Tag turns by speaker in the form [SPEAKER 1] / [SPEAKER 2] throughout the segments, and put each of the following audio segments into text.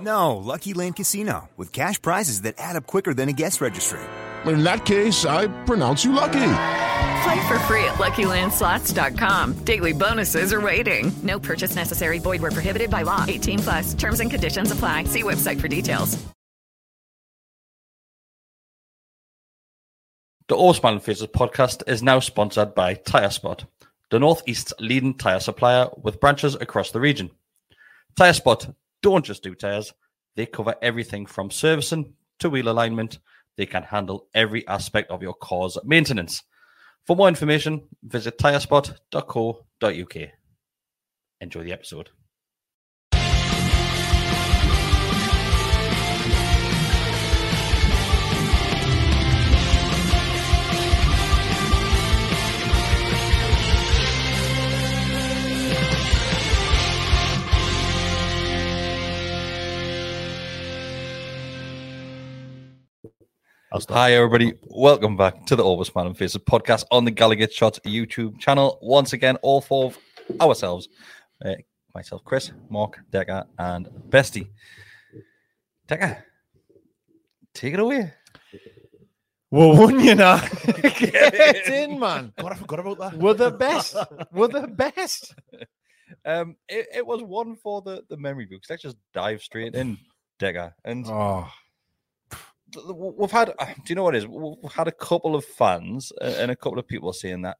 [SPEAKER 1] No, Lucky Land Casino, with cash prizes that add up quicker than a guest registry.
[SPEAKER 2] In that case, I pronounce you lucky.
[SPEAKER 3] Play for free at LuckyLandSlots.com. Daily bonuses are waiting. No purchase necessary. Void where prohibited by law. 18 plus terms and conditions apply. See website for details.
[SPEAKER 4] The Horseman Faces podcast is now sponsored by TireSpot, the Northeast's leading tire supplier with branches across the region. TireSpot don't just do tires, they cover everything from servicing to wheel alignment. They can handle every aspect of your car's maintenance. For more information, visit tirespot.co.uk. Enjoy the episode. Hi, everybody. Welcome back to the Always Man and Faces podcast on the Gallagher Shot YouTube channel. Once again, all four of ourselves, uh, myself, Chris, Mark, Decker, and Bestie. Decker, take it away.
[SPEAKER 5] Well, wouldn't you know?
[SPEAKER 4] Get
[SPEAKER 5] in, man.
[SPEAKER 6] God, I forgot about that.
[SPEAKER 5] We're the best. We're the best.
[SPEAKER 4] Um, it, it was one for the, the memory books. Let's just dive straight in, Decker. And
[SPEAKER 5] Oh,
[SPEAKER 4] th- th- we've had uh, do you know what it is we've had a couple of fans uh, and a couple of people saying that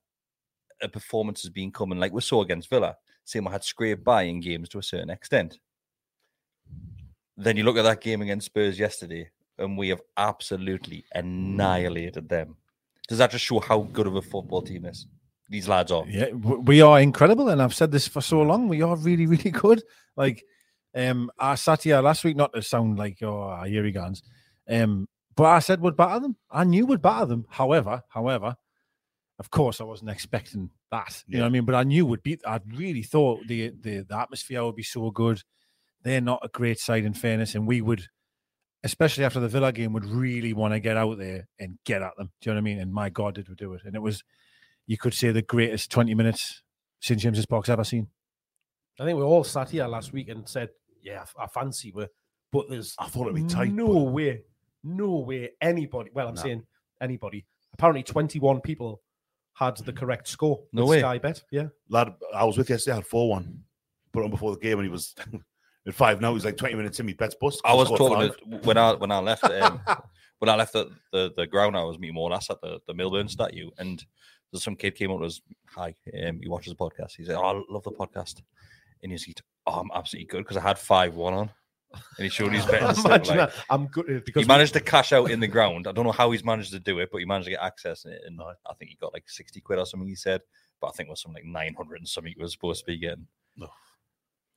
[SPEAKER 4] a performance has been coming like we saw against villa saying we had scraped by in games to a certain extent then you look at that game against spurs yesterday and we have absolutely annihilated them does that just show how good of a football team this these lads are
[SPEAKER 5] yeah. w- We are incredible. And I've said this for so long. We are really, really good. Like, um, I sat here last week, not to sound like, oh, here he goes. Um, but I said would batter them. I knew would batter them. However, however, of course, I wasn't expecting that. You know what I mean? But I knew would beat. I really thought the, the the atmosphere would be so good. They're not a great side, in fairness, and we would, especially after the Villa game, would really want to get out there and get at them. Do you know what I mean? And my God, did we do it? And it was, you could say, the greatest twenty minutes St James's Park's ever seen.
[SPEAKER 7] I think we all sat here last week and said, "Yeah, I f- I, fancy we," but there's
[SPEAKER 5] I thought it'd be tight,
[SPEAKER 7] No
[SPEAKER 5] but-
[SPEAKER 7] way, no way. Anybody? Well, I'm saying anybody. Apparently, 21 people had the correct score.
[SPEAKER 4] No
[SPEAKER 7] with
[SPEAKER 4] way.
[SPEAKER 7] Sky bet. Yeah,
[SPEAKER 8] Mm. lad I was with yesterday I had 4 1. Put on before the game and he was at 5 now. He's like 20 minutes in, me bets bust.
[SPEAKER 4] I was
[SPEAKER 8] Scored
[SPEAKER 4] talking
[SPEAKER 8] five.
[SPEAKER 4] to, when I when I left um, when I left the, the, the ground. I was meeting more lads at the, the Melbourne statue, and there's some kid came up and was hi. Um, he watches the podcast. He said, oh, "I love the podcast," and he's like, "Oh, I'm absolutely good because I had five one on." And he showed his betting slip,
[SPEAKER 7] imagine
[SPEAKER 4] like,
[SPEAKER 7] that. I'm good at- because
[SPEAKER 4] He managed to cash out in the ground. I don't know how he's managed to do it, but he managed to get access, and, and I think he got like sixty quid or something. He said, but I think it was something like nine hundred and something he was supposed to be getting.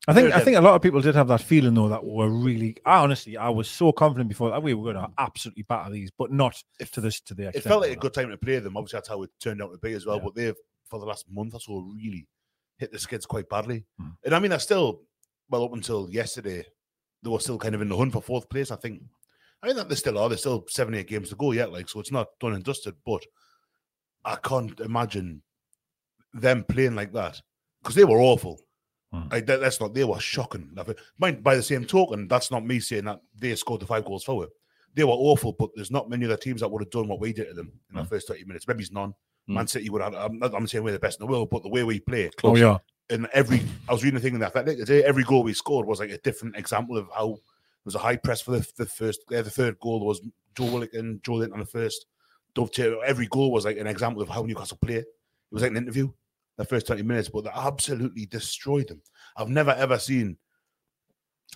[SPEAKER 5] I think
[SPEAKER 8] They're
[SPEAKER 5] I think a lot of people did have that feeling though that we were really. I honestly, I was so confident before that we were going to absolutely batter these, but not to this to the
[SPEAKER 8] Mm. It
[SPEAKER 5] extent.
[SPEAKER 8] felt like a
[SPEAKER 5] that.
[SPEAKER 8] good time to play them. Obviously, that's how it turned out to be as well.
[SPEAKER 5] Yeah.
[SPEAKER 8] But they've, for the last month or so, really hit the skids quite badly.
[SPEAKER 5] Mm.
[SPEAKER 8] And I mean, I still, well, up until yesterday, they were still kind of in the hunt for fourth place. I think, I mean, that they still are. There's still seven, eight games to go yet. Like, so it's not done and dusted. But I can't imagine them playing like that because they were awful. Like, that, that's not they were shocking. Like, Mind by the same token, that's not me saying that they scored the five goals forward. They were awful, but there's not many other teams that would have done what we did to them in our first 30 minutes. Maybe it's none. Man City would have. I'm, not- I'm saying we're the best in the world, but the way we play,
[SPEAKER 5] Close. Oh, yeah.
[SPEAKER 8] And every I was reading a thing in the Athletic today. Every goal we scored was like a different example of how it was a high press for the, the first. Uh, the third goal was Joe Willock and Joe Linton on the first. Dovetail. Every goal was like an example of how Newcastle play. It was like an interview. The first twenty minutes, but they absolutely destroyed them. I've never ever seen.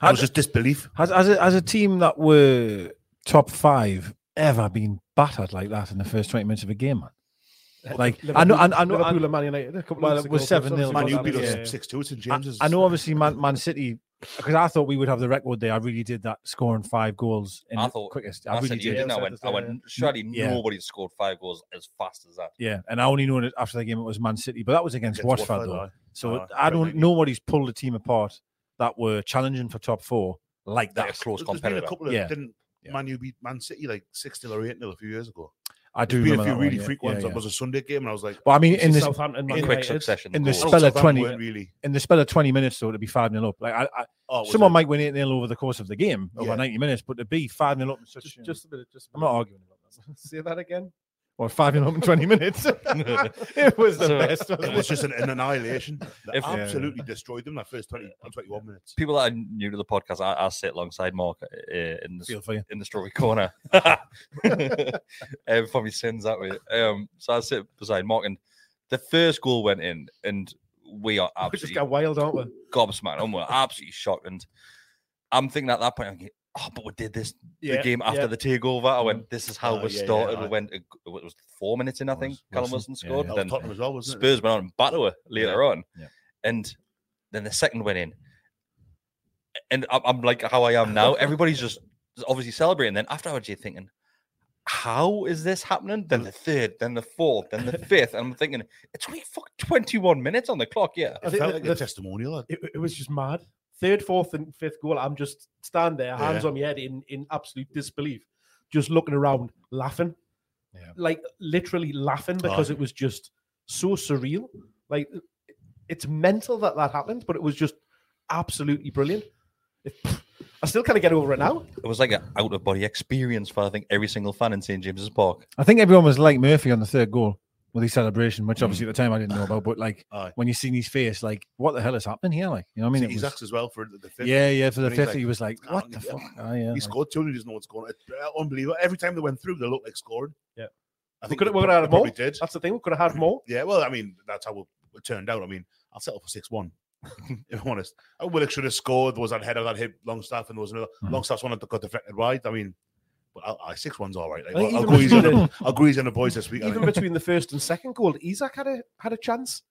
[SPEAKER 8] I was just disbelief.
[SPEAKER 5] Has as a, as a team that were top five ever been battered like that in the first twenty minutes of a game, man? Like I know, I, I know, I-
[SPEAKER 7] Liverpool and Man United. A couple
[SPEAKER 5] well,
[SPEAKER 7] of
[SPEAKER 5] it was seven 0
[SPEAKER 8] two at St
[SPEAKER 7] James's.
[SPEAKER 5] I, know, obviously, Man, Man City. Because I thought we would have the record there. I really did that, scoring five goals in
[SPEAKER 4] I
[SPEAKER 5] the
[SPEAKER 4] thought
[SPEAKER 5] quickest.
[SPEAKER 4] I,
[SPEAKER 5] I really
[SPEAKER 4] said you
[SPEAKER 5] did.
[SPEAKER 4] didn't. I went, I went. Surely
[SPEAKER 5] Yeah.
[SPEAKER 4] nobody scored five goals as fast as that.
[SPEAKER 5] Yeah, and I only know it after the game it was Man City, but that was against,
[SPEAKER 4] Against
[SPEAKER 5] Watford,
[SPEAKER 4] Watford,
[SPEAKER 5] though.
[SPEAKER 4] aye.
[SPEAKER 5] So
[SPEAKER 4] Aye,
[SPEAKER 5] I don't. Nobody's pulled a team apart that were challenging for top four like that.
[SPEAKER 8] There's been a couple of
[SPEAKER 5] yeah,
[SPEAKER 8] didn't Man U beat Man City like six nil or eight nil a few years ago.
[SPEAKER 5] I do
[SPEAKER 8] There's been
[SPEAKER 5] remember
[SPEAKER 8] a few
[SPEAKER 5] that one,
[SPEAKER 8] really
[SPEAKER 5] yeah,
[SPEAKER 8] freak
[SPEAKER 5] yeah,
[SPEAKER 8] ones.
[SPEAKER 5] yeah.
[SPEAKER 8] That was a Sunday game, and I was like,
[SPEAKER 5] Well, I mean, in this
[SPEAKER 8] Man
[SPEAKER 5] in,
[SPEAKER 8] United.
[SPEAKER 5] in the spell of
[SPEAKER 8] Southampton
[SPEAKER 5] twenty,
[SPEAKER 8] weren't really.
[SPEAKER 5] in the spell of twenty minutes, though, to be five 0 up. Like I, I
[SPEAKER 8] Oh, was
[SPEAKER 5] someone
[SPEAKER 8] it?
[SPEAKER 5] might win eight 0 over the course of the game over
[SPEAKER 7] Yeah.
[SPEAKER 5] ninety minutes, but to be five 0 up, in such,
[SPEAKER 7] Just a minute. Just a
[SPEAKER 5] I'm not
[SPEAKER 7] minute.
[SPEAKER 5] arguing about
[SPEAKER 7] Say that again.
[SPEAKER 5] that. Or five 0 up in twenty minutes. it was the
[SPEAKER 4] So-
[SPEAKER 5] best. wasn't
[SPEAKER 8] it was just an, an annihilation. They
[SPEAKER 4] If- Yeah.
[SPEAKER 8] absolutely destroyed them that first 20, 21 minutes.
[SPEAKER 4] people that are new to the podcast, I, I sit alongside Mark uh, in
[SPEAKER 5] Feel
[SPEAKER 4] the
[SPEAKER 5] for you.
[SPEAKER 4] in the strawberry corner. um, from his sins that way. Um, so I sit beside Mark, and the first goal went in, and we are
[SPEAKER 7] We just
[SPEAKER 4] absolutely
[SPEAKER 7] got wild, aren't we?
[SPEAKER 4] gobsmacked, and we're absolutely shocked. And I'm thinking at that point, I'm thinking, oh, but we did this
[SPEAKER 7] Yeah,
[SPEAKER 4] the game after
[SPEAKER 7] yeah.
[SPEAKER 4] the takeover. I went, this is how
[SPEAKER 8] Oh,
[SPEAKER 4] we
[SPEAKER 8] yeah, yeah,
[SPEAKER 4] started.
[SPEAKER 8] aye.
[SPEAKER 4] we went, it was four minutes in, I think. Callum
[SPEAKER 8] Wilson,
[SPEAKER 4] Wilson
[SPEAKER 8] yeah, yeah. That
[SPEAKER 4] scored.
[SPEAKER 8] was
[SPEAKER 4] Then
[SPEAKER 8] Tottenham as well, wasn't it?
[SPEAKER 4] Spurs went on and battled her later
[SPEAKER 8] Yeah.
[SPEAKER 4] on, and then the second went in. And I'm, I'm like how I am now. Everybody's just obviously celebrating. Then afterwards, you're thinking, how is this happening? Then the third, then the fourth, then the fifth. And I'm thinking, it's only fuck 21 minutes on the clock. Yeah.
[SPEAKER 7] I think the- the-
[SPEAKER 8] testimonial.
[SPEAKER 7] It, it was just mad. Third, fourth, and fifth goal. I'm just standing there, hands
[SPEAKER 4] Yeah.
[SPEAKER 7] on my head, in in absolute disbelief, just looking around, laughing, like literally laughing because
[SPEAKER 8] Oh.
[SPEAKER 7] it was just so surreal. Like it- it's mental that that happened, but it was just absolutely brilliant. It- I still can't get over it now.
[SPEAKER 4] It was like an out of body experience for I think every single fan in St James's Park.
[SPEAKER 5] I think everyone was like Murphy on the third goal with his celebration, which obviously at the time I didn't know about, but like when you seen his face, like what the hell is happening here? Like, you know what I mean? It
[SPEAKER 8] He's
[SPEAKER 5] was-
[SPEAKER 8] asked as well for the fifth.
[SPEAKER 5] Yeah, yeah, for the
[SPEAKER 8] And he's
[SPEAKER 5] fifth, he was like,
[SPEAKER 8] "I don't
[SPEAKER 5] what the
[SPEAKER 8] need
[SPEAKER 5] fuck?
[SPEAKER 8] it."
[SPEAKER 5] Oh, yeah,
[SPEAKER 8] He
[SPEAKER 5] like-
[SPEAKER 8] scored two and he doesn't know what's going on. It's uh, unbelievable. Every time they went through, they looked like scoring.
[SPEAKER 7] Yeah.
[SPEAKER 8] I
[SPEAKER 7] We
[SPEAKER 8] think
[SPEAKER 7] could
[SPEAKER 8] they
[SPEAKER 7] have
[SPEAKER 8] prob-
[SPEAKER 7] had
[SPEAKER 8] they
[SPEAKER 7] more.
[SPEAKER 8] probably did.
[SPEAKER 7] That's the thing. We could have had more.
[SPEAKER 8] Yeah, well, I mean, that's how it turned out. I mean, I'll settle for 6 1. if I'm honest, oh, Willock should have scored. There was that header that hit Longstaff, and there was another
[SPEAKER 7] Mm.
[SPEAKER 8] Longstaff's one that got deflected wide. I mean, but I, I, six one's all right. Like,
[SPEAKER 7] I think
[SPEAKER 8] I'll, I'll,
[SPEAKER 7] even
[SPEAKER 8] go easy on
[SPEAKER 7] between
[SPEAKER 8] the, I'll go easy on the boys this week. I
[SPEAKER 7] even
[SPEAKER 8] think.
[SPEAKER 7] between the first and second goal, Isaac had a had a chance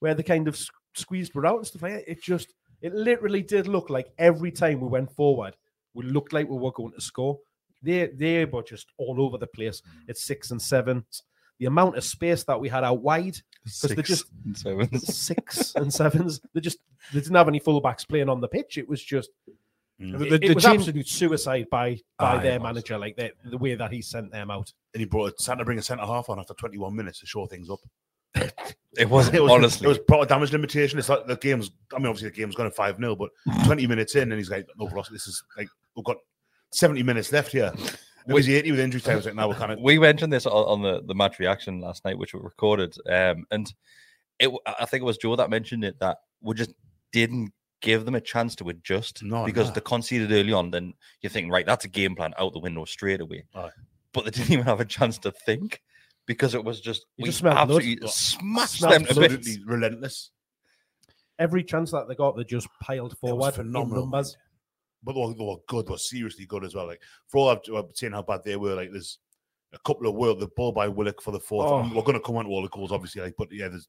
[SPEAKER 7] where they kind of s- squeezed were out and stuff like that. It just it literally did look like every time we went forward, we looked like we were going to score. They they were just all over the place.
[SPEAKER 5] Mm.
[SPEAKER 7] It's six and seven. The amount of space that we had out wide because they
[SPEAKER 4] Six
[SPEAKER 7] just
[SPEAKER 4] and sevens.
[SPEAKER 7] six and sevens. They just they didn't have any fullbacks playing on the pitch. It was just
[SPEAKER 8] Mm.
[SPEAKER 7] it,
[SPEAKER 8] The-
[SPEAKER 7] it
[SPEAKER 8] the
[SPEAKER 7] was
[SPEAKER 8] change-
[SPEAKER 7] absolute suicide by by
[SPEAKER 8] Aye,
[SPEAKER 7] their
[SPEAKER 8] it was.
[SPEAKER 7] manager, like the, the way that he sent them out.
[SPEAKER 8] And he brought Santa bring a centre half on after 21 minutes to shore things up.
[SPEAKER 4] It was,
[SPEAKER 8] it was
[SPEAKER 4] honestly.
[SPEAKER 8] it was product damage limitation. It's like the game's. I mean, obviously the game's gone five 0 but 20 minutes in, and he's like, "No, Ross, this is like we've got 70 minutes left here." It was 80 with injury time. It's like now we're kind of.
[SPEAKER 4] we mentioned this on, on the, the match reaction last night, which we recorded. Um, and it, w- I think it was Joe that mentioned it that we just didn't give them a chance to adjust
[SPEAKER 8] No,
[SPEAKER 4] because
[SPEAKER 8] no.
[SPEAKER 4] they conceded early on. Then you're thinking, right, that's a game plan out the window straight away.
[SPEAKER 8] Aye.
[SPEAKER 4] But they didn't even have a chance to think because it was just
[SPEAKER 7] You
[SPEAKER 4] we
[SPEAKER 7] just smelled blood.
[SPEAKER 4] absolutely
[SPEAKER 7] Well,
[SPEAKER 4] smashed
[SPEAKER 7] smelled
[SPEAKER 4] them to
[SPEAKER 7] blood.
[SPEAKER 4] bits.
[SPEAKER 7] Absolutely
[SPEAKER 8] relentless.
[SPEAKER 7] Every chance that they got, they just piled forward. in
[SPEAKER 8] phenomenal.
[SPEAKER 7] numbers.
[SPEAKER 8] but they were, they were good, were seriously good as well. Like for all I've, I've seen how bad they were, like there's a couple of world the ball by Willock for the fourth.
[SPEAKER 7] Oh.
[SPEAKER 8] and We're going to come on to all the goals, obviously. Like, but yeah, there's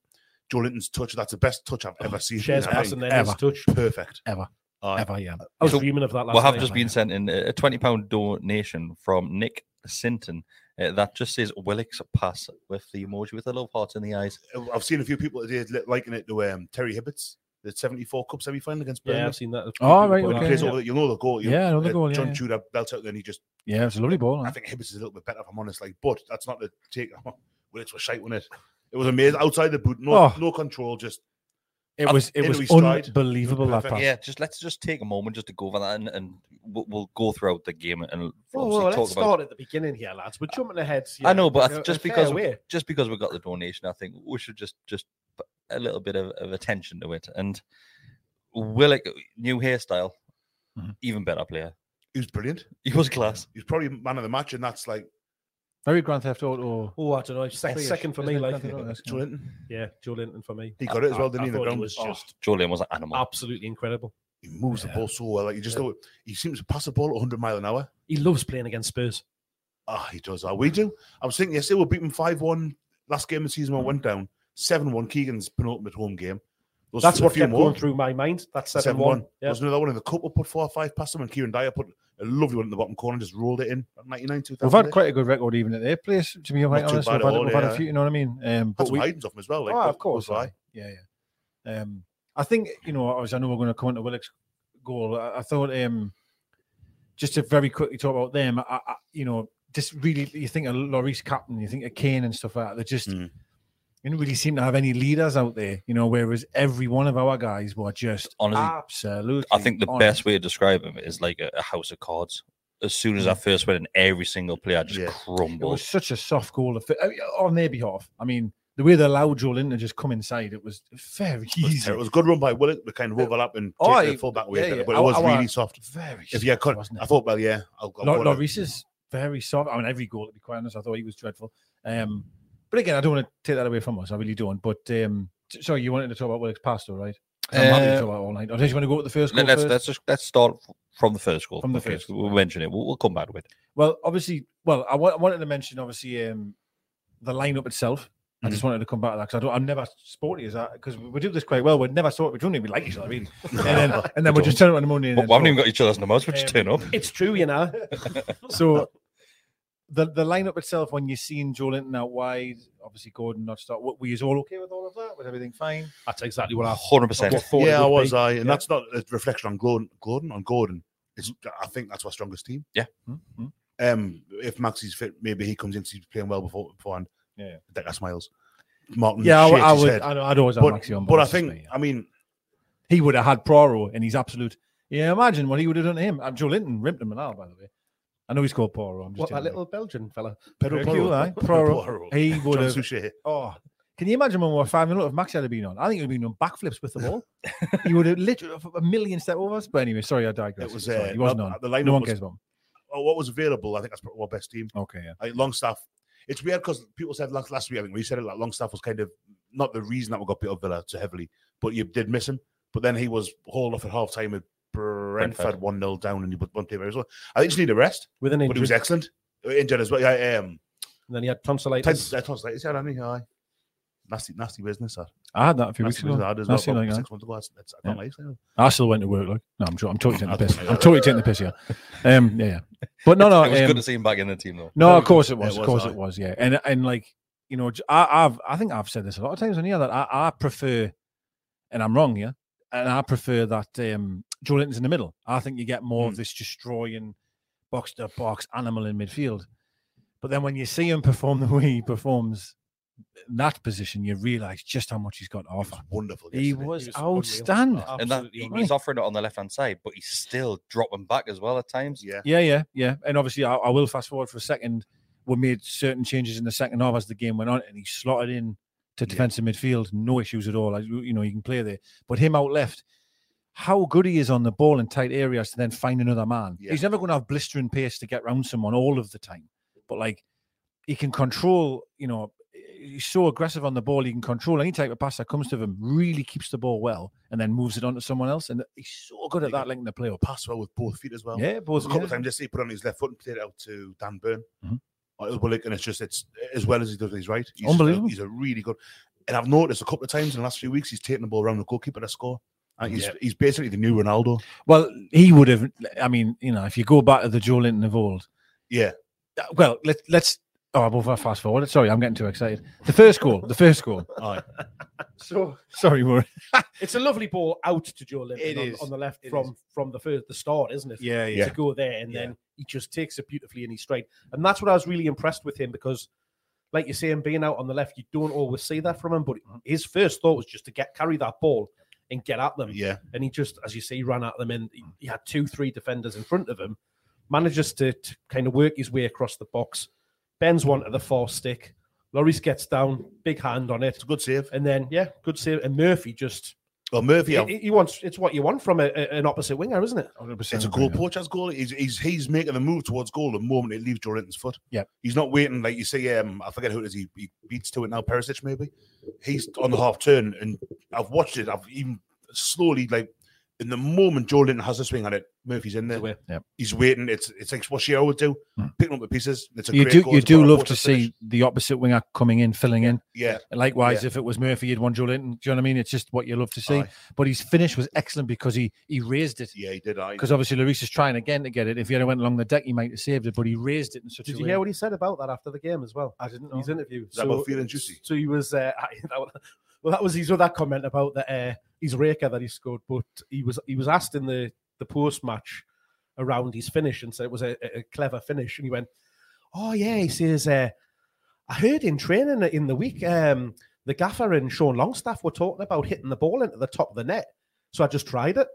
[SPEAKER 8] Joe Linton's touch. That's the best touch
[SPEAKER 7] Oh,
[SPEAKER 8] I've ever seen.
[SPEAKER 7] Shares
[SPEAKER 8] I think.
[SPEAKER 7] pass and then his Ever. touch.
[SPEAKER 8] perfect
[SPEAKER 5] ever, ever. Yeah,
[SPEAKER 7] I was dreaming of that last
[SPEAKER 4] we have
[SPEAKER 7] night.
[SPEAKER 4] just been sent in uh, a twenty pound donation from Nick Sinton uh, that just says Willick's pass with the emoji with the love hearts in the eyes.
[SPEAKER 8] I've seen a few people today li- liking it to um, Terry Hibbert's. The 74 Cup semi final against
[SPEAKER 7] Yeah,
[SPEAKER 8] Burnley.
[SPEAKER 7] I've seen that.
[SPEAKER 5] Oh, right, okay, yeah.
[SPEAKER 8] you know the goal. you-
[SPEAKER 5] Yeah, I know the goal, yeah,
[SPEAKER 8] John
[SPEAKER 5] yeah.
[SPEAKER 8] Tudor belts out, then he just
[SPEAKER 5] yeah, it's a lovely ball.
[SPEAKER 8] I think Hibbs is a little bit better, if I'm honest. Like, but that's not the take. Willicks was shite, wasn't it? It was amazing. Outside the boot, no,
[SPEAKER 5] Oh.
[SPEAKER 8] no control, just
[SPEAKER 5] It
[SPEAKER 4] I-
[SPEAKER 5] was it
[SPEAKER 4] in
[SPEAKER 5] was
[SPEAKER 4] we stride.
[SPEAKER 5] unbelievable that pass.
[SPEAKER 4] Yeah, just let's just take a moment just to go over that, and, and we'll, we'll go throughout the game and
[SPEAKER 7] Whoa,
[SPEAKER 4] obviously
[SPEAKER 7] whoa, let's
[SPEAKER 4] talk
[SPEAKER 7] start
[SPEAKER 4] about.
[SPEAKER 7] at the beginning here, lads. We're jumping ahead.
[SPEAKER 4] I know, but I
[SPEAKER 7] you
[SPEAKER 4] th-
[SPEAKER 7] know,
[SPEAKER 4] just
[SPEAKER 7] in a fair
[SPEAKER 4] because
[SPEAKER 7] way.
[SPEAKER 4] just because we got the donation, I think we should just just put a little bit of, of attention to it. And Willick, new hairstyle,
[SPEAKER 7] Mm-hmm.
[SPEAKER 4] even better player.
[SPEAKER 8] He was brilliant.
[SPEAKER 4] He was class.
[SPEAKER 8] He's probably man of the match, and that's like
[SPEAKER 5] Very Grand Theft Auto.
[SPEAKER 7] Oh, I don't know. Second,
[SPEAKER 8] Three-ish,
[SPEAKER 7] second for
[SPEAKER 8] isn't
[SPEAKER 7] me,
[SPEAKER 8] it?
[SPEAKER 7] like
[SPEAKER 5] Oh,
[SPEAKER 8] Something like that, Joe Linton.
[SPEAKER 7] Yeah, Joe Linton for me.
[SPEAKER 8] He got it as well,
[SPEAKER 7] I-
[SPEAKER 8] didn't
[SPEAKER 7] I
[SPEAKER 8] he, in the
[SPEAKER 7] thought
[SPEAKER 8] ground?
[SPEAKER 7] was
[SPEAKER 8] Oh.
[SPEAKER 7] just
[SPEAKER 4] Joe Linton was an animal.
[SPEAKER 7] Absolutely incredible.
[SPEAKER 8] he moves the ball so well. Like you just know he seems to pass the ball 100 mile an hour.
[SPEAKER 7] He loves playing against Spurs.
[SPEAKER 8] Ah, he does. Ah, we do. I was thinking yesterday we beat him 5 1 last game of the season. I went down 7 1 Keegan's penultimate home game. There was
[SPEAKER 7] That's
[SPEAKER 8] a
[SPEAKER 7] what
[SPEAKER 8] few
[SPEAKER 7] kept
[SPEAKER 8] more.
[SPEAKER 7] going through my mind. That's 7-1. Yeah.
[SPEAKER 8] There was another one in the cup. We put four or five past them, and Kieran Dyer put a lovely one in the bottom corner and just rolled it in. 99 2000.
[SPEAKER 5] We've had quite a good record even at their place, to be
[SPEAKER 8] Not
[SPEAKER 5] quite
[SPEAKER 8] too
[SPEAKER 5] honest.
[SPEAKER 8] bad at
[SPEAKER 5] We've had,
[SPEAKER 8] all,
[SPEAKER 5] we've had
[SPEAKER 8] yeah.
[SPEAKER 5] a few, you know what I mean? Um,
[SPEAKER 8] Had some items off them as well. Like,
[SPEAKER 5] Oh,
[SPEAKER 8] but-
[SPEAKER 5] of course.
[SPEAKER 8] but-
[SPEAKER 5] aye. Yeah, yeah. Um, I think, you know, obviously I know we're going to come into Willick's goal. I, I thought, um, just to very quickly talk about them, I, I, you know, just really, you think of Loris Captain, you think of Kane and stuff like that. They're just,
[SPEAKER 4] Hmm.
[SPEAKER 5] you don't really seem to have any leaders out there, you know, whereas every one of our guys were just
[SPEAKER 4] Honestly,
[SPEAKER 5] absolutely.
[SPEAKER 4] I think the
[SPEAKER 5] on it.
[SPEAKER 4] best way to describe him is like a, a house of cards. As soon
[SPEAKER 7] Mm-hmm.
[SPEAKER 4] as I first went in, every single player just
[SPEAKER 5] It
[SPEAKER 4] crumbled.
[SPEAKER 5] was such a soft goal of, I mean, on their behalf. I mean, the way they allowed Joe Linton to just come inside, it was very
[SPEAKER 8] It was
[SPEAKER 5] easy.
[SPEAKER 8] terrible. It was a good run by Willock, but kind of overlap and
[SPEAKER 5] Oh,
[SPEAKER 8] take
[SPEAKER 5] he-
[SPEAKER 8] the full back away.
[SPEAKER 5] yeah,
[SPEAKER 8] a bit,
[SPEAKER 5] yeah.
[SPEAKER 8] But it
[SPEAKER 5] Our-
[SPEAKER 8] was
[SPEAKER 5] our-
[SPEAKER 8] really soft.
[SPEAKER 5] Very
[SPEAKER 8] If you could, I thought, well, yeah, I'll, I'll
[SPEAKER 5] Lo-
[SPEAKER 8] go on it.
[SPEAKER 5] Lloris is very soft. I mean, every goal, to be quite honest, I thought he was dreadful. Um, but again, I don't want to take that away from us. I really don't. But um, t- sorry, you wanted to talk about Willick's past, though, right? 'Cause I'm happy to
[SPEAKER 4] Uh,
[SPEAKER 5] talk about it all night. Or do you want to go with the first goal
[SPEAKER 4] Let, us
[SPEAKER 5] first?
[SPEAKER 4] let's just let's start f- from the first goal.
[SPEAKER 5] From the
[SPEAKER 4] Okay,
[SPEAKER 5] first.
[SPEAKER 4] so we'll mention it. We'll, we'll come back to it.
[SPEAKER 5] Well, obviously, well, I, wa- I wanted to mention obviously um, the lineup itself. I
[SPEAKER 8] Mm-hmm.
[SPEAKER 5] just wanted to come back to that because I don't. I'm never sporty as that because we, we do this quite well. We're never sort. We don't even like each other really. And then, and then we just turn up on the Monday. And
[SPEAKER 4] But
[SPEAKER 5] then
[SPEAKER 4] we haven't
[SPEAKER 5] talk.
[SPEAKER 4] even got each other's numbers. We just turn up.
[SPEAKER 7] It's true, you know.
[SPEAKER 5] so the the lineup itself, when you're seeing Joe Linton out wide, obviously Gordon not start. Were you all okay with all of that? Was everything fine?
[SPEAKER 7] That's exactly what I
[SPEAKER 4] 100%.
[SPEAKER 7] what I thought it
[SPEAKER 8] yeah, I
[SPEAKER 7] would
[SPEAKER 8] was.
[SPEAKER 7] be.
[SPEAKER 8] I, and
[SPEAKER 7] Yeah.
[SPEAKER 8] that's not a reflection on Gordon. Gordon on Gordon. It's, I think that's our strongest team.
[SPEAKER 4] Yeah.
[SPEAKER 5] Hmm,
[SPEAKER 8] Um, if Maxie's fit, maybe he comes in. 'cause He's playing well before beforehand.
[SPEAKER 5] Yeah.
[SPEAKER 8] Decker smiles. Martin.
[SPEAKER 5] Yeah, I w-
[SPEAKER 8] shakes
[SPEAKER 5] I
[SPEAKER 8] his
[SPEAKER 5] would-
[SPEAKER 8] head.
[SPEAKER 5] I know- I'd always have
[SPEAKER 8] but,
[SPEAKER 5] Maxi on, but
[SPEAKER 8] But I
[SPEAKER 5] that's just
[SPEAKER 8] think,
[SPEAKER 5] me,
[SPEAKER 8] I mean,
[SPEAKER 5] He would have had Proro, and he's absolute. Yeah, imagine what he would have done to him. Uh, Joe Linton ripped him an hour, by the way. I know he's called Proro. I'm just
[SPEAKER 7] What, that
[SPEAKER 5] telling you.
[SPEAKER 7] little Belgian fella?
[SPEAKER 5] Pedro Proro. aye. Proro. He would have. Oh, can you imagine when we were five minutes? If Max had have been on, I think he'd have been doing backflips with the ball. he would have literally a million step over us. But anyway, sorry, I digress.
[SPEAKER 8] It was,
[SPEAKER 5] Sorry,
[SPEAKER 8] uh,
[SPEAKER 5] he wasn't
[SPEAKER 8] well,
[SPEAKER 5] on.
[SPEAKER 8] the lineup
[SPEAKER 5] no one
[SPEAKER 8] was-
[SPEAKER 5] cares about him.
[SPEAKER 8] Oh, what was available, I think that's probably our best team.
[SPEAKER 5] Okay, yeah.
[SPEAKER 8] Like Longstaff. It's weird because people said last, last week, I think we said it like Longstaff was kind of not the reason that we got beat up Villa so heavily, but you did miss him. But then he was hauled off at half time with Brentford
[SPEAKER 4] Brentford.
[SPEAKER 8] 1 0 down and he put one team as well. I think he just need a rest.
[SPEAKER 7] With an
[SPEAKER 8] But
[SPEAKER 7] injury.
[SPEAKER 8] he was excellent. Uh, Injured as well. Yeah, um,
[SPEAKER 7] And then he had tonsillitis.
[SPEAKER 8] Tons, uh, tons like, is that any? Aye. Nasty, nasty business. That.
[SPEAKER 5] I had that a few
[SPEAKER 8] Nasty
[SPEAKER 5] weeks ago.
[SPEAKER 8] business I had as
[SPEAKER 5] Nasty
[SPEAKER 8] well,
[SPEAKER 5] like
[SPEAKER 8] about
[SPEAKER 5] that.
[SPEAKER 8] six months ago. That's, that's, I don't
[SPEAKER 5] Yeah.
[SPEAKER 8] like it.
[SPEAKER 5] I still went to work. Like, no, I'm, jo- I'm totally taking the
[SPEAKER 8] I don't
[SPEAKER 5] piss.
[SPEAKER 8] know.
[SPEAKER 5] I'm totally taking the piss. Yeah, um, yeah, yeah. But no, no.
[SPEAKER 4] it was
[SPEAKER 5] um,
[SPEAKER 4] good to see him back in the team though.
[SPEAKER 5] No, of course it was. of course
[SPEAKER 4] aye.
[SPEAKER 5] it was. Yeah, and and like you know, j- I, have I think I've said this a lot of times on here that I, I prefer, and I'm wrong here, and I prefer that um, Joe Linton's in the middle. I think you get more of this destroying box to box animal in midfield. But then when you see him perform the way he performs in that position, you realise just how much he's got to offer.
[SPEAKER 8] wonderful.
[SPEAKER 5] He was, outstanding.
[SPEAKER 4] and that, he- he's offering it on the left hand side, but he's still dropping back as well at times.
[SPEAKER 8] Yeah,
[SPEAKER 5] Yeah, yeah, yeah. And obviously, I, I will fast forward for a second. We made certain changes in the second half as the game went on, and he slotted in to defensive midfield, no issues at all. Like, you know, you can play there. But him out left, how good he is on the ball in tight areas to then find another man. He's never going to have blistering pace to get round someone all of the time. But like, he can control. You know, he's so aggressive on the ball. He can control any type of pass that comes to him. Really keeps the ball well, and then moves it on to someone else. And he's so good at that, linking the play up.
[SPEAKER 8] Pass well with both feet as well.
[SPEAKER 5] Yeah, both-
[SPEAKER 8] a couple of
[SPEAKER 5] yeah.
[SPEAKER 8] times. Just he put it on his left foot and played it out to Dan Byrne. Or Ilbalik, and it's just it's as well as he does with his right. He's
[SPEAKER 5] Unbelievable.
[SPEAKER 8] A, he's a really good. And I've noticed a couple of times in the last few weeks he's taken the ball around the goalkeeper to score. And he's
[SPEAKER 5] Yeah.
[SPEAKER 8] he's basically the new Ronaldo.
[SPEAKER 5] Well, he would have. I mean, you know, if you go back to the Joe Linton of old,
[SPEAKER 8] Yeah.
[SPEAKER 5] uh, well, let's let's. Oh, we'll fast forward. Sorry, I'm getting too excited. The first goal. The first goal.
[SPEAKER 7] So
[SPEAKER 5] Sorry, Warren.
[SPEAKER 7] it's a lovely ball out to Joe Linton
[SPEAKER 5] It
[SPEAKER 7] on,
[SPEAKER 5] is.
[SPEAKER 7] on the left from from the first the start, isn't it?
[SPEAKER 5] Yeah,
[SPEAKER 7] To
[SPEAKER 5] yeah.
[SPEAKER 7] go there and then he just takes it beautifully and he's straight. And that's what I was really impressed with him because, like you say, him being out on the left, you don't always see that from him. But his first thought was just to get carry that ball and get at them.
[SPEAKER 8] Yeah.
[SPEAKER 7] And he just, as you see, ran at them and he- he had two, three defenders in front of him. Manages to, to kind of work his way across the box. Bends one to the four stick. Loris gets down, big hand on it.
[SPEAKER 8] good save.
[SPEAKER 7] And then, yeah, good save. And Murphy just.
[SPEAKER 8] Well, Murphy,
[SPEAKER 7] he,
[SPEAKER 8] I've-
[SPEAKER 7] he- he wants. It's what you want from a, a- an opposite winger, isn't it?
[SPEAKER 8] It's a goal. Pochard's goal. He's, he's he's making the move towards goal the moment it leaves Joe Linton's foot.
[SPEAKER 5] Yep.
[SPEAKER 8] He's not waiting like you say. Um, I forget who it is. He, he beats to it now. Perisic maybe. He's on the half turn, and I've watched it. I've even slowly like in the moment Joe Linton has a swing on it, Murphy's in there.
[SPEAKER 5] Yep.
[SPEAKER 8] He's waiting. It's it's like what Shiro would do,
[SPEAKER 7] Hmm.
[SPEAKER 8] picking up the pieces. It's a
[SPEAKER 5] you
[SPEAKER 8] great
[SPEAKER 5] do
[SPEAKER 8] goal.
[SPEAKER 5] you
[SPEAKER 8] It's
[SPEAKER 5] do
[SPEAKER 8] got a
[SPEAKER 5] love to
[SPEAKER 8] Pochard finish.
[SPEAKER 5] see the opposite winger coming in, filling in.
[SPEAKER 8] Yeah.
[SPEAKER 5] And likewise,
[SPEAKER 8] Yeah.
[SPEAKER 5] if it was Murphy, you'd want Joe Linton. Do you know what I mean? It's just what you love to see. But his finish was excellent because he he raised it.
[SPEAKER 8] Yeah, he did. aye.
[SPEAKER 5] Because obviously, Lloris is trying again to get it. If he had went along the deck, he might have saved it. But he raised it in such
[SPEAKER 7] Did
[SPEAKER 5] a
[SPEAKER 7] you
[SPEAKER 5] way.
[SPEAKER 7] hear what he said about that after the game as well? I didn't. His interview.
[SPEAKER 8] Is that about feeling juicy?
[SPEAKER 7] So he was. Uh, that was- well, that was his other comment about the uh, his raker that he scored, but he was he was asked in the the post match around his finish and said it was a, a- a clever finish, and he went, "Oh yeah," he says. Uh, I heard in training in the week, um, the gaffer and Sean Longstaff were talking about hitting the ball into the top of the net. So I just tried it.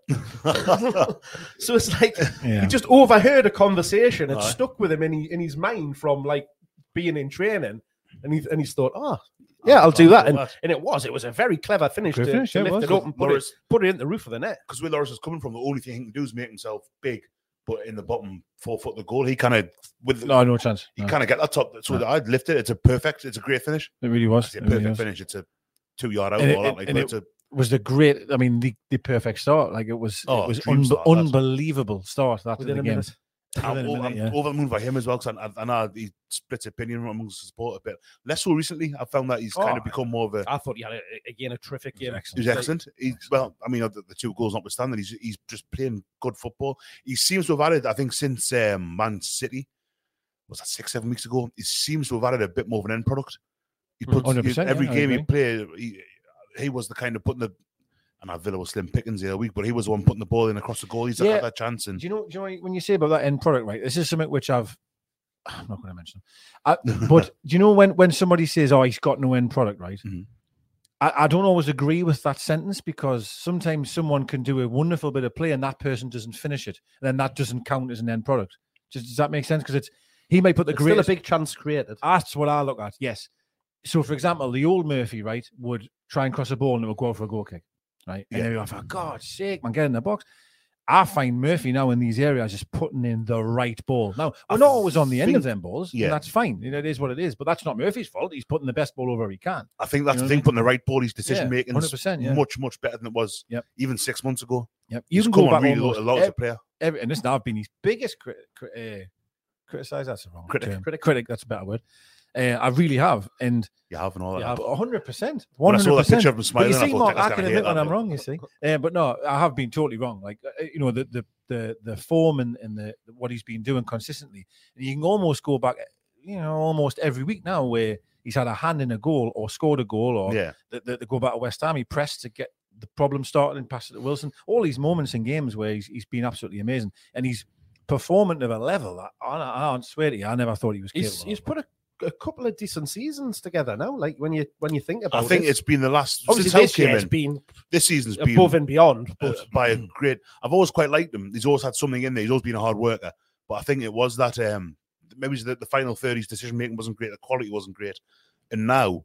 [SPEAKER 7] so it's like
[SPEAKER 5] Yeah.
[SPEAKER 7] he just overheard a conversation. It
[SPEAKER 5] Aye.
[SPEAKER 7] stuck with him in, he, in his mind from like being in training, and he and he's thought, oh, yeah, I'll do that. And, and it was it was a very clever finish
[SPEAKER 8] Good
[SPEAKER 7] to,
[SPEAKER 8] finish,
[SPEAKER 7] to
[SPEAKER 8] yeah, it
[SPEAKER 7] lift
[SPEAKER 8] was.
[SPEAKER 7] it up and put it,
[SPEAKER 8] Morris-
[SPEAKER 7] put it in the roof of the net.
[SPEAKER 8] because where Lawrence is coming from, the only thing he can do is make himself big. But in the bottom four foot of the goal, he kind of with
[SPEAKER 5] No, no chance.
[SPEAKER 8] He
[SPEAKER 5] No.
[SPEAKER 8] kind of get that top. So
[SPEAKER 5] No.
[SPEAKER 8] I'd lift it. It's a perfect. It's a great finish.
[SPEAKER 5] It really was.
[SPEAKER 8] It's a
[SPEAKER 5] It really
[SPEAKER 8] perfect
[SPEAKER 5] was.
[SPEAKER 8] finish. It's a two yard out.
[SPEAKER 5] And it-
[SPEAKER 8] all that,
[SPEAKER 5] and-
[SPEAKER 8] like,
[SPEAKER 5] and
[SPEAKER 8] but
[SPEAKER 5] it
[SPEAKER 8] it's a
[SPEAKER 5] was the great. I mean, the, the perfect start. Like it was.
[SPEAKER 8] Oh,
[SPEAKER 5] it was
[SPEAKER 8] dream
[SPEAKER 5] unbe-
[SPEAKER 8] start, that's-
[SPEAKER 5] unbelievable start. That to the game.
[SPEAKER 8] I'm,
[SPEAKER 5] Within a
[SPEAKER 8] over,
[SPEAKER 5] minute, yeah.
[SPEAKER 8] I'm over the moon by him as well. Cause I, I, I know he splits opinion amongst the support a bit. Less so recently, I've found that he's kind
[SPEAKER 7] Oh,
[SPEAKER 8] of become more of a.
[SPEAKER 7] I thought he had a, again a terrific game.
[SPEAKER 8] He's excellent. He's, well, I mean, the, the two goals notwithstanding, he's he's just playing good football. He seems to have added, I think, since um, Man City was that six, seven weeks ago. He seems to have added a bit more of an end product. He
[SPEAKER 5] Mm,
[SPEAKER 8] puts
[SPEAKER 5] 100%,
[SPEAKER 8] every
[SPEAKER 5] yeah, I
[SPEAKER 8] game he
[SPEAKER 5] agree.
[SPEAKER 8] played. He, he was the kind of putting the. And I Villa was slim pickings the other week, but he was the one putting the ball in across the goal. He's
[SPEAKER 5] Yeah.
[SPEAKER 8] had that chance, and
[SPEAKER 5] Do you know? Do you know when you say about that end product, right? This is something which I've. I'm not going to mention. I, but do you know when when somebody says, "Oh, he's got no end product," right?
[SPEAKER 7] Mm-hmm.
[SPEAKER 5] I, I don't always agree with that sentence because sometimes someone can do a wonderful bit of play and that person doesn't finish it, and then that doesn't count as an end product. Does, does that make sense? Because it's he may put the
[SPEAKER 7] It's still a
[SPEAKER 5] greatest-
[SPEAKER 7] big chance created.
[SPEAKER 5] That's what I look at. Yes. So, for example, the old Murphy, right, would try and cross a ball and it would go out for a goal kick, right? And
[SPEAKER 8] Yeah.
[SPEAKER 5] then you're like, for God's sake, man, get in the box. I find Murphy now in these areas just putting in the right ball. Now, we're not always on the end
[SPEAKER 8] think-
[SPEAKER 5] of them balls. Yeah.
[SPEAKER 8] yeah.
[SPEAKER 5] that's fine. You know, it is what it is. But that's not Murphy's fault. He's putting the best ball over he can.
[SPEAKER 8] I think that's
[SPEAKER 5] You know
[SPEAKER 8] the
[SPEAKER 5] what I
[SPEAKER 8] thing.
[SPEAKER 5] mean?
[SPEAKER 8] Putting the right ball, his decision making is
[SPEAKER 5] 100%, yeah.
[SPEAKER 8] much, much better than it was even six months ago.
[SPEAKER 5] Yep.
[SPEAKER 8] He's come on really low,
[SPEAKER 5] almost
[SPEAKER 8] a lot as a
[SPEAKER 5] ev-
[SPEAKER 8] player.
[SPEAKER 5] Every, and listen, I've been his biggest cri- cri- uh, criticize. That's the wrong
[SPEAKER 8] Critic.
[SPEAKER 5] term. Critic. That's a better word. Uh, I really have. And
[SPEAKER 8] you have and all
[SPEAKER 5] that. hundred percent.
[SPEAKER 8] When
[SPEAKER 5] One
[SPEAKER 8] I saw
[SPEAKER 5] hundred
[SPEAKER 8] that
[SPEAKER 5] percent.
[SPEAKER 8] picture of him smiling,
[SPEAKER 5] You
[SPEAKER 8] I
[SPEAKER 5] see,
[SPEAKER 8] thought,
[SPEAKER 5] Mark,
[SPEAKER 8] "Declan's
[SPEAKER 5] I can
[SPEAKER 8] gonna hate
[SPEAKER 5] admit when
[SPEAKER 8] that
[SPEAKER 5] I'm
[SPEAKER 8] bit."
[SPEAKER 5] wrong. You see, uh, but no, I have been totally wrong. Like uh, you know, the the the, the form and, and the what he's been doing consistently, and you can almost go back, you know, almost every week now where he's had a hand in a goal or scored a goal or
[SPEAKER 8] Yeah.
[SPEAKER 5] the, the, the go back to West Ham, he pressed to get the problem started and passed it to Wilson. All these moments in games where he's, he's been absolutely amazing, and he's performing at a level that I, I, I swear to you, I never thought he was capable.
[SPEAKER 7] He's, he's put a, a couple of decent seasons together now. Like when you when you think
[SPEAKER 8] I
[SPEAKER 7] about,
[SPEAKER 8] think
[SPEAKER 7] it.
[SPEAKER 8] it's been the last
[SPEAKER 7] Obviously,
[SPEAKER 8] since Howe
[SPEAKER 7] this year
[SPEAKER 8] came
[SPEAKER 7] it's
[SPEAKER 8] in,
[SPEAKER 7] been
[SPEAKER 8] this season's been
[SPEAKER 7] above and beyond,
[SPEAKER 8] uh,
[SPEAKER 7] but
[SPEAKER 8] by a great. I've always quite liked him. He's always had something in there. He's always been a hard worker. But I think it was that um maybe it's the, the final thirties decision making wasn't great. The quality wasn't great, and now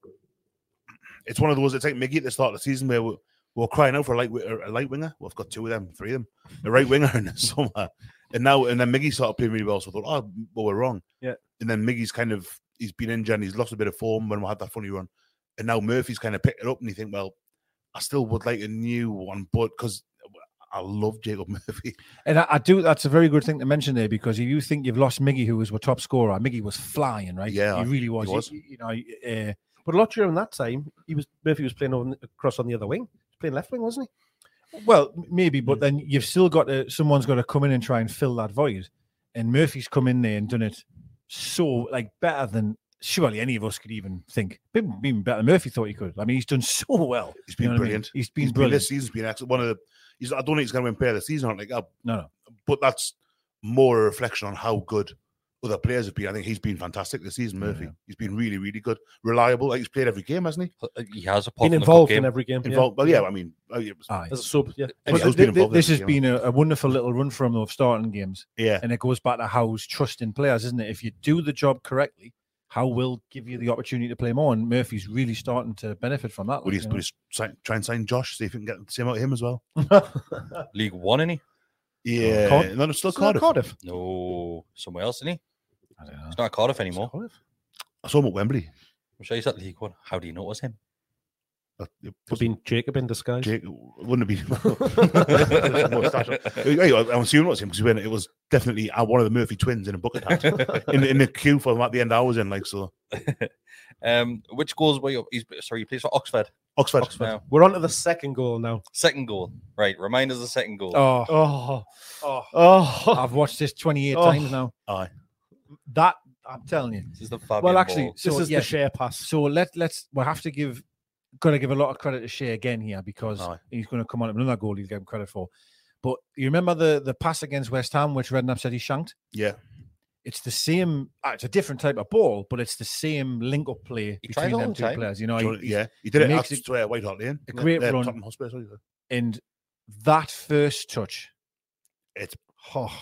[SPEAKER 8] it's one of those. It's like Mickey at the start of the season where we're, we're crying out for a light wi- a light winger. We've got two of them, three of them, a right winger in the summer, and now and then Miggy started playing really well. So I thought, oh, well, we're wrong.
[SPEAKER 7] Yeah.
[SPEAKER 8] And then Miggy's kind of he's been injured. and He's lost a bit of form when we had that funny run, and now Murphy's kind of picked it up. And you think, well, I still would like a new one, but because I love Jacob Murphy.
[SPEAKER 5] And I, I do. That's a very good thing to mention there because if you think you've lost Miggy, who was your top scorer, Miggy was flying, right?
[SPEAKER 8] Yeah,
[SPEAKER 5] he really was.
[SPEAKER 8] he was.
[SPEAKER 5] You, you know, uh,
[SPEAKER 7] But a lot during that time, he was Murphy was playing on, across on the other wing, playing left wing, wasn't Hmm.
[SPEAKER 5] well, m- maybe, but then you've still got to, someone's got to come in and try and fill that void. And Murphy's come in there and done it so like better than surely any of us could even think. Even even better than Murphy thought he could. I mean, he's done so well.
[SPEAKER 8] He's been
[SPEAKER 5] you know what I mean?
[SPEAKER 8] brilliant.
[SPEAKER 5] He's been brilliant.
[SPEAKER 8] this season's been excellent. One of the. He's, I uh, don't think he's going to win player of the season. I don't think. I,
[SPEAKER 5] no, no.
[SPEAKER 8] But that's more a reflection on how good other players have been. I think he's been fantastic this season,
[SPEAKER 5] Hmm.
[SPEAKER 8] Murphy. He's been really, really good, reliable. Like he's played every game, hasn't
[SPEAKER 4] he? He has.
[SPEAKER 8] Been involved in every game. Involved. Well, yeah. I mean, oh, yeah, it was-
[SPEAKER 5] Aye.
[SPEAKER 8] As a sub, yeah.
[SPEAKER 5] But
[SPEAKER 8] Anyway, who's
[SPEAKER 5] thi-
[SPEAKER 8] been
[SPEAKER 5] thi-
[SPEAKER 8] involved in
[SPEAKER 5] this
[SPEAKER 8] this
[SPEAKER 5] has
[SPEAKER 8] game?
[SPEAKER 5] been a, a wonderful little run from them of starting games.
[SPEAKER 8] Yeah.
[SPEAKER 5] And it goes back to how's trusting players, isn't it? If you do the job correctly, how will give you the opportunity to play more. And Murphy's really starting to benefit from that.
[SPEAKER 8] Would
[SPEAKER 5] like,
[SPEAKER 8] you,
[SPEAKER 5] you
[SPEAKER 8] would
[SPEAKER 5] know.
[SPEAKER 8] you sign, try and sign Josh? See if you can get the same out of him as well.
[SPEAKER 4] League One, isn't
[SPEAKER 8] he? Yeah,
[SPEAKER 4] Card-
[SPEAKER 8] no, it's still
[SPEAKER 4] It's not
[SPEAKER 8] Cardiff.
[SPEAKER 4] Cardiff. No, somewhere else, isn't he? I don't know. It's not Cardiff anymore.
[SPEAKER 8] I saw him at Wembley.
[SPEAKER 4] I'm sure he's at League One. How do you know it was him?
[SPEAKER 8] Would been
[SPEAKER 7] Jacob in disguise.
[SPEAKER 8] wouldn't it be? Hey, I'm assuming it was him because it was definitely uh, one of the Murphy twins in a bucket hat in, the- in the queue for him at the end. I was in like so.
[SPEAKER 4] Um, which goals were you? He's, sorry, he plays for Oxford.
[SPEAKER 8] Oxford.
[SPEAKER 4] Now.
[SPEAKER 7] We're on to the second goal now.
[SPEAKER 4] Second goal. Right. Remind us the second goal.
[SPEAKER 5] Oh.
[SPEAKER 7] Oh.
[SPEAKER 5] Oh.
[SPEAKER 7] Oh.
[SPEAKER 5] I've watched this 28
[SPEAKER 4] Oh.
[SPEAKER 5] times now.
[SPEAKER 8] Aye.
[SPEAKER 5] That I'm telling you.
[SPEAKER 4] This is the
[SPEAKER 5] well, actually, so,
[SPEAKER 7] this is
[SPEAKER 5] yeah,
[SPEAKER 7] the share pass.
[SPEAKER 5] So let let's we'll have to give gotta give a lot of credit to Shea again here because
[SPEAKER 7] Aye.
[SPEAKER 5] he's gonna come on with another goal he'll give him credit for. But you remember the the pass against West Ham, which Redknapp said he shanked?
[SPEAKER 8] Yeah.
[SPEAKER 5] It's the same ah, it's a different type of ball, but it's the same link up play
[SPEAKER 8] He tried
[SPEAKER 5] between
[SPEAKER 8] all
[SPEAKER 5] them
[SPEAKER 8] the
[SPEAKER 5] two
[SPEAKER 8] time.
[SPEAKER 5] players. You know,
[SPEAKER 8] Sure, yeah. He did it
[SPEAKER 5] makes
[SPEAKER 8] at uh, Whitehall Lane. Yeah,
[SPEAKER 5] A great
[SPEAKER 8] uh,
[SPEAKER 5] run.
[SPEAKER 8] Tottenham Hotspur, sorry.
[SPEAKER 5] And that first touch.
[SPEAKER 8] It's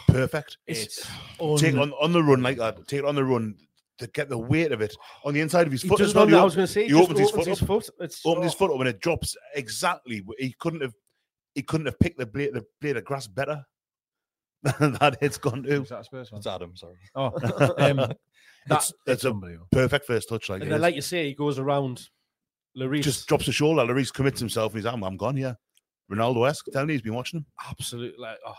[SPEAKER 5] perfect.
[SPEAKER 8] Oh. It's
[SPEAKER 5] It's
[SPEAKER 8] take it on,
[SPEAKER 5] un-
[SPEAKER 8] on the run like that. Take it on the run to get the weight of it on the inside of his
[SPEAKER 7] He
[SPEAKER 8] foot.
[SPEAKER 7] does
[SPEAKER 8] as well.
[SPEAKER 7] on
[SPEAKER 8] He
[SPEAKER 7] that, I
[SPEAKER 8] op-
[SPEAKER 7] was gonna say, he
[SPEAKER 8] he
[SPEAKER 7] just
[SPEAKER 8] opens his foot.
[SPEAKER 7] opens his
[SPEAKER 8] up,
[SPEAKER 7] foot. It's-
[SPEAKER 8] opens his
[SPEAKER 7] oh.
[SPEAKER 8] foot up and it drops exactly. where- He couldn't have. He couldn't have picked the blade, the blade of grass better than that it's gone to.
[SPEAKER 5] that Spurs
[SPEAKER 4] It's Adam. Sorry.
[SPEAKER 5] Oh,
[SPEAKER 8] It's-
[SPEAKER 5] that's
[SPEAKER 8] that's a
[SPEAKER 5] unbelievable.
[SPEAKER 8] perfect first touch. Like,
[SPEAKER 7] Um, And
[SPEAKER 8] it
[SPEAKER 7] then,
[SPEAKER 8] is.
[SPEAKER 7] like you say, he goes around Lloris.
[SPEAKER 8] just drops a shoulder. Lloris commits himself. And he's, I'm, I'm gone. Yeah, Ronaldo esque. Telling you, he's been watching him.
[SPEAKER 7] absolutely. Like, oh,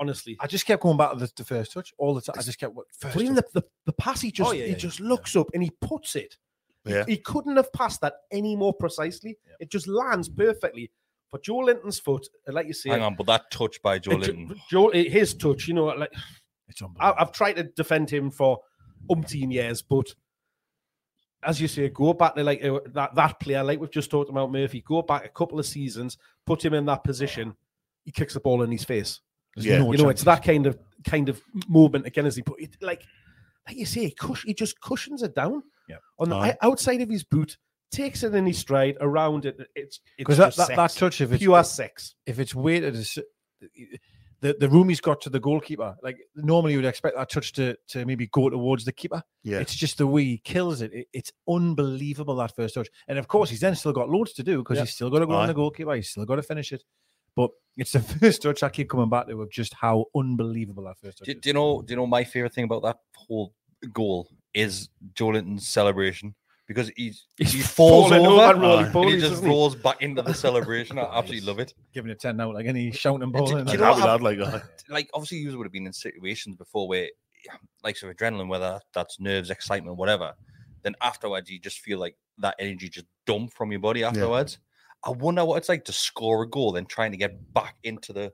[SPEAKER 7] honestly,
[SPEAKER 5] I just kept going back to the, the first touch all the time. I just kept what first
[SPEAKER 7] But even the,
[SPEAKER 5] touch.
[SPEAKER 7] the, the pass, he just
[SPEAKER 5] Oh, yeah,
[SPEAKER 7] he
[SPEAKER 5] yeah,
[SPEAKER 7] just looks up and he puts it. He-
[SPEAKER 5] Yeah.
[SPEAKER 7] He, couldn't have passed that any more precisely. It just lands perfectly. But Joe Linton's foot, and like you say,
[SPEAKER 4] Hang on, but that touch by Joe
[SPEAKER 7] it ju-
[SPEAKER 4] Linton.
[SPEAKER 7] Joe, his touch, you know, like
[SPEAKER 5] it's
[SPEAKER 7] I, I've tried to defend him for umpteen years, but as you say, go back to like uh, that that player, like we've just talked about Murphy. Go back a couple of seasons, put him in that position, he kicks the ball in his face.
[SPEAKER 5] There's Yeah. no
[SPEAKER 7] you know, it's that kind of kind of movement again as he put it like like you say, cush, he just cushions it down
[SPEAKER 5] Yeah.
[SPEAKER 7] on the
[SPEAKER 5] Aye.
[SPEAKER 7] o- outside of his boot, takes it in his stride around it. It's it's
[SPEAKER 5] because that,
[SPEAKER 7] just
[SPEAKER 5] that, that
[SPEAKER 7] sex.
[SPEAKER 5] touch if it's
[SPEAKER 7] pure sex.
[SPEAKER 5] if it's weighted as the, the room he's got to the goalkeeper like normally you would expect that touch to to maybe go towards the keeper
[SPEAKER 8] Yeah.
[SPEAKER 5] it's just the way he kills it, It- it's unbelievable that first touch and of course he's then still got loads to do because
[SPEAKER 7] Yeah.
[SPEAKER 5] he's still got to go
[SPEAKER 7] Aye.
[SPEAKER 5] on the goalkeeper he's still got to finish it but it's the first touch I keep coming back to of just how unbelievable that first touch
[SPEAKER 4] Do, do you know? Do you know my favorite thing about that whole goal is Joe Linton's celebration because he's, he falls
[SPEAKER 5] falling
[SPEAKER 4] over,
[SPEAKER 5] over
[SPEAKER 4] and,
[SPEAKER 5] rolling
[SPEAKER 4] he
[SPEAKER 5] bullies,
[SPEAKER 4] just
[SPEAKER 5] isn't he?
[SPEAKER 4] rolls back into the celebration. I absolutely love it.
[SPEAKER 5] giving a 10 now like any shouting ball
[SPEAKER 4] Do-
[SPEAKER 5] in
[SPEAKER 4] do
[SPEAKER 5] it.
[SPEAKER 4] you know what I've-
[SPEAKER 8] uh,
[SPEAKER 4] like obviously you would have been in situations before where like sort of adrenaline, whether that's nerves, excitement, whatever. Then afterwards you just feel like that energy just dump from your body afterwards. I wonder what it's like to score a goal then trying to get back into the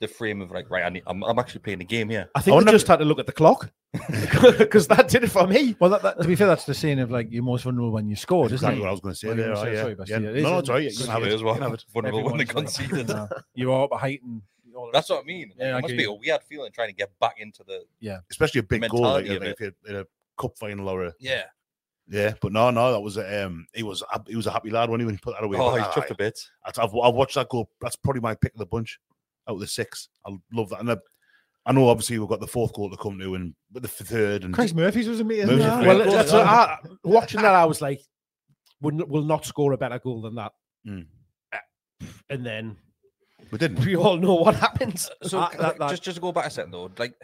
[SPEAKER 4] the frame of like right, I need, I'm, I'm actually playing the game here.
[SPEAKER 7] I think we just had to look at the clock because that did it for me.
[SPEAKER 5] Well, that, that, to be fair, that's the saying of like you're most vulnerable when you scored, isn't
[SPEAKER 8] Exactly
[SPEAKER 5] it?
[SPEAKER 8] what I was gonna say
[SPEAKER 5] What
[SPEAKER 8] there,
[SPEAKER 5] you
[SPEAKER 8] right, yeah.
[SPEAKER 5] Sorry, Basti,
[SPEAKER 8] Yeah.
[SPEAKER 5] it is,
[SPEAKER 8] No, no,
[SPEAKER 5] isn't
[SPEAKER 8] it's all right,
[SPEAKER 5] it?
[SPEAKER 8] you can have it,
[SPEAKER 4] as well.
[SPEAKER 8] you can have it.
[SPEAKER 4] Vulnerable when they
[SPEAKER 5] Everyone's like,
[SPEAKER 4] conceded.
[SPEAKER 5] "No, you are up height and
[SPEAKER 4] That's what I mean. Like,
[SPEAKER 5] Yeah, I
[SPEAKER 4] it must
[SPEAKER 5] get
[SPEAKER 4] be
[SPEAKER 5] you.
[SPEAKER 4] a weird feeling trying to get back into the
[SPEAKER 5] Yeah.
[SPEAKER 8] especially a big goal like,
[SPEAKER 4] Mentality of
[SPEAKER 8] like, if you're in a cup final or a
[SPEAKER 4] yeah.
[SPEAKER 8] Yeah, but no, no, that was a, um, he was a- he was a happy lad when he when he put that away.
[SPEAKER 4] Oh,
[SPEAKER 8] But
[SPEAKER 4] he's
[SPEAKER 8] I-
[SPEAKER 4] chuffed a bit.
[SPEAKER 8] I- I've, I've watched that go. That's probably my pick of the bunch out of the six. I love that, and I, I know obviously we've got the fourth goal to come to, and but the third and
[SPEAKER 5] Chris Murphy's was a meter.
[SPEAKER 8] Murphy's
[SPEAKER 5] Well,
[SPEAKER 8] great
[SPEAKER 7] Well,
[SPEAKER 8] goal.
[SPEAKER 7] that's what I, watching that, I was like, we'll, n- we'll not score a better goal than that.
[SPEAKER 8] Mm.
[SPEAKER 7] And then
[SPEAKER 8] we didn't.
[SPEAKER 7] We all know what happens.
[SPEAKER 4] So
[SPEAKER 7] Ah,
[SPEAKER 4] c-
[SPEAKER 7] that- that-
[SPEAKER 4] just just to go back a second though, like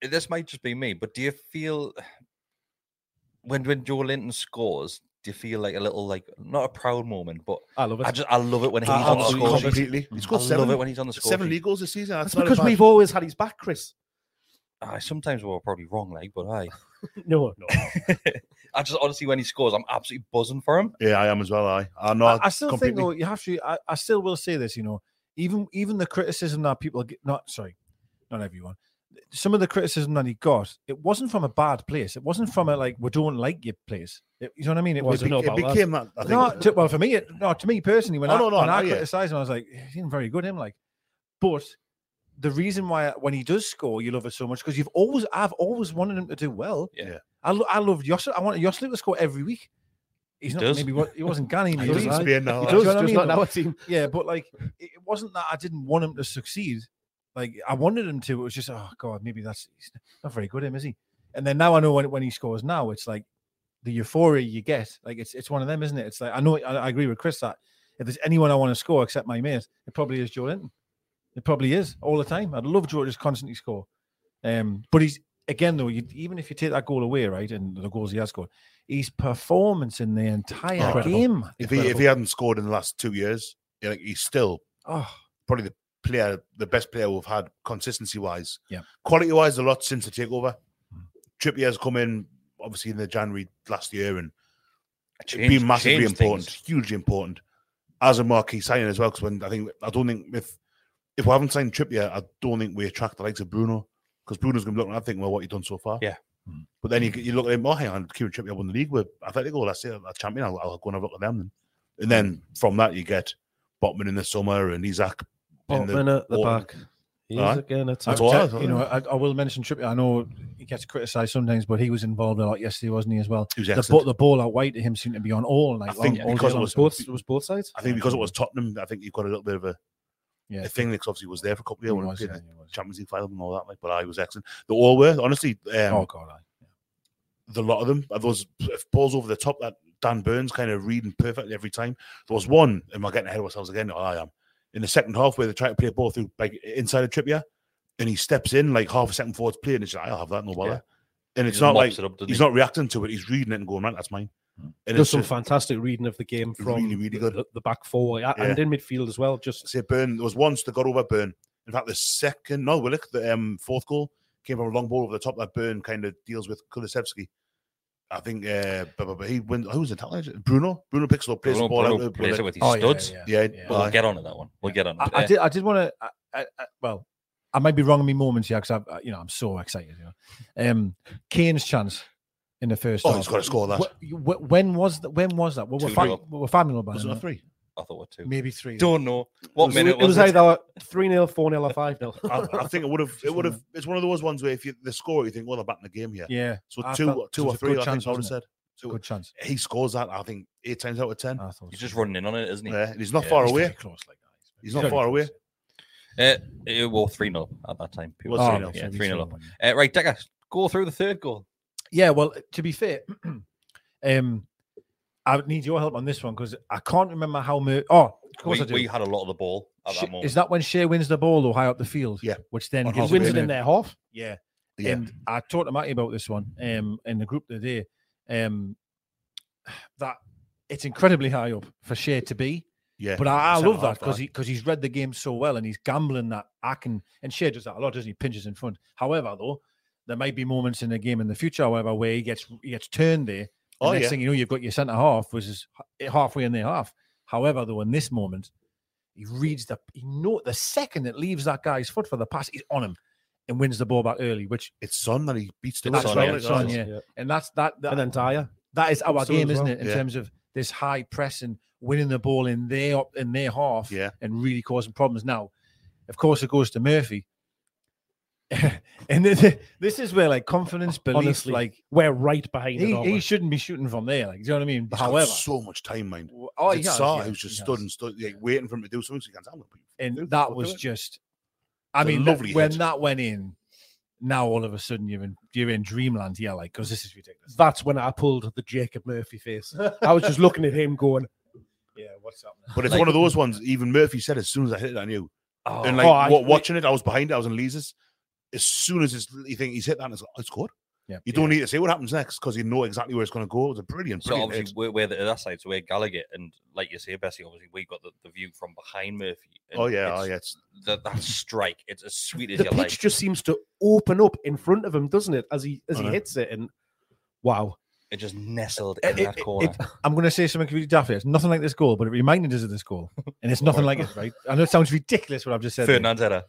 [SPEAKER 4] this might just be me, but do you feel when when Joe Linton scores, do you feel like a little like not a proud moment, but
[SPEAKER 7] I love
[SPEAKER 4] I just I love it when he's
[SPEAKER 8] I
[SPEAKER 4] on the
[SPEAKER 8] absolutely
[SPEAKER 4] score sheet.
[SPEAKER 8] completely. He's got
[SPEAKER 4] I
[SPEAKER 8] seven.
[SPEAKER 4] love it when he's on the score
[SPEAKER 8] seven
[SPEAKER 4] sheet.
[SPEAKER 8] league goals this season.
[SPEAKER 7] That's
[SPEAKER 8] not
[SPEAKER 7] because
[SPEAKER 8] bad.
[SPEAKER 7] we've always had his back, Chris.
[SPEAKER 4] I sometimes we're probably wrong, like, but I
[SPEAKER 7] No, no.
[SPEAKER 4] I just honestly when he scores, I'm absolutely buzzing for him.
[SPEAKER 8] Yeah, I am as well. I I know.
[SPEAKER 5] I, I still
[SPEAKER 8] completely.
[SPEAKER 5] think though you have to. I, I still will say this. You know, even even the criticism that people get not sorry, not everyone. Some of the criticism that he got, it wasn't from a bad place. It wasn't from a like we don't like your place. It- you know what I mean? It
[SPEAKER 8] Well,
[SPEAKER 5] was
[SPEAKER 8] I don't know about that. I think-
[SPEAKER 5] No, to- well for me, it, no, to me personally, when
[SPEAKER 8] Oh,
[SPEAKER 5] I
[SPEAKER 8] no, no,
[SPEAKER 5] when
[SPEAKER 8] no,
[SPEAKER 5] I
[SPEAKER 8] yeah.
[SPEAKER 5] criticised him, I was like, he didn't very good him like, but the reason why when he does score, you love it so much because you've always, I've always wanted him to do well.
[SPEAKER 4] Yeah.
[SPEAKER 5] I, lo- I love Yossi. I want Yossi to score every week. He's not
[SPEAKER 7] does.
[SPEAKER 5] maybe what he wasn't Ghani.
[SPEAKER 7] He does in Spain now,
[SPEAKER 5] He
[SPEAKER 7] eh?
[SPEAKER 5] does,
[SPEAKER 7] Just
[SPEAKER 5] I mean?
[SPEAKER 7] not in our team.
[SPEAKER 5] Yeah, but like it it wasn't that I didn't want him to succeed. Like I wanted him to. It was just oh god, maybe that's he's not very good. Him is he? And then now I know when when he scores now, it's like the euphoria you get. Like it's it's one of them, isn't it? It's like I know I, I agree with Chris that if there's anyone I want to score except my mate, it probably is Joe Linton. It probably is all the time. I'd love Joe to just constantly score. Um, but he's again though, you, even if you take that goal away, right, and the goals he has scored, his performance in the entire
[SPEAKER 8] Incredible.
[SPEAKER 5] game.
[SPEAKER 8] If he, if he hadn't scored in the last two years, you know, like, he's still
[SPEAKER 5] Oh.
[SPEAKER 8] probably the player, the best player we've had consistency wise.
[SPEAKER 5] Yeah.
[SPEAKER 8] Quality wise, a lot since the takeover.
[SPEAKER 4] Hmm.
[SPEAKER 8] Trippy has come in obviously in the January last year and
[SPEAKER 4] Changed-
[SPEAKER 8] been massively
[SPEAKER 4] changed
[SPEAKER 8] important,
[SPEAKER 4] things.
[SPEAKER 8] hugely important as a marquee signing as well. Because when I think I don't think if if we haven't signed Trippier, I don't think we attract the likes of Bruno because Bruno's going to be looking. I think well, what you've done so far, Hmm.
[SPEAKER 4] yeah.
[SPEAKER 8] But then you, you look at him. Oh, hang on, Kieran Trippier won the league with Atletico last year, a champion. I'll, I'll go and have a look at them. Then. And then from that, you get Botman in the summer and Isaac
[SPEAKER 7] Botman at the
[SPEAKER 8] autumn.
[SPEAKER 7] back. He's
[SPEAKER 8] Aye.
[SPEAKER 7] again a
[SPEAKER 8] That's
[SPEAKER 7] tackle.
[SPEAKER 8] all right,
[SPEAKER 7] You
[SPEAKER 5] you
[SPEAKER 8] yeah.
[SPEAKER 5] know, I, I will mention Trippier. I know he gets criticised sometimes, but he was involved a lot yesterday, wasn't he? As well,
[SPEAKER 8] He was
[SPEAKER 5] the,
[SPEAKER 8] excellent.
[SPEAKER 5] ball, the ball out wide to him seemed to be on all night.
[SPEAKER 8] I think
[SPEAKER 5] long, all
[SPEAKER 8] because it
[SPEAKER 5] day long.
[SPEAKER 8] was both, it
[SPEAKER 7] was both sides.
[SPEAKER 8] I think because it was Tottenham, I think you've got a little bit of a,
[SPEAKER 5] yeah.
[SPEAKER 8] a thing that obviously was there for a couple of years when
[SPEAKER 5] was,
[SPEAKER 8] he played
[SPEAKER 5] yeah,
[SPEAKER 8] in the Champions League final and all that. Like, but I was excellent. They all were honestly. Um,
[SPEAKER 5] oh god, I,
[SPEAKER 8] the lot of them. uh, Those if balls over the top that Dan Burns kind of reading perfectly every time. There was one. Am I getting ahead of ourselves again? Oh, I am. In the second half, where they try to play a ball through like inside of Trippier, and he steps in like half a second forwards play, and it's like I'll have that, no bother. And
[SPEAKER 4] He
[SPEAKER 8] it's
[SPEAKER 4] just
[SPEAKER 8] not
[SPEAKER 4] mops
[SPEAKER 8] like
[SPEAKER 4] it up, doesn't
[SPEAKER 8] he's
[SPEAKER 4] he?
[SPEAKER 8] not reacting to it. He's reading it and going, "Man, that's mine."
[SPEAKER 4] Hmm.
[SPEAKER 8] And
[SPEAKER 7] There's some
[SPEAKER 8] just-
[SPEAKER 7] fantastic reading of the game from
[SPEAKER 8] Really, really good.
[SPEAKER 7] The, the back four a- and
[SPEAKER 8] Yeah.
[SPEAKER 7] in midfield as well. Just
[SPEAKER 8] say Burn. There was once they got over Burn. In fact, the second, no, Willock, the um, fourth goal came from a long ball over the top that Burn kind of deals with Kulisevsky. I think uh, but, but- but he went. Who was the talent? Bruno. Bruno picks it up, plays
[SPEAKER 4] Bruno-
[SPEAKER 8] the ball
[SPEAKER 4] Bruno
[SPEAKER 8] out. to
[SPEAKER 4] plays it
[SPEAKER 8] Willock.
[SPEAKER 4] with his Oh, yeah, studs.
[SPEAKER 8] Yeah,
[SPEAKER 4] yeah,
[SPEAKER 8] yeah.
[SPEAKER 4] But
[SPEAKER 8] Aye.
[SPEAKER 4] we'll get on to that one. We'll get on.
[SPEAKER 5] I,
[SPEAKER 4] to
[SPEAKER 5] I
[SPEAKER 4] it.
[SPEAKER 5] did. I did want to. I, I, I, well, I might be wrong in my moments here because I, uh, you know, I'm so excited. You know, um, Kane's chance in the first.
[SPEAKER 8] Oh,
[SPEAKER 5] half.
[SPEAKER 8] he's gotta score that.
[SPEAKER 5] Wh- you- wh- When was that? When was that? Well, we're,
[SPEAKER 4] Two
[SPEAKER 5] fam-
[SPEAKER 4] nil.
[SPEAKER 5] we're family
[SPEAKER 8] Was it a three?
[SPEAKER 4] I thought what two.
[SPEAKER 5] Maybe three.
[SPEAKER 4] Don't know what
[SPEAKER 7] it was,
[SPEAKER 4] minute
[SPEAKER 7] it was
[SPEAKER 4] it?
[SPEAKER 7] either 3 0, 4 0, or 5 0.
[SPEAKER 8] I, I think it would have. It would have. It's one of those ones where if you the score, you think, "Well, they're back in the game here."
[SPEAKER 5] Yeah,
[SPEAKER 8] So
[SPEAKER 5] I
[SPEAKER 8] two,
[SPEAKER 5] felt- it
[SPEAKER 8] two
[SPEAKER 5] was
[SPEAKER 8] or
[SPEAKER 5] a
[SPEAKER 8] three.
[SPEAKER 5] good
[SPEAKER 8] I
[SPEAKER 5] chance,
[SPEAKER 8] think I would have
[SPEAKER 5] wasn't
[SPEAKER 8] said.
[SPEAKER 5] it? Good chance.
[SPEAKER 8] He scores that. I think eight times out of ten.
[SPEAKER 5] I thought
[SPEAKER 4] He's just running in on it, isn't he?
[SPEAKER 8] Yeah, and he's not
[SPEAKER 4] Yeah,
[SPEAKER 8] far
[SPEAKER 4] he's
[SPEAKER 8] away.
[SPEAKER 4] very
[SPEAKER 5] close like that.
[SPEAKER 8] He's not
[SPEAKER 4] very
[SPEAKER 8] far away.
[SPEAKER 4] Uh, it was 3 0 at that time. People
[SPEAKER 5] Oh,
[SPEAKER 8] Was
[SPEAKER 4] were-
[SPEAKER 7] Oh,
[SPEAKER 8] 3-0,
[SPEAKER 4] Yeah,
[SPEAKER 8] so we
[SPEAKER 4] 3
[SPEAKER 8] should
[SPEAKER 4] 0
[SPEAKER 8] have
[SPEAKER 4] up. Uh, right, Decker, go through the third goal.
[SPEAKER 5] Yeah, well, to be fair, um, I would need your help on this one because I can't remember how much. Oh, of course
[SPEAKER 4] we,
[SPEAKER 5] I do.
[SPEAKER 4] we had a lot of the ball at
[SPEAKER 5] She-
[SPEAKER 4] that moment.
[SPEAKER 5] is that when Shea wins the ball though, high up the field?
[SPEAKER 8] Yeah,
[SPEAKER 5] which then
[SPEAKER 8] On
[SPEAKER 5] gives
[SPEAKER 8] halfway
[SPEAKER 5] us
[SPEAKER 7] Wins it
[SPEAKER 5] the-
[SPEAKER 7] in their half.
[SPEAKER 5] Yeah.
[SPEAKER 8] Yeah.
[SPEAKER 5] And I talked to Matty about this one um, in the group today. Um, that it's incredibly high up for Shea to be.
[SPEAKER 8] Yeah,
[SPEAKER 5] But I, I
[SPEAKER 8] centre
[SPEAKER 5] love that
[SPEAKER 8] half
[SPEAKER 5] because
[SPEAKER 8] back.
[SPEAKER 5] he because he's read the game so well and he's gambling that I can and Shea does that a lot, doesn't he? Pinches in front. However, though, there might be moments in the game in the future, however, where he gets he gets turned there. The
[SPEAKER 8] Oh,
[SPEAKER 5] next
[SPEAKER 8] yeah.
[SPEAKER 5] thing you know, you've got your centre half which is h- halfway in their half. However, though, in this moment, he reads the he know the second it leaves that guy's foot for the pass, he's on him and wins the ball back early, which
[SPEAKER 8] It's Son that he beats the
[SPEAKER 5] that's
[SPEAKER 8] Son,
[SPEAKER 5] right,
[SPEAKER 8] yeah.
[SPEAKER 5] it's Son, yeah. And that's that, that
[SPEAKER 7] And then Dyer.
[SPEAKER 5] that is our
[SPEAKER 7] So
[SPEAKER 5] game,
[SPEAKER 7] as
[SPEAKER 5] isn't
[SPEAKER 7] well.
[SPEAKER 5] it? In
[SPEAKER 8] Yeah.
[SPEAKER 5] terms of this high press and winning the ball in their op- in their half,
[SPEAKER 8] Yeah.
[SPEAKER 5] and really causing problems. Now, of course, it goes to Murphy, and th- this is where like confidence, belief,
[SPEAKER 7] Honestly,
[SPEAKER 5] like
[SPEAKER 7] we're right behind it.
[SPEAKER 5] he,
[SPEAKER 7] aren't
[SPEAKER 5] he
[SPEAKER 7] we?
[SPEAKER 5] shouldn't be shooting from there. Like, do you know what I mean?
[SPEAKER 8] He's got
[SPEAKER 5] However,
[SPEAKER 8] so much time, mind.
[SPEAKER 5] W- oh,
[SPEAKER 8] Is it
[SPEAKER 5] he has,
[SPEAKER 8] Sarr
[SPEAKER 5] yeah,
[SPEAKER 8] who's just
[SPEAKER 5] he
[SPEAKER 8] stood
[SPEAKER 5] has.
[SPEAKER 8] and stood, like, waiting for him to do something. So he can't tell him.
[SPEAKER 5] and that was
[SPEAKER 8] it.
[SPEAKER 5] just, I
[SPEAKER 8] It's a
[SPEAKER 5] mean, that-
[SPEAKER 8] lovely
[SPEAKER 5] when
[SPEAKER 8] hit.
[SPEAKER 5] that went in. Now all of a sudden you're in you're in dreamland, yeah, like because this is ridiculous.
[SPEAKER 7] That's when I pulled the Jacob Murphy face. I was just looking at him going,
[SPEAKER 5] Yeah, what's up?
[SPEAKER 8] But it's
[SPEAKER 7] Like- mm.
[SPEAKER 8] one of those ones. Even Murphy said, as soon as I hit it, I knew.
[SPEAKER 7] oh,
[SPEAKER 8] and like
[SPEAKER 7] oh, I-
[SPEAKER 8] wa- watching it, I was behind it. I was in Lees's. As soon as it's, you think he's hit that, it's, like, it's good.
[SPEAKER 5] Yeah.
[SPEAKER 8] You don't need to say what happens next because you know exactly where it's going to go. It was a brilliant,
[SPEAKER 4] So
[SPEAKER 8] brilliant hit.
[SPEAKER 4] obviously we're, we're the uh, other side, so we're Gallagher, and like you say, Bessie, obviously we got the, the view from behind Murphy. and
[SPEAKER 8] Oh yeah, oh
[SPEAKER 4] it's-
[SPEAKER 8] yeah. It's,
[SPEAKER 4] That, that strike, it's as sweet as
[SPEAKER 7] the
[SPEAKER 4] you
[SPEAKER 7] pitch
[SPEAKER 4] like.
[SPEAKER 7] just seems to open up in front of him, doesn't it? As he as
[SPEAKER 8] I
[SPEAKER 7] he
[SPEAKER 8] know.
[SPEAKER 7] hits it, and wow,
[SPEAKER 4] It just nestled
[SPEAKER 5] It-
[SPEAKER 4] in
[SPEAKER 5] it-
[SPEAKER 4] that
[SPEAKER 5] it-
[SPEAKER 4] corner.
[SPEAKER 5] it- I'm going to say something really daft here. It's nothing like this goal, but it reminded us of this goal, and it's nothing like it, right? I know it sounds ridiculous what I've just said. there.
[SPEAKER 4] Ferdinand's header.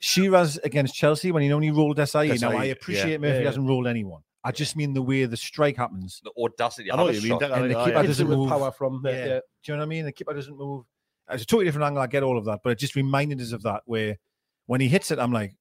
[SPEAKER 5] Shiraz against Chelsea when he only rolled SIE. now
[SPEAKER 8] Desai,
[SPEAKER 5] I
[SPEAKER 8] yeah.
[SPEAKER 5] appreciate Murphy
[SPEAKER 7] Yeah.
[SPEAKER 5] hasn't rolled anyone. I just mean the way the strike happens.
[SPEAKER 4] The audacity.
[SPEAKER 8] I know
[SPEAKER 4] have
[SPEAKER 8] what
[SPEAKER 4] a
[SPEAKER 8] you mean.
[SPEAKER 4] shot.
[SPEAKER 8] That,
[SPEAKER 5] And the
[SPEAKER 8] I- I-
[SPEAKER 5] keeper
[SPEAKER 8] I-
[SPEAKER 7] Hits
[SPEAKER 5] doesn't
[SPEAKER 7] it with
[SPEAKER 5] move.
[SPEAKER 7] power from there.
[SPEAKER 5] Yeah.
[SPEAKER 7] yeah.
[SPEAKER 5] Do you know what I mean? The keeper doesn't move. It's a totally different angle. I get all of that, but it's just reminded us of that where when he hits it, I'm like,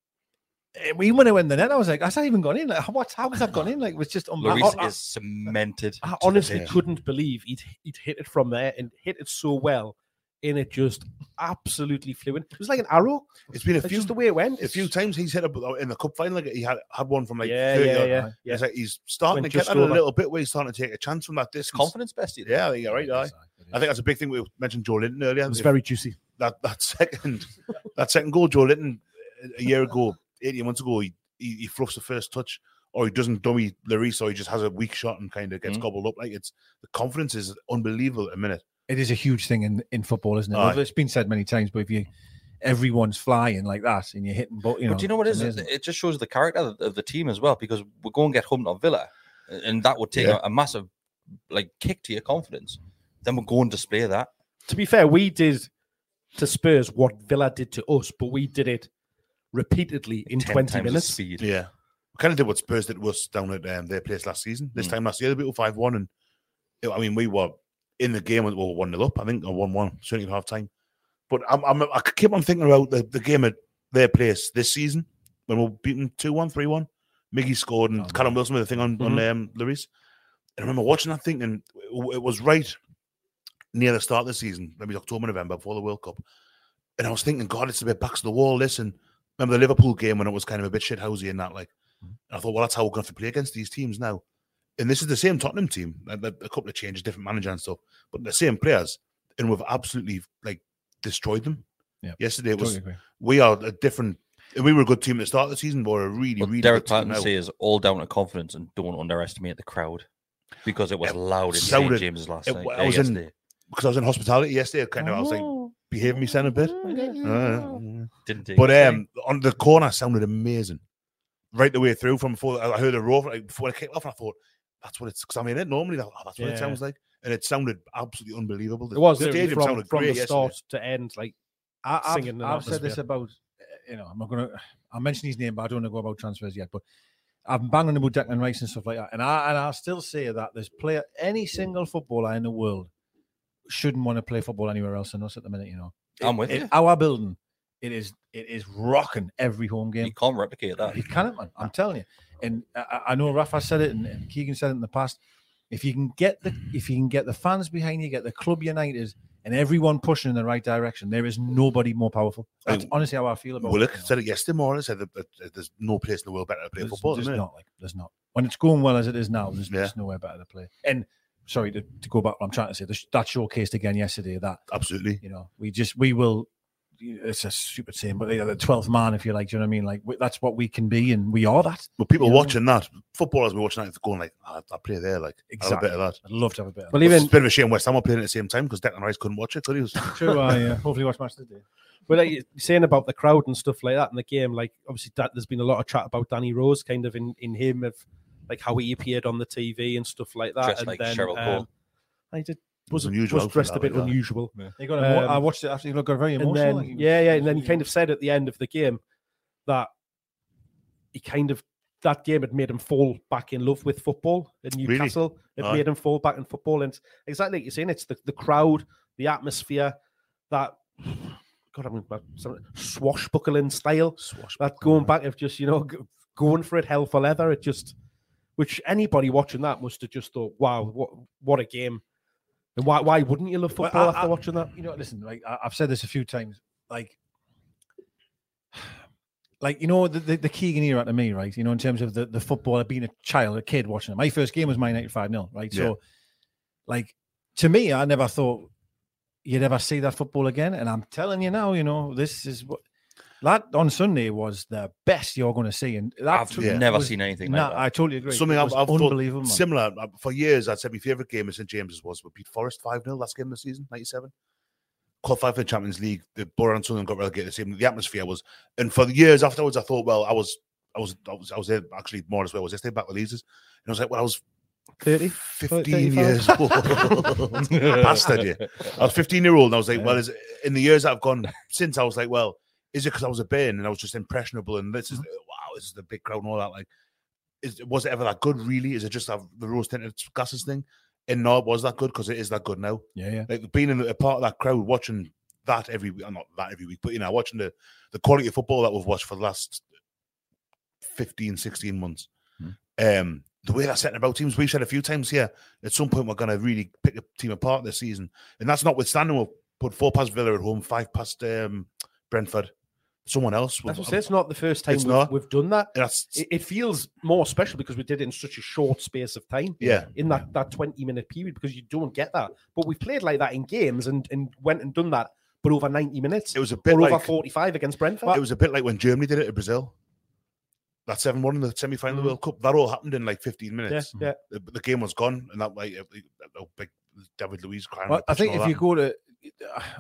[SPEAKER 5] eh, even when it went in the net, I was like, that's not even gone in. Like, what's how has that gone in? Like, it was just
[SPEAKER 4] Lloris
[SPEAKER 5] unbelievable.
[SPEAKER 4] is cemented.
[SPEAKER 7] I
[SPEAKER 4] to the
[SPEAKER 7] honestly
[SPEAKER 4] pitch.
[SPEAKER 7] couldn't believe he'd, he'd hit it from there and hit it so well, and it just absolutely flew in. It was like an arrow.
[SPEAKER 8] It's been a
[SPEAKER 7] That's
[SPEAKER 8] few
[SPEAKER 7] just the way it went.
[SPEAKER 8] A few times he's hit a, uh, in the cup final. Like he had had one from like
[SPEAKER 7] Yeah,
[SPEAKER 8] 30
[SPEAKER 7] yeah,
[SPEAKER 8] odd.
[SPEAKER 7] yeah, yeah.
[SPEAKER 8] It's like he's starting
[SPEAKER 7] Went
[SPEAKER 8] to get
[SPEAKER 7] just
[SPEAKER 8] that a
[SPEAKER 7] over.
[SPEAKER 8] little bit where he's starting to take a chance from that distance.
[SPEAKER 4] Confidence bestie.
[SPEAKER 8] Yeah, I think you're right. aye. I think that's a big thing we mentioned Joe Linton earlier.
[SPEAKER 7] It was
[SPEAKER 8] If
[SPEAKER 7] very juicy.
[SPEAKER 8] That that second that second goal, Joe Linton a year ago, 18 months ago, he, he he fluffs the first touch or he doesn't dummy Lloris or he just has a weak shot and kind of gets gobbled up. Like it's the confidence is unbelievable at a minute.
[SPEAKER 5] it is a huge thing in, in football, isn't it?
[SPEAKER 8] Aye.
[SPEAKER 5] It's been said many times, but if you everyone's flying like that and you're hitting, but you know,
[SPEAKER 4] but do you know what it
[SPEAKER 5] it's
[SPEAKER 4] is?
[SPEAKER 5] amazing.
[SPEAKER 4] It it just shows the character of of the team as well because we're going to get home to Villa, and that would take
[SPEAKER 7] Yeah.
[SPEAKER 4] a, a massive like kick to your confidence. Then we'll go and display that.
[SPEAKER 7] To be fair, we did to Spurs what Villa did to us, but we did it repeatedly in 20 minutes.
[SPEAKER 8] Yeah. We kind of did what Spurs did to us down at um, their place last season. This
[SPEAKER 4] Hmm.
[SPEAKER 8] time last year, they beat 5 1. And it- I mean, we were in the game, we were 1 0 up, I think, or 1 1, certainly at half time. But I'm, I'm, I keep on thinking about the, the game at their place this season when we were beaten 2 1, 3 1. Miggy scored and Callum Wilson with a thing on, on
[SPEAKER 7] Mhm.
[SPEAKER 8] um, Lloris. And I remember watching that thing, and it was right near the start of the season, maybe October, November, before the World Cup. And I was thinking, God, it's a bit back to the wall. This and remember the Liverpool game when it was kind of a bit shithousey and that. Like, and I thought, well, that's how we're going to play against these teams now. And this is the same Tottenham team, like, like, a couple of changes, different manager and stuff, but the same players. And we've absolutely like destroyed them.
[SPEAKER 5] Yeah,
[SPEAKER 8] Yesterday it was
[SPEAKER 4] totally agree.
[SPEAKER 8] we are a different. and We were a good team at the start of the season, but we're a really, really
[SPEAKER 4] Derek
[SPEAKER 8] good team
[SPEAKER 4] Patton
[SPEAKER 8] now.
[SPEAKER 4] says all down to confidence and don't underestimate the crowd because it was loud in St
[SPEAKER 8] sounded-
[SPEAKER 4] James's last
[SPEAKER 8] it-
[SPEAKER 4] night.
[SPEAKER 8] I
[SPEAKER 4] uh,
[SPEAKER 8] was in
[SPEAKER 4] yesterday.
[SPEAKER 8] because I was in hospitality yesterday. Kind of, I was like,
[SPEAKER 4] Oh.
[SPEAKER 8] behave me, son a bit.
[SPEAKER 4] Didn't take
[SPEAKER 8] but
[SPEAKER 4] a
[SPEAKER 8] um, on the corner sounded amazing, right the way through. From before I heard the roar like, before it kicked off, and I thought that's what it's because I mean it normally. like, oh, that's what it
[SPEAKER 7] Yeah.
[SPEAKER 8] sounds like, and it sounded absolutely unbelievable.
[SPEAKER 7] It was
[SPEAKER 8] the
[SPEAKER 7] literally
[SPEAKER 8] stadium
[SPEAKER 7] from,
[SPEAKER 8] sounded
[SPEAKER 7] from the
[SPEAKER 8] great yesterday.
[SPEAKER 7] start to end, like
[SPEAKER 5] I, I've,
[SPEAKER 7] singing. and
[SPEAKER 5] I've said this
[SPEAKER 7] atmosphere.
[SPEAKER 5] about, uh, you know, I'm not going to, I'll mention his name, but I don't want to go about transfers yet. But I've been banging about Declan Rice and stuff like that. And, I, and I'll still say that there's player, any single footballer in the world shouldn't want to play football anywhere else than us at the minute, you know.
[SPEAKER 4] I'm with
[SPEAKER 5] in
[SPEAKER 4] you.
[SPEAKER 5] Our building, it is it is rocking every home game. You
[SPEAKER 4] can't replicate that.
[SPEAKER 5] You can't, man. I'm telling you. And I, I- I know Rafa said it, and, and Keegan said it in the past. If you can get the if you can get the fans behind you, get the club united, and everyone pushing in the right direction, there is nobody more powerful. That's
[SPEAKER 8] Like,
[SPEAKER 5] honestly how I feel about
[SPEAKER 8] Willock
[SPEAKER 5] it.
[SPEAKER 8] said it yesterday morning. Said that, that- that there's no place in the world better to play
[SPEAKER 5] There's-
[SPEAKER 8] football.
[SPEAKER 5] there's
[SPEAKER 8] isn't
[SPEAKER 5] not, like, there's not. When it's going well as it is now, there's,
[SPEAKER 8] Yeah.
[SPEAKER 5] there's nowhere better to play. And sorry to, to go back, what I'm trying to say this, that showcased again yesterday. That
[SPEAKER 8] absolutely,
[SPEAKER 5] you know, we just we will. It's a stupid saying, but they are the twelfth man, if you like. Do you know what I mean? Like we, that's what we can be, and we are that.
[SPEAKER 8] But people
[SPEAKER 5] you know?
[SPEAKER 8] watching that footballers were watching that going like, I, I play there, like exactly. a bit of that.
[SPEAKER 5] I'd love to have a bit. Of
[SPEAKER 8] Well,
[SPEAKER 5] that.
[SPEAKER 8] even it's a bit of a shame West Ham were playing at the same time because Declan Rice couldn't watch it. Could he? It was
[SPEAKER 5] True, I uh, hopefully watch match today.
[SPEAKER 7] But like you're saying about the crowd and stuff like that in the game, like obviously that there's been a lot of chat about Danny Rose, kind of in, in him of like how he appeared on the TV and stuff like that.
[SPEAKER 4] Dressed
[SPEAKER 7] and uh,
[SPEAKER 4] like
[SPEAKER 7] then,
[SPEAKER 4] Cheryl Cole.
[SPEAKER 7] I did
[SPEAKER 8] It was
[SPEAKER 7] was,
[SPEAKER 8] unusual
[SPEAKER 7] was
[SPEAKER 8] outfit,
[SPEAKER 7] dressed
[SPEAKER 8] that,
[SPEAKER 7] a bit
[SPEAKER 8] like that.
[SPEAKER 7] unusual.
[SPEAKER 8] Yeah.
[SPEAKER 5] He got emo- Uh, I
[SPEAKER 7] Um,
[SPEAKER 5] watched it after he got very
[SPEAKER 7] and
[SPEAKER 5] emotional.
[SPEAKER 7] then-
[SPEAKER 5] like he was-
[SPEAKER 7] yeah, yeah, and then he kind of said at the end of the game that he kind of that game had made him fall back in love with football in
[SPEAKER 8] Really?
[SPEAKER 7] Newcastle. It
[SPEAKER 8] Aye.
[SPEAKER 7] made him fall back in football, and it's exactly like you're saying, it's the, the crowd, the atmosphere, that God, I mean, that some- swashbuckling style, that going back of just you know g- going for it hell for leather. It just, which anybody watching that must have just thought, wow, what what a game, and why why wouldn't you love
[SPEAKER 5] Well,
[SPEAKER 7] football
[SPEAKER 5] I-
[SPEAKER 7] after
[SPEAKER 5] I-
[SPEAKER 7] watching that?
[SPEAKER 5] You know, listen, like I, I've said this a few times, like, like you know, the, the, the Keegan era to me, right? You know, in terms of the, the footballer being a child, a kid watching it. My first game was my 95 0, right?
[SPEAKER 8] Yeah.
[SPEAKER 5] So, like, to me, I never thought you'd ever see that football again. And I'm telling you now, you know, this is what that on Sunday was the best you're going to see. And that
[SPEAKER 4] I've
[SPEAKER 5] took-
[SPEAKER 4] never
[SPEAKER 5] was-
[SPEAKER 4] seen anything like
[SPEAKER 5] nah,
[SPEAKER 4] that.
[SPEAKER 5] I totally agree.
[SPEAKER 8] Something
[SPEAKER 5] It
[SPEAKER 8] I've,
[SPEAKER 5] was
[SPEAKER 8] I've
[SPEAKER 5] unbelievable.
[SPEAKER 8] thought
[SPEAKER 5] man.
[SPEAKER 8] similar uh, for years. I'd said my favorite game at St James's was we beat Forest five 0 last game of the season, ninety seven. Qualified for the Champions League. The Borough and Sunderland got relegated. The same. The atmosphere was, and for the years afterwards, I thought, well, I was, I was, I was, I was there actually more as well. I was yesterday back with Leeds, and I was like, well, I was
[SPEAKER 7] 30,
[SPEAKER 8] 15 years old. Bastard, yeah. I was 15 year old and I was like, well, is in the years I've gone since, I was like, well, is it because I was a bin and I was just impressionable and this is, wow, this is the big crowd and all that? Like, is, was it ever that good, really? Is it just that the rose tinted glasses thing? And no, it was that good because it is that good now.
[SPEAKER 5] Yeah, yeah.
[SPEAKER 8] Like being in a part of that crowd watching that every week, not that every week, but you know, watching the the quality of football that we've watched for the last 15, 16 months.
[SPEAKER 7] Hmm.
[SPEAKER 8] Um, the way they're setting about teams, we've said a few times here, at some point we're going to really pick a team apart this season. And that's notwithstanding we've put four past Villa at home, five past um, Brentford. Someone else.
[SPEAKER 7] That's
[SPEAKER 8] was-
[SPEAKER 7] what I say, it's not the first time
[SPEAKER 8] It's
[SPEAKER 7] we've,
[SPEAKER 8] not.
[SPEAKER 7] we've done that.
[SPEAKER 8] That's,
[SPEAKER 7] It, it feels more special because we did it in such a short space of time.
[SPEAKER 8] Yeah.
[SPEAKER 7] In that, that 20 minute period because you don't get that. But we've played like that in games and, and went and done that, but over 90 minutes. It
[SPEAKER 8] was a bit
[SPEAKER 7] or over
[SPEAKER 8] like-
[SPEAKER 7] 45 against Brentford.
[SPEAKER 8] it was a bit like when Germany did it to Brazil. That seven one in the semi final
[SPEAKER 5] Mm.
[SPEAKER 8] of the World Cup. That all happened in like fifteen minutes.
[SPEAKER 7] yeah.
[SPEAKER 8] The, the game was gone, and that like it- it- that big David Luiz crying.
[SPEAKER 5] Well, I think if you go to,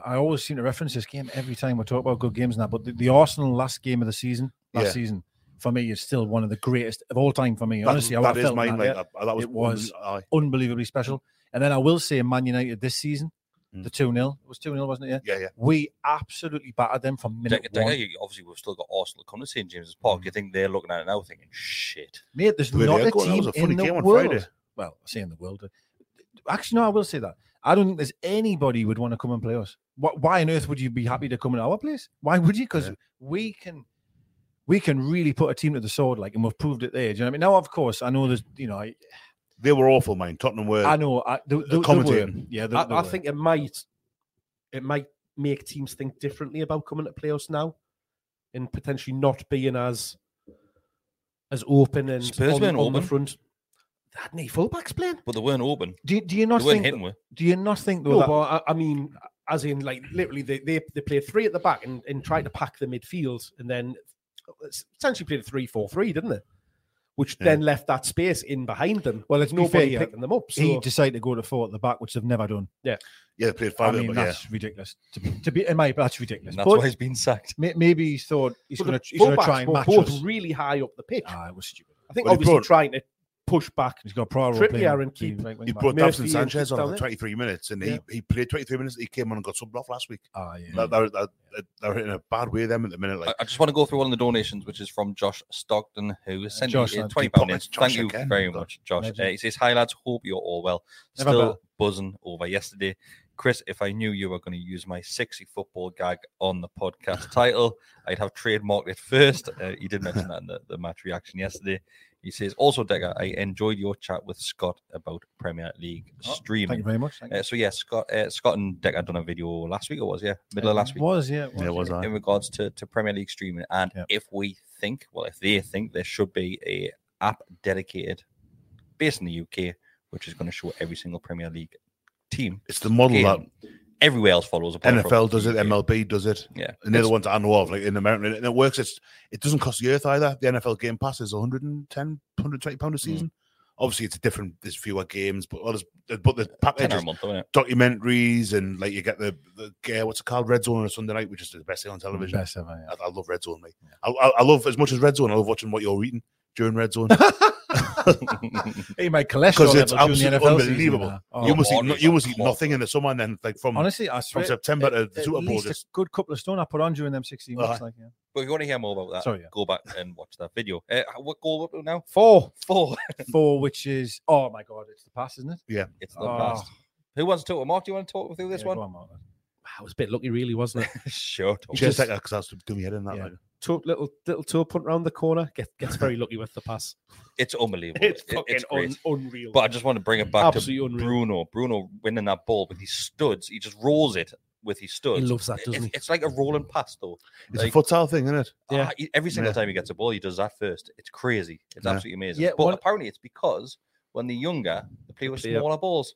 [SPEAKER 5] I always seem to reference this game every time we talk about good games and that. But the, the Arsenal last game of the season, last
[SPEAKER 8] Yeah.
[SPEAKER 5] season, for me is still one of the greatest of all time. For me,
[SPEAKER 8] That-
[SPEAKER 5] honestly, I
[SPEAKER 8] that
[SPEAKER 5] I
[SPEAKER 8] is
[SPEAKER 5] felt
[SPEAKER 8] mine,
[SPEAKER 5] that,
[SPEAKER 8] like, I- that was
[SPEAKER 5] it was
[SPEAKER 8] unbel- aye.
[SPEAKER 5] unbelievably special. And then I will say, Man United this season, the two 0 it was two 0 wasn't it?
[SPEAKER 8] Mm. Yeah, yeah.
[SPEAKER 5] We absolutely battered them from minute
[SPEAKER 4] Dega-
[SPEAKER 5] one.
[SPEAKER 4] Dega, you- obviously, we've still got Arsenal coming to St James's Park. You think they're looking at it now, thinking, "Shit,
[SPEAKER 5] Mate, there's
[SPEAKER 4] The way
[SPEAKER 5] not
[SPEAKER 4] they're
[SPEAKER 5] a
[SPEAKER 4] going, that
[SPEAKER 5] team
[SPEAKER 4] was a funny
[SPEAKER 5] in the
[SPEAKER 4] game on
[SPEAKER 5] world.
[SPEAKER 4] Friday.
[SPEAKER 5] Well, I say in the world. uh, Actually, no, I will say that. I don't think there's anybody who would want to come and play us. Wh- Why on earth would you be happy to come in our place? Why would you? Because we can, we can really put a team to the sword, like, and we've proved it there. Do you know what I mean? Now, of course, I know there's, you know, I,
[SPEAKER 8] they were awful, man. Tottenham were.
[SPEAKER 5] I know, I, they, they, they were,
[SPEAKER 8] commentating.
[SPEAKER 5] yeah, they,
[SPEAKER 7] I,
[SPEAKER 5] they
[SPEAKER 7] I
[SPEAKER 5] were.
[SPEAKER 7] think it might it might make teams think differently about coming to playoffs now, and potentially not being as as open and
[SPEAKER 4] Spurs
[SPEAKER 7] on,
[SPEAKER 4] weren't
[SPEAKER 7] on the
[SPEAKER 4] open.
[SPEAKER 7] front. They had any fullbacks playing?
[SPEAKER 4] but they weren't open."
[SPEAKER 5] Do, do you not
[SPEAKER 4] They weren't
[SPEAKER 5] think?
[SPEAKER 4] hitting with.
[SPEAKER 5] Do you not think though
[SPEAKER 7] No,
[SPEAKER 5] that
[SPEAKER 7] but I, I mean, as in, like literally, they they, they played three at the back and, and tried to pack the midfield, and then essentially played a three-four-three, didn't they? Which then left that space in behind them.
[SPEAKER 5] Well, it's
[SPEAKER 7] nobody
[SPEAKER 5] fair,
[SPEAKER 7] picking them up. So
[SPEAKER 5] He decided to go to four at the back, which they've never done.
[SPEAKER 7] yeah,
[SPEAKER 8] yeah, they played
[SPEAKER 5] I
[SPEAKER 8] five. at the
[SPEAKER 5] mean,
[SPEAKER 8] back,
[SPEAKER 5] that's ridiculous. To be, to be in my, that's ridiculous.
[SPEAKER 4] And that's why he's been sacked.
[SPEAKER 5] May, maybe he thought he's
[SPEAKER 7] But
[SPEAKER 5] going to
[SPEAKER 7] the
[SPEAKER 5] he's going to
[SPEAKER 7] fullbacks
[SPEAKER 5] try and
[SPEAKER 7] were
[SPEAKER 5] match
[SPEAKER 7] both
[SPEAKER 5] us.
[SPEAKER 7] really high up the pitch.
[SPEAKER 5] Ah, it was stupid.
[SPEAKER 7] I think
[SPEAKER 8] Well, he
[SPEAKER 7] obviously
[SPEAKER 8] brought-
[SPEAKER 7] trying to push back.
[SPEAKER 5] He's got Pryor
[SPEAKER 7] Trippier
[SPEAKER 5] playing-
[SPEAKER 7] and keep.
[SPEAKER 5] playing wing
[SPEAKER 8] He
[SPEAKER 5] back.
[SPEAKER 8] brought Davison
[SPEAKER 7] Murphy and
[SPEAKER 8] Sanchez on
[SPEAKER 7] down
[SPEAKER 8] for
[SPEAKER 7] there.
[SPEAKER 8] 23 minutes and
[SPEAKER 7] Yeah.
[SPEAKER 8] he, he played 23 minutes. He came on and got subbed off last week.
[SPEAKER 5] Ah, yeah.
[SPEAKER 8] That, that, that, that- they're in a bad way, them at the minute. Like,
[SPEAKER 4] I, I just want to go through one of the donations, which is from Josh Stockton, who has sent
[SPEAKER 8] Josh,
[SPEAKER 4] me uh,
[SPEAKER 8] I
[SPEAKER 4] twenty
[SPEAKER 8] keep on
[SPEAKER 4] pounds.
[SPEAKER 8] with Josh
[SPEAKER 4] Thank you
[SPEAKER 8] again,
[SPEAKER 4] very
[SPEAKER 8] God.
[SPEAKER 4] much, Josh. Uh,
[SPEAKER 8] Legend.
[SPEAKER 4] he says, "Hi lads, hope you're all well.
[SPEAKER 8] Never
[SPEAKER 4] Still
[SPEAKER 8] better.
[SPEAKER 4] buzzing over yesterday, Chris. If I knew you were going to use my sexy football gag on the podcast title, I'd have trademarked it first. Uh, you did mention that in the, the match reaction yesterday." He says, also, Degger, I enjoyed your chat with Scott about Premier League streaming.
[SPEAKER 5] thank you very much, thank
[SPEAKER 4] Uh, so, yeah, Scott uh, Scott and Degger done a video last week, or was yeah? Middle of
[SPEAKER 5] It
[SPEAKER 4] last week.
[SPEAKER 5] was, yeah, it was,
[SPEAKER 8] uh,
[SPEAKER 4] in, in regards to, to Premier League streaming. And if we think, well, if they think there should be a app dedicated based in the UK, which is going to show every single Premier League team.
[SPEAKER 8] It's the model
[SPEAKER 4] game. everywhere else follows. apart from
[SPEAKER 8] NFL does
[SPEAKER 4] the
[SPEAKER 8] it,
[SPEAKER 4] UK.
[SPEAKER 8] MLB does it.
[SPEAKER 4] Yeah.
[SPEAKER 8] And they're the
[SPEAKER 4] It's-
[SPEAKER 8] ones I know of, like in America. And it works. It's, it doesn't cost the earth either. The NFL Game Pass is 110, 120
[SPEAKER 5] Mm.
[SPEAKER 8] pounds a season. Obviously, it's a different, there's fewer games, but well, there's, but the package
[SPEAKER 4] a
[SPEAKER 8] is
[SPEAKER 4] month, isn't it?
[SPEAKER 8] documentaries and like you get the, the uh, what's it called, Red Zone on a Sunday night, which is the best thing on television.
[SPEAKER 5] Best ever, yeah.
[SPEAKER 8] I, I love Red Zone, mate. I, I, I love, as much as Red Zone, I love watching what you're eating during Red Zone.
[SPEAKER 5] Hey, my cholesterol
[SPEAKER 8] because it's
[SPEAKER 5] level during
[SPEAKER 8] absolutely
[SPEAKER 5] the NFL season,
[SPEAKER 8] unbelievable.
[SPEAKER 5] uh, oh.
[SPEAKER 8] you must eat, no- you must eat nothing in the summer, and then like from
[SPEAKER 5] Honestly, I swear,
[SPEAKER 8] from September to
[SPEAKER 5] at-
[SPEAKER 8] the Super
[SPEAKER 5] at
[SPEAKER 8] Bowl.
[SPEAKER 5] least
[SPEAKER 8] Just,
[SPEAKER 5] a good couple of stone I put on during them sixteen months.
[SPEAKER 8] uh,
[SPEAKER 5] Like, yeah.
[SPEAKER 4] But if you want to hear more about that,
[SPEAKER 5] Sorry, yeah.
[SPEAKER 4] go back and watch that video. Uh, what goal up now?
[SPEAKER 5] Four,
[SPEAKER 4] four,
[SPEAKER 5] four, which is oh my god, it's the pass, isn't it? Oh.
[SPEAKER 8] yeah,
[SPEAKER 4] It's
[SPEAKER 7] Ah,
[SPEAKER 4] the past. Who wants to talk? Mark, do you want to talk through this one?
[SPEAKER 7] That was a bit lucky, really, wasn't it?
[SPEAKER 4] sure.
[SPEAKER 7] He
[SPEAKER 8] just like because I was doing my head in that.
[SPEAKER 7] yeah,
[SPEAKER 8] like.
[SPEAKER 7] toe, little little toe punt round the corner. Get, gets very lucky with the pass.
[SPEAKER 4] It's unbelievable.
[SPEAKER 7] It's
[SPEAKER 4] It-
[SPEAKER 7] fucking
[SPEAKER 4] great.
[SPEAKER 7] un- unreal.
[SPEAKER 4] But I just want to bring it back
[SPEAKER 7] Absolutely
[SPEAKER 4] to
[SPEAKER 7] unreal.
[SPEAKER 4] Bruno. Bruno winning that ball with his studs. He just rolls it with his studs.
[SPEAKER 7] loves that,
[SPEAKER 4] It-
[SPEAKER 7] doesn't
[SPEAKER 4] it's,
[SPEAKER 7] he?
[SPEAKER 4] It's like a rolling pass, though.
[SPEAKER 8] It's
[SPEAKER 4] Like,
[SPEAKER 8] a futsal thing, isn't it?
[SPEAKER 4] ah, he- every single
[SPEAKER 8] Yeah.
[SPEAKER 4] time he gets a ball, he does that first. It's crazy. It's
[SPEAKER 8] Yeah.
[SPEAKER 4] absolutely amazing.
[SPEAKER 5] Yeah,
[SPEAKER 4] but
[SPEAKER 5] one-
[SPEAKER 4] apparently, it's because when they're younger, they play with
[SPEAKER 7] play up.
[SPEAKER 4] smaller balls.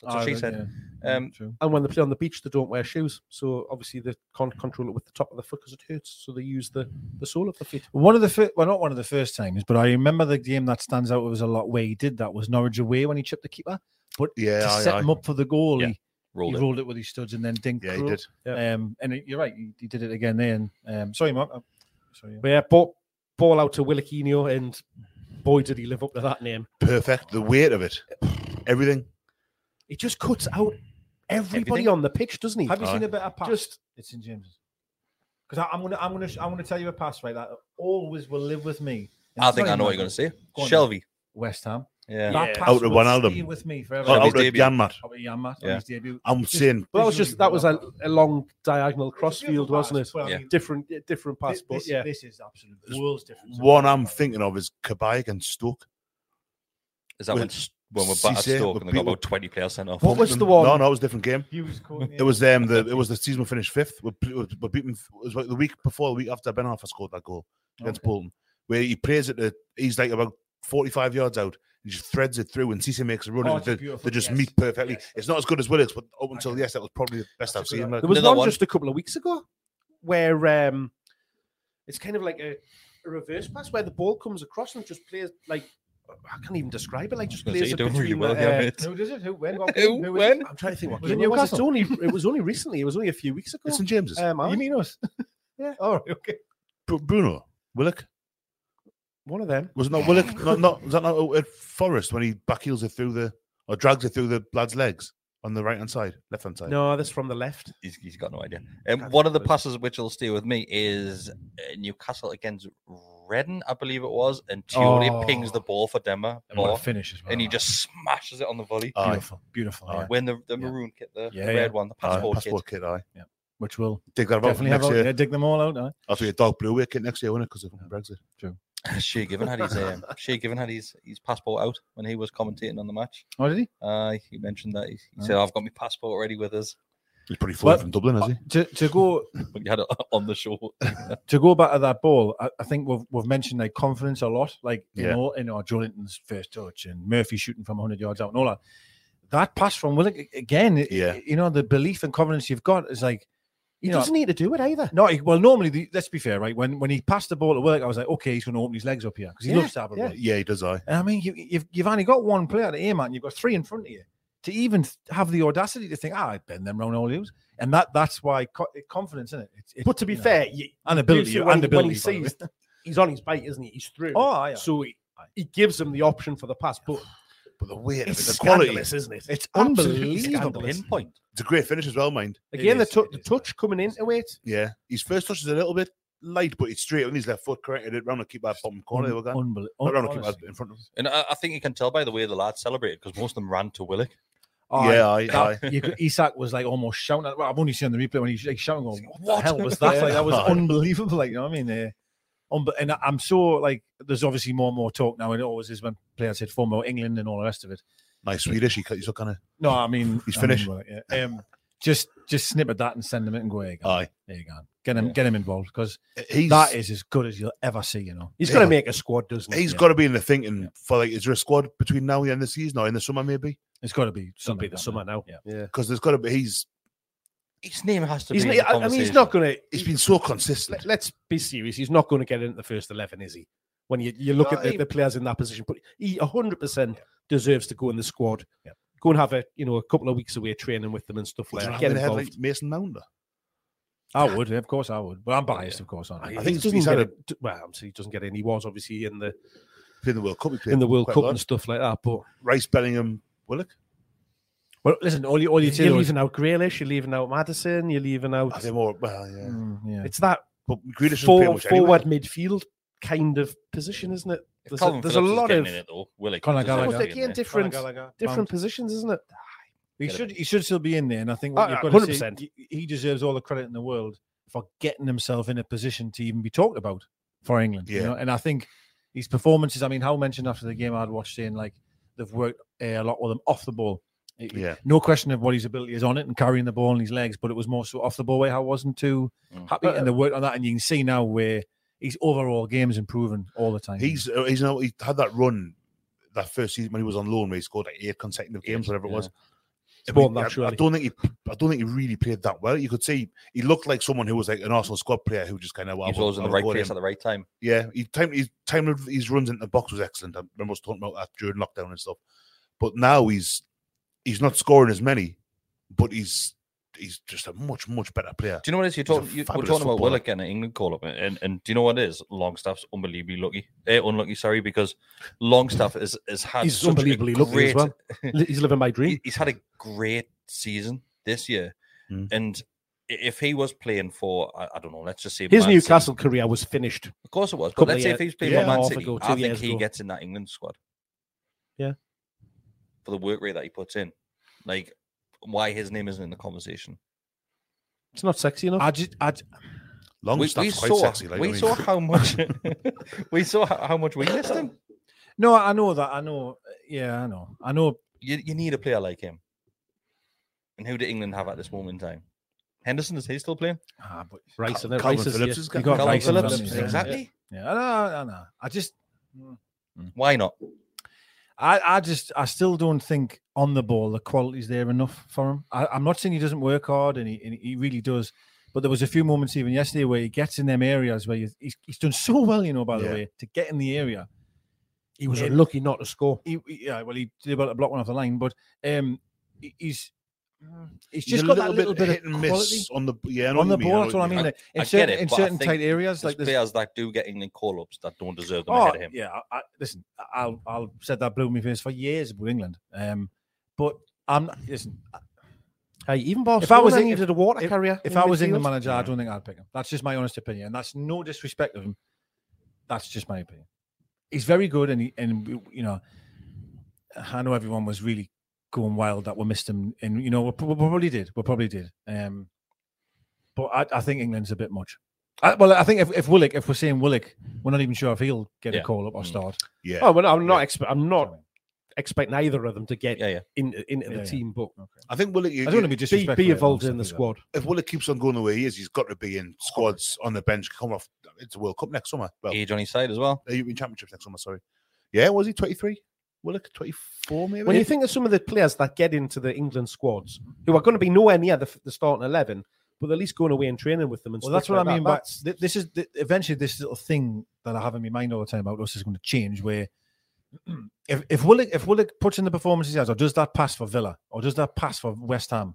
[SPEAKER 4] That's what
[SPEAKER 5] Ah,
[SPEAKER 4] she
[SPEAKER 5] right,
[SPEAKER 4] said.
[SPEAKER 5] yeah.
[SPEAKER 4] Um,
[SPEAKER 5] True.
[SPEAKER 7] And when they play on the beach, they don't wear shoes, so obviously they can't control it with the top of the foot because it hurts. So they use the the sole of the feet.
[SPEAKER 5] One of the first, well, not one of the first times, but I remember the game that stands out was a lot where he did that was Norwich away when he chipped the keeper, but
[SPEAKER 8] Yeah,
[SPEAKER 5] to
[SPEAKER 8] aye,
[SPEAKER 5] set
[SPEAKER 8] aye.
[SPEAKER 5] him up for the goal,
[SPEAKER 8] Yeah,
[SPEAKER 5] he
[SPEAKER 4] rolled
[SPEAKER 5] he
[SPEAKER 4] it.
[SPEAKER 5] rolled it with his studs and then dinked.
[SPEAKER 8] Yeah, he
[SPEAKER 5] through.
[SPEAKER 8] did.
[SPEAKER 5] Um, and it- you're right, he, he did it again there. And um, sorry, Mark. uh, sorry.
[SPEAKER 7] But yeah, ball, ball out to Willikinho, and boy, did he live up to that name.
[SPEAKER 8] Perfect. The weight of it, everything.
[SPEAKER 7] It just cuts out everybody on the pitch, doesn't he?
[SPEAKER 5] Have you seen
[SPEAKER 8] Aye.
[SPEAKER 5] a better pass? Just it's in James's. Because I'm gonna, I'm gonna, sh- I'm gonna tell you a pass right that always will live with me. And
[SPEAKER 4] I
[SPEAKER 5] it's
[SPEAKER 4] think
[SPEAKER 5] not
[SPEAKER 4] I
[SPEAKER 5] even
[SPEAKER 4] know what you're
[SPEAKER 5] like-
[SPEAKER 4] going to say.
[SPEAKER 5] Go on then.
[SPEAKER 4] Shelby.
[SPEAKER 5] West Ham.
[SPEAKER 4] Yeah.
[SPEAKER 5] That pass
[SPEAKER 8] out of
[SPEAKER 5] will
[SPEAKER 8] one of
[SPEAKER 5] stay
[SPEAKER 8] them.
[SPEAKER 5] with me
[SPEAKER 8] Out
[SPEAKER 5] forever.
[SPEAKER 8] of
[SPEAKER 5] Debut.
[SPEAKER 8] Yanmar.
[SPEAKER 5] Out of Yanmar, on
[SPEAKER 8] Yeah.
[SPEAKER 5] his debut.
[SPEAKER 8] I'm
[SPEAKER 5] Just-
[SPEAKER 8] saying.
[SPEAKER 7] Well, that was just that was a, a long diagonal crossfield, wasn't it?
[SPEAKER 5] Well, I Yeah. mean,
[SPEAKER 7] different, different pass,
[SPEAKER 5] This,
[SPEAKER 7] but
[SPEAKER 5] this-
[SPEAKER 7] yeah,
[SPEAKER 5] this is absolute worlds difference.
[SPEAKER 8] One I'm thinking of is Kabay and Stoke.
[SPEAKER 4] Is that when,
[SPEAKER 8] With
[SPEAKER 4] when we're back at
[SPEAKER 8] Cisse,
[SPEAKER 4] Stoke
[SPEAKER 8] with
[SPEAKER 4] and they got
[SPEAKER 8] people-
[SPEAKER 4] about 20 players sent off?
[SPEAKER 8] Pumped them- No, no, it was a different game.
[SPEAKER 5] Hughes caught,
[SPEAKER 8] It was them. The, it was the season we finished fifth. We, we, we beaten. It was like the week before, the week after Ben Arthur scored that goal against Bolton, where he plays it. To, he's like about forty-five yards out. He just threads it through, and Cisse makes a run.
[SPEAKER 7] Oh,
[SPEAKER 8] and
[SPEAKER 7] it's
[SPEAKER 8] they,
[SPEAKER 7] beautiful,
[SPEAKER 8] they just
[SPEAKER 7] yes.
[SPEAKER 8] meet perfectly. It's not as good as Willock's, but up until yes, that was probably the best I've seen.
[SPEAKER 7] There was one, just a couple of weeks ago where um, it's kind of like a, a reverse pass where the ball comes across and just plays like I can't even describe it. Like just
[SPEAKER 4] gonna say,
[SPEAKER 7] plays
[SPEAKER 4] you
[SPEAKER 7] it
[SPEAKER 4] don't
[SPEAKER 7] between
[SPEAKER 4] really
[SPEAKER 7] the,
[SPEAKER 4] well,
[SPEAKER 7] uh,
[SPEAKER 4] yeah, mate.
[SPEAKER 5] Who does it? Who when? What
[SPEAKER 7] Who,
[SPEAKER 5] game? Who is
[SPEAKER 7] when?
[SPEAKER 5] it?
[SPEAKER 7] I'm trying to think what
[SPEAKER 5] Was it
[SPEAKER 7] game it was. It's
[SPEAKER 5] Newcastle?
[SPEAKER 7] only it was only recently. It was only a few weeks ago.
[SPEAKER 8] It's in James's.
[SPEAKER 7] Um,
[SPEAKER 5] You
[SPEAKER 7] Alan,
[SPEAKER 5] mean us?
[SPEAKER 7] Yeah.
[SPEAKER 5] All right. Okay.
[SPEAKER 8] Br- Bruno Willock.
[SPEAKER 7] one of them.
[SPEAKER 8] Was it not Willock? not, not was that not out at Forest when he backheels it through the or drags it through the lad's legs on the right hand side, left hand side.
[SPEAKER 7] No, that's from the left.
[SPEAKER 4] He's, he's got no idea. Um, one of the passes which will stay with me is uh, Newcastle against Redden, I believe it was, and Tierney
[SPEAKER 5] Oh.
[SPEAKER 4] pings the ball for Demba.
[SPEAKER 5] And
[SPEAKER 7] Oh,
[SPEAKER 5] what a Ah.
[SPEAKER 4] Moore,
[SPEAKER 5] finish as well.
[SPEAKER 4] And he just smashes it on the volley.
[SPEAKER 8] Aye.
[SPEAKER 5] Beautiful. Beautiful. yeah.
[SPEAKER 4] Uh, When the, the maroon kit, the,
[SPEAKER 5] Yeah,
[SPEAKER 4] the red
[SPEAKER 5] yeah. Uh,
[SPEAKER 4] one, the
[SPEAKER 8] Aye,
[SPEAKER 4] passport,
[SPEAKER 8] passport
[SPEAKER 4] kit.
[SPEAKER 8] kid, aye.
[SPEAKER 5] Yeah. Which will
[SPEAKER 8] Dig that out
[SPEAKER 5] definitely have
[SPEAKER 8] next
[SPEAKER 5] out.
[SPEAKER 8] year.
[SPEAKER 5] Yeah, dig them all out. Aye.
[SPEAKER 8] I'll be a dark blue wicket next year, won't it? Because of Brexit.
[SPEAKER 4] Shea Given had his um, Shea Given had his, his passport out when he was commentating on the match.
[SPEAKER 5] Oh, did he?
[SPEAKER 4] Uh, he mentioned that he, he said, "I've got my passport already with us."
[SPEAKER 8] He's pretty far
[SPEAKER 5] Well,
[SPEAKER 8] from Dublin, is he?
[SPEAKER 5] To to go
[SPEAKER 4] But he had it on the show.
[SPEAKER 5] to go back to that ball, I, I think we've we've mentioned like confidence a lot, like you
[SPEAKER 8] Yeah.
[SPEAKER 5] know, in our Jonathan's first touch and Murphy shooting from 100 yards out and all that. That pass from Willock again, it-
[SPEAKER 8] Yeah.
[SPEAKER 5] it- you know, the belief and confidence you've got is like,
[SPEAKER 7] He
[SPEAKER 5] you know,
[SPEAKER 7] doesn't need to do it either.
[SPEAKER 5] no, he- well, normally, the, let's be fair, right? When when he passed the ball to Willock, I was like, okay, he's going to open his legs up here because he
[SPEAKER 7] Yeah,
[SPEAKER 5] loves to have a
[SPEAKER 7] yeah.
[SPEAKER 5] run.
[SPEAKER 8] Yeah, he does. I.
[SPEAKER 5] And I mean, you, you've, you've only got one player to aim at, and you've got three in front of you. To even th- have the audacity to think, ah, I bend them round all yous, and that that's why co- confidence in it. It's it
[SPEAKER 7] But to be
[SPEAKER 5] you know,
[SPEAKER 7] fair, you,
[SPEAKER 5] and
[SPEAKER 7] you
[SPEAKER 5] ability,
[SPEAKER 7] see
[SPEAKER 5] and
[SPEAKER 7] when, when
[SPEAKER 5] ability.
[SPEAKER 7] he
[SPEAKER 5] by the way.
[SPEAKER 7] sees he's on his bike, isn't he? He's through.
[SPEAKER 5] Oh, aye, aye.
[SPEAKER 7] so he, he gives him the option for the pass, but
[SPEAKER 8] But the weight of it,
[SPEAKER 7] it's
[SPEAKER 8] the quality,
[SPEAKER 7] scandalous, isn't it?
[SPEAKER 5] It's
[SPEAKER 7] absolutely
[SPEAKER 5] unbelievable.
[SPEAKER 7] scandalous.
[SPEAKER 4] Pinpoint.
[SPEAKER 8] it's a great finish as well, mind.
[SPEAKER 7] Again,
[SPEAKER 5] is,
[SPEAKER 7] the, tou
[SPEAKER 5] it
[SPEAKER 7] the
[SPEAKER 5] is,
[SPEAKER 7] touch coming into it.
[SPEAKER 8] Yeah, his first touch is a little bit light, but it's straight on his left foot. Corrected it round the keep that bottom corner. they were going.
[SPEAKER 5] Unbelievable.
[SPEAKER 8] Not round the keep that in front of him.
[SPEAKER 4] And I, I think you can tell by the way the lads celebrated because most of them ran to Willock.
[SPEAKER 8] Yeah, aye,
[SPEAKER 5] that- you could- Isak was like almost shouting. At, well, I've only seen the replay when he's like shouting, going, "What, the
[SPEAKER 4] What?
[SPEAKER 5] hell was that?" Like that was
[SPEAKER 8] Yeah.
[SPEAKER 5] unbelievable. Like you know what I mean? Uh, unbe- and I- I'm so like, there's obviously more and more talk now, and it always is when players hit former England and all the rest of it.
[SPEAKER 8] Nice Swedish. He, he's looking at
[SPEAKER 5] No, I mean
[SPEAKER 8] He's
[SPEAKER 5] I mean,
[SPEAKER 8] finished.
[SPEAKER 5] well, yeah. Um, just just snip at that and send him in and go. There you go.
[SPEAKER 8] Aye.
[SPEAKER 5] There you go. Get him get him involved because
[SPEAKER 8] He's
[SPEAKER 5] that is as good as you'll ever see. You know.
[SPEAKER 7] He's
[SPEAKER 8] Yeah.
[SPEAKER 7] going to make a squad, doesn't he?
[SPEAKER 8] He's got to be in the thinking for like, is there a squad between now and the end of the season or in the summer maybe?
[SPEAKER 5] It's got to be something.
[SPEAKER 7] be the
[SPEAKER 5] like that,
[SPEAKER 7] summer
[SPEAKER 5] man.
[SPEAKER 7] now.
[SPEAKER 5] Yeah.
[SPEAKER 8] Because there's got to be. He's
[SPEAKER 4] His name has to
[SPEAKER 7] He's
[SPEAKER 4] be.
[SPEAKER 7] not,
[SPEAKER 4] in the
[SPEAKER 7] I- I mean, he's
[SPEAKER 4] conversation.
[SPEAKER 7] not going
[SPEAKER 8] he's
[SPEAKER 7] to.
[SPEAKER 8] been so consistent.
[SPEAKER 7] Let, us be serious. He's not going to get into the first eleven, is he? When you, you look
[SPEAKER 8] No,
[SPEAKER 7] at the,
[SPEAKER 8] he-
[SPEAKER 7] the players in that position, but he hundred percent deserves to go in the squad. Go and have a you know a couple of weeks away training with them and stuff
[SPEAKER 8] Would
[SPEAKER 7] like
[SPEAKER 8] you
[SPEAKER 7] that.
[SPEAKER 8] not
[SPEAKER 7] Get
[SPEAKER 8] have been ahead
[SPEAKER 7] involved.
[SPEAKER 8] like Mason Mounder?
[SPEAKER 5] I would, of course, I would, but I'm biased, of course. Aren't I?
[SPEAKER 8] I think
[SPEAKER 7] he
[SPEAKER 8] he's-
[SPEAKER 7] doesn't
[SPEAKER 8] he's
[SPEAKER 7] get
[SPEAKER 8] had
[SPEAKER 7] it- well, I'm saying he doesn't get in. He was obviously in the
[SPEAKER 8] Played in the World Cup. he played
[SPEAKER 7] in the World
[SPEAKER 8] quite a
[SPEAKER 7] Cup
[SPEAKER 8] lot.
[SPEAKER 7] and stuff like that. But
[SPEAKER 8] Rice, Bellingham, Willock.
[SPEAKER 5] Well, listen, all you all you
[SPEAKER 7] you're
[SPEAKER 5] do is
[SPEAKER 7] leaving out Grealish, you're leaving out Madison, you're leaving
[SPEAKER 8] I
[SPEAKER 7] out.
[SPEAKER 8] think more. Well, yeah.
[SPEAKER 5] Mm, yeah.
[SPEAKER 7] It's that
[SPEAKER 8] But Grealish is pretty
[SPEAKER 7] forward,
[SPEAKER 8] much anywhere.
[SPEAKER 7] forward midfield kind of position, isn't it?
[SPEAKER 4] If
[SPEAKER 7] There's
[SPEAKER 4] Calvin
[SPEAKER 7] a, there's a
[SPEAKER 4] Phillips is
[SPEAKER 7] lot
[SPEAKER 4] getting
[SPEAKER 7] of
[SPEAKER 4] in it, though, Willock
[SPEAKER 5] Conor
[SPEAKER 4] deserves
[SPEAKER 5] Gallagher.
[SPEAKER 4] to
[SPEAKER 7] Well,
[SPEAKER 4] be in
[SPEAKER 7] again
[SPEAKER 4] there.
[SPEAKER 7] different
[SPEAKER 5] Conor Gallagher,
[SPEAKER 7] different
[SPEAKER 5] Mount.
[SPEAKER 7] positions, isn't it?
[SPEAKER 5] He
[SPEAKER 4] Get it.
[SPEAKER 5] should he should still be in there, and I think
[SPEAKER 7] Oh,
[SPEAKER 5] what
[SPEAKER 7] yeah,
[SPEAKER 5] you've got to say,
[SPEAKER 7] 100%.
[SPEAKER 5] he- he deserves all the credit in the world for getting himself in a position to even be talked about for England. You
[SPEAKER 8] Yeah.
[SPEAKER 5] know? and I think his performances. I mean, how mentioned after the game, I'd watched saying like they've worked uh, a lot with him off the ball. It-
[SPEAKER 8] Yeah.
[SPEAKER 5] No question of what his ability is on it and carrying the ball on his legs, but it was more so off the ball way. I wasn't too
[SPEAKER 4] Mm.
[SPEAKER 5] happy, and they worked on that, and you can see now where his overall game is improving all the time.
[SPEAKER 8] He's uh, he's now he had that run that first season when he was on loan where he scored like eight consecutive games, whatever it was. I,
[SPEAKER 7] more
[SPEAKER 8] mean,
[SPEAKER 7] than that,
[SPEAKER 8] I- I
[SPEAKER 7] surely.
[SPEAKER 8] don't think he I don't think he really played that well. You could see he looked like someone who was like an Arsenal squad player who just kind of
[SPEAKER 4] He was always in the right place at the right time.
[SPEAKER 8] yeah, he time his time of his runs into the box was excellent. I remember us talking about that during lockdown and stuff. But now he's he's not scoring as many, but he's he's just a much much better player.
[SPEAKER 4] Do you know what it is? You're
[SPEAKER 8] He's a
[SPEAKER 4] talking, you, we're
[SPEAKER 8] fabulous
[SPEAKER 4] talking about
[SPEAKER 8] footballer.
[SPEAKER 4] Willock and an England call up, and, and do you know what it is? Longstaff's unbelievably lucky, eh, unlucky, sorry, because Longstaff is, has had
[SPEAKER 7] He's
[SPEAKER 4] such a
[SPEAKER 7] unbelievably
[SPEAKER 4] great,
[SPEAKER 7] lucky as well. Li- He's living my dream.
[SPEAKER 4] he- he's had a great season this year,
[SPEAKER 8] Mm.
[SPEAKER 4] and i- if he was playing for, I, I don't know, let's just say
[SPEAKER 7] His
[SPEAKER 4] Man City-
[SPEAKER 7] Newcastle career was finished.
[SPEAKER 4] of course it was, but
[SPEAKER 7] couple of
[SPEAKER 4] let's say if
[SPEAKER 7] years-
[SPEAKER 4] he's playing
[SPEAKER 7] year
[SPEAKER 4] for
[SPEAKER 7] and a
[SPEAKER 4] Man
[SPEAKER 7] half
[SPEAKER 4] City,
[SPEAKER 7] ago, two
[SPEAKER 4] I think
[SPEAKER 7] years
[SPEAKER 4] he
[SPEAKER 7] ago.
[SPEAKER 4] gets in that England squad.
[SPEAKER 7] Yeah.
[SPEAKER 4] For the work rate that he puts in. Like, why his name isn't in the conversation?
[SPEAKER 7] It's not sexy enough.
[SPEAKER 5] I just, I,
[SPEAKER 8] Long
[SPEAKER 4] we,
[SPEAKER 8] stuff's quite
[SPEAKER 4] we saw,
[SPEAKER 8] sexy. Like,
[SPEAKER 4] we
[SPEAKER 8] I mean,
[SPEAKER 4] saw how much we saw how how much we missed him.
[SPEAKER 5] No, I know that. I know. Yeah, I know. I know.
[SPEAKER 4] You, you need a player like him. And who did England have at this moment in time? Henderson is he still playing?
[SPEAKER 5] Ah, but
[SPEAKER 7] Rice and
[SPEAKER 8] Calvin Phillips has got-
[SPEAKER 7] you got
[SPEAKER 4] Calvin
[SPEAKER 7] Rice and
[SPEAKER 4] Phillips,
[SPEAKER 7] Oh, Phillips, yeah.
[SPEAKER 4] exactly.
[SPEAKER 5] Yeah, I know. I know. I just,
[SPEAKER 4] Why not?
[SPEAKER 5] I, I just, I still don't think on the ball the quality's there enough for him. I, I'm not saying he doesn't work hard, and he, and he really does. But there was a few moments even yesterday where he gets in them areas where you, he's, he's done so well, you know. By the
[SPEAKER 8] Yeah.
[SPEAKER 5] way, to get in the area,
[SPEAKER 7] He was
[SPEAKER 5] Yeah.
[SPEAKER 7] unlucky not to score.
[SPEAKER 5] he, he- yeah, well, he did about a block one off the line, but um, he- he's mm,
[SPEAKER 8] he's
[SPEAKER 5] he's just
[SPEAKER 8] a
[SPEAKER 5] got that little bit
[SPEAKER 8] hit
[SPEAKER 5] of
[SPEAKER 8] and miss
[SPEAKER 5] quality
[SPEAKER 8] on the yeah I know
[SPEAKER 5] on
[SPEAKER 8] what
[SPEAKER 5] the
[SPEAKER 8] you mean,
[SPEAKER 5] ball. That's
[SPEAKER 8] know
[SPEAKER 5] what I mean.
[SPEAKER 8] you
[SPEAKER 5] like,
[SPEAKER 4] I
[SPEAKER 5] in
[SPEAKER 4] get
[SPEAKER 5] certain,
[SPEAKER 4] it,
[SPEAKER 5] in
[SPEAKER 4] but I
[SPEAKER 5] certain
[SPEAKER 4] think
[SPEAKER 5] tight areas,
[SPEAKER 4] There's
[SPEAKER 5] like this.
[SPEAKER 4] players that do get England call ups that don't deserve them
[SPEAKER 5] Oh,
[SPEAKER 4] ahead of him.
[SPEAKER 5] yeah. I, I- listen, I- I'll I'll said that blew in my face for years with England. Um, but I'm listen.
[SPEAKER 7] Hey, even
[SPEAKER 5] If I was
[SPEAKER 7] Barcelona
[SPEAKER 5] in-
[SPEAKER 7] needed a water
[SPEAKER 5] if-
[SPEAKER 7] carrier.
[SPEAKER 5] If
[SPEAKER 7] in
[SPEAKER 5] I was
[SPEAKER 7] midfield.
[SPEAKER 5] England manager, I don't think I'd pick him. That's just my honest opinion, and that's no disrespect of him. That's just my opinion. He's very good, and he, and we- you know, I know everyone was really going wild that we missed him, and you know, we prob- we probably did, we probably did. Um, but I, I think England's a bit much. I, well, I think if, if Willick, if we're saying Willick, we're not even sure if he'll get
[SPEAKER 4] Yeah.
[SPEAKER 5] a call up or
[SPEAKER 4] Mm.
[SPEAKER 5] start.
[SPEAKER 8] yeah
[SPEAKER 7] Oh, well, I'm not.
[SPEAKER 8] Yeah.
[SPEAKER 7] Expe- I'm not expecting either of them to get
[SPEAKER 4] Yeah, yeah.
[SPEAKER 7] into, into
[SPEAKER 5] Yeah,
[SPEAKER 7] the
[SPEAKER 5] yeah.
[SPEAKER 7] team, but
[SPEAKER 8] I think Willock
[SPEAKER 5] I don't want to be
[SPEAKER 7] be,
[SPEAKER 5] disrespectful.
[SPEAKER 7] be
[SPEAKER 5] here,
[SPEAKER 7] involved
[SPEAKER 5] I'll
[SPEAKER 7] in the
[SPEAKER 5] say that.
[SPEAKER 7] squad.
[SPEAKER 8] if Willock keeps on going the way he is he's got to be in squads on the bench come off it's a World Cup next summer well
[SPEAKER 4] Age on his side as well.
[SPEAKER 8] the European Championships next summer sorry yeah was he 23 Willock 24 maybe
[SPEAKER 7] When you think of some of the players that get into the England squads, who are going to be nowhere near the, f- the starting eleven, but at least going away and training with them, and
[SPEAKER 5] Well,
[SPEAKER 7] stuff
[SPEAKER 5] that's what
[SPEAKER 7] like
[SPEAKER 5] I mean.
[SPEAKER 7] that,
[SPEAKER 5] But
[SPEAKER 7] that's-
[SPEAKER 5] this is th- eventually this little thing that I have in my mind all the time about us is going to change. Where if if Willick if Willick puts in the performances he has, or does that pass for Villa, or does that pass for West Ham,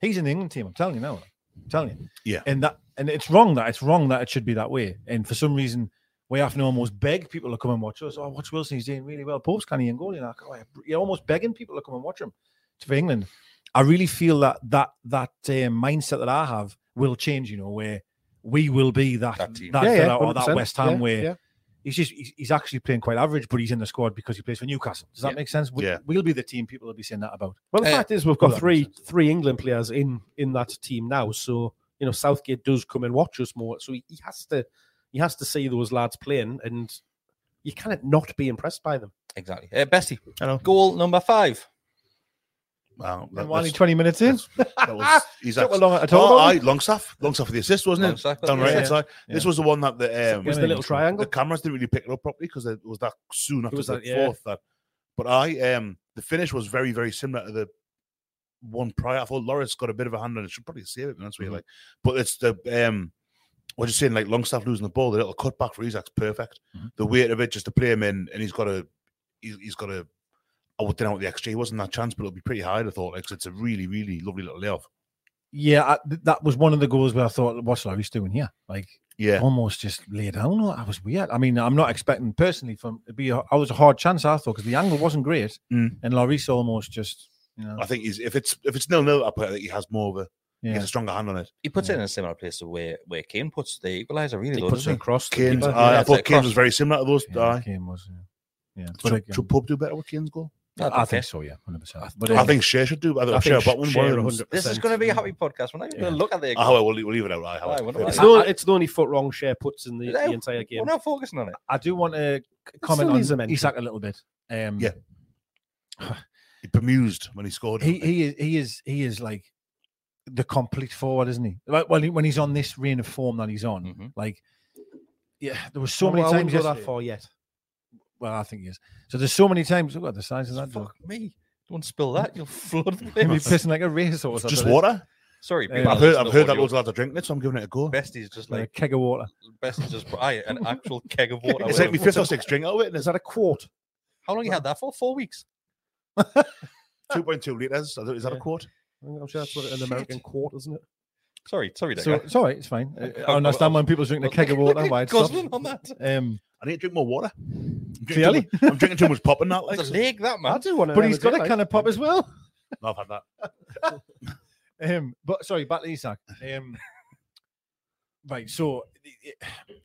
[SPEAKER 5] he's in the England team. I'm telling you now. I'm telling you.
[SPEAKER 8] Yeah.
[SPEAKER 5] And that and it's wrong that it's wrong that it should be that way. And for some reason, we have to almost beg people to come and watch us. Oh, watch Wilson. He's doing really well. Pope's canny and goalie. Like, oh, yeah, br- you're almost begging people to come and watch him to- for England. I really feel that that that uh, mindset that I have will change. You know, where we will be that
[SPEAKER 4] That
[SPEAKER 5] that,
[SPEAKER 4] team.
[SPEAKER 7] Yeah, yeah,
[SPEAKER 5] Villa or that
[SPEAKER 7] 100%,
[SPEAKER 5] West Ham
[SPEAKER 7] yeah,
[SPEAKER 5] where
[SPEAKER 7] yeah.
[SPEAKER 5] he's just he's, he's actually playing quite average, but he's in the squad because he plays for Newcastle. Does that
[SPEAKER 4] Yeah.
[SPEAKER 5] make sense? We,
[SPEAKER 8] Yeah.
[SPEAKER 5] We'll be the team people will be saying that about.
[SPEAKER 7] well, the
[SPEAKER 4] Uh,
[SPEAKER 7] fact is we've
[SPEAKER 5] well,
[SPEAKER 7] got
[SPEAKER 5] that
[SPEAKER 7] three
[SPEAKER 5] makes sense.
[SPEAKER 7] three England players in in that team now, so you know Southgate does come and watch us more, so he, he has to he has to see those lads playing, and you cannot not be impressed by them.
[SPEAKER 4] Exactly. Uh, Bestie, goal number five.
[SPEAKER 8] wow that,
[SPEAKER 5] And we're only
[SPEAKER 8] that's-
[SPEAKER 5] twenty minutes in.
[SPEAKER 8] that was, he's
[SPEAKER 5] Took
[SPEAKER 8] actually-
[SPEAKER 5] long at
[SPEAKER 8] Oh,
[SPEAKER 5] all.
[SPEAKER 8] aye, Longstaff. Longstaff for the assist, wasn't it?
[SPEAKER 4] Longstaff got
[SPEAKER 8] Down
[SPEAKER 4] the
[SPEAKER 8] right hand
[SPEAKER 5] assist.
[SPEAKER 8] side. This
[SPEAKER 5] Yeah.
[SPEAKER 8] was the one that the um,
[SPEAKER 7] It was the little triangle.
[SPEAKER 8] the cameras didn't really pick it up properly because it was that soon after
[SPEAKER 7] was
[SPEAKER 8] the
[SPEAKER 7] that- yeah.
[SPEAKER 8] fourth. That, but I um the finish was very very similar to the one prior. I thought Lawrence got a bit of a hand on it. Should probably save it. That's
[SPEAKER 5] Mm-hmm.
[SPEAKER 8] what you like. But it's the um what you're saying like Longstaff losing the ball. The little cutback for Isaac's perfect.
[SPEAKER 5] Mm-hmm.
[SPEAKER 8] The weight of it just to play him in, and he's got a he's, he's got a. I don't know what the XG was in that chance, but it'll be pretty high. I thought like, 'cause it's a really, really lovely little layoff.
[SPEAKER 5] Yeah, I, th- that was one of the goals where I thought, what's Larry's doing here? Like,
[SPEAKER 8] Yeah,
[SPEAKER 5] almost just lay down. I was weird. I mean, I'm not expecting personally from it be. A, I was a hard chance. I thought because the angle wasn't great,
[SPEAKER 8] Mm.
[SPEAKER 5] and Larry's almost just you know.
[SPEAKER 8] I think he's if it's if it's nil nil, I put it, he has more of a he
[SPEAKER 5] Yeah.
[SPEAKER 8] has a stronger hand on it.
[SPEAKER 4] He puts it in a similar place to where, where Kane puts the equaliser, really,
[SPEAKER 7] He
[SPEAKER 4] though,
[SPEAKER 7] puts
[SPEAKER 4] doesn't
[SPEAKER 7] it across. the
[SPEAKER 8] Kane's,
[SPEAKER 7] keeper.
[SPEAKER 8] I, I
[SPEAKER 4] yeah,
[SPEAKER 8] thought
[SPEAKER 4] it's
[SPEAKER 8] Kane's
[SPEAKER 4] across.
[SPEAKER 8] was very similar to those.
[SPEAKER 5] Yeah,
[SPEAKER 8] aye.
[SPEAKER 5] game was yeah. yeah.
[SPEAKER 8] Should,
[SPEAKER 5] again,
[SPEAKER 8] should Pope do better with Kane's goal?
[SPEAKER 4] he? I
[SPEAKER 5] I
[SPEAKER 4] think
[SPEAKER 5] think so. Yeah, hundred percent. But
[SPEAKER 8] I
[SPEAKER 5] again,
[SPEAKER 8] think Shea should do. I,
[SPEAKER 7] I
[SPEAKER 8] think Shea
[SPEAKER 7] think
[SPEAKER 8] Botman,
[SPEAKER 7] Shea
[SPEAKER 8] one of them.
[SPEAKER 7] 100%.
[SPEAKER 4] This is going to be a happy podcast. We're not even going to look at the
[SPEAKER 8] Oh, well, we'll leave, we'll leave it out. I have
[SPEAKER 4] Aye, wonder why.
[SPEAKER 7] It's,
[SPEAKER 4] I-
[SPEAKER 7] the only,
[SPEAKER 4] I-
[SPEAKER 7] it's the only foot wrong share puts in the,
[SPEAKER 4] No,
[SPEAKER 7] the entire game.
[SPEAKER 4] We're not focusing on it.
[SPEAKER 5] I do want to comment
[SPEAKER 7] still needs a
[SPEAKER 5] on
[SPEAKER 7] mention.
[SPEAKER 5] Isak a little bit. Um,
[SPEAKER 8] Yeah. He bemused when he scored.
[SPEAKER 5] he he is he is he is like the complete forward, isn't he? Like when he, when he's on this reign of form that he's on,
[SPEAKER 4] Mhm.
[SPEAKER 5] like yeah, there was so many
[SPEAKER 7] Mm-hmm. Well, I
[SPEAKER 5] times.
[SPEAKER 7] wouldn't go that
[SPEAKER 5] yesterday-
[SPEAKER 7] far yet.
[SPEAKER 5] Well, I think he is. So there's so many times. Look at the size of that. dog.
[SPEAKER 4] Fuck me. Don't spill that. You'll flood the
[SPEAKER 5] He'll be
[SPEAKER 4] place.
[SPEAKER 5] pissing like a
[SPEAKER 8] It's
[SPEAKER 5] racehorse. after
[SPEAKER 8] just
[SPEAKER 5] this.
[SPEAKER 8] water.
[SPEAKER 4] Sorry,
[SPEAKER 5] Yeah.
[SPEAKER 4] people
[SPEAKER 8] I've
[SPEAKER 4] that
[SPEAKER 8] heard,
[SPEAKER 4] listen
[SPEAKER 8] I've
[SPEAKER 4] to
[SPEAKER 8] heard that
[SPEAKER 4] audio,
[SPEAKER 8] loads of lads are drinking it, so I'm giving it a go.
[SPEAKER 4] Bestie's just
[SPEAKER 5] Like a
[SPEAKER 4] like
[SPEAKER 5] keg of water.
[SPEAKER 4] Bestie's just aye, an actual keg of water.
[SPEAKER 8] It's
[SPEAKER 4] with
[SPEAKER 8] like my
[SPEAKER 4] him.
[SPEAKER 8] fifth or sixth drink out of it, and
[SPEAKER 7] Is
[SPEAKER 8] it's
[SPEAKER 7] that a quart?
[SPEAKER 4] How long you had that for? Four weeks.
[SPEAKER 8] 2.2 litres. I don't- Is that a
[SPEAKER 7] Yeah.
[SPEAKER 8] quart?
[SPEAKER 7] I'm sure that's what an American
[SPEAKER 4] Shit.
[SPEAKER 7] quart, isn't it?
[SPEAKER 4] Sorry, sorry,
[SPEAKER 5] So
[SPEAKER 4] Decker.
[SPEAKER 5] it's all right. It's fine.
[SPEAKER 4] Look,
[SPEAKER 5] I-
[SPEAKER 4] I'll-
[SPEAKER 5] I understand
[SPEAKER 4] I'll-
[SPEAKER 5] when people drink a
[SPEAKER 4] Look-
[SPEAKER 5] keg of
[SPEAKER 4] look
[SPEAKER 5] water.
[SPEAKER 4] at
[SPEAKER 5] Why it's
[SPEAKER 4] guzzling
[SPEAKER 5] stopped.
[SPEAKER 4] on that.
[SPEAKER 5] um,
[SPEAKER 8] I need to drink more wawater. I'm drinking too
[SPEAKER 5] Clearly.
[SPEAKER 8] much- I'm drinking too much popping that. Like,
[SPEAKER 4] It's a leg, that man.
[SPEAKER 7] do want
[SPEAKER 5] but he's got a can of pop as well.
[SPEAKER 8] No, I've had that.
[SPEAKER 5] Um, but sorry, back to Isak. Um, right. So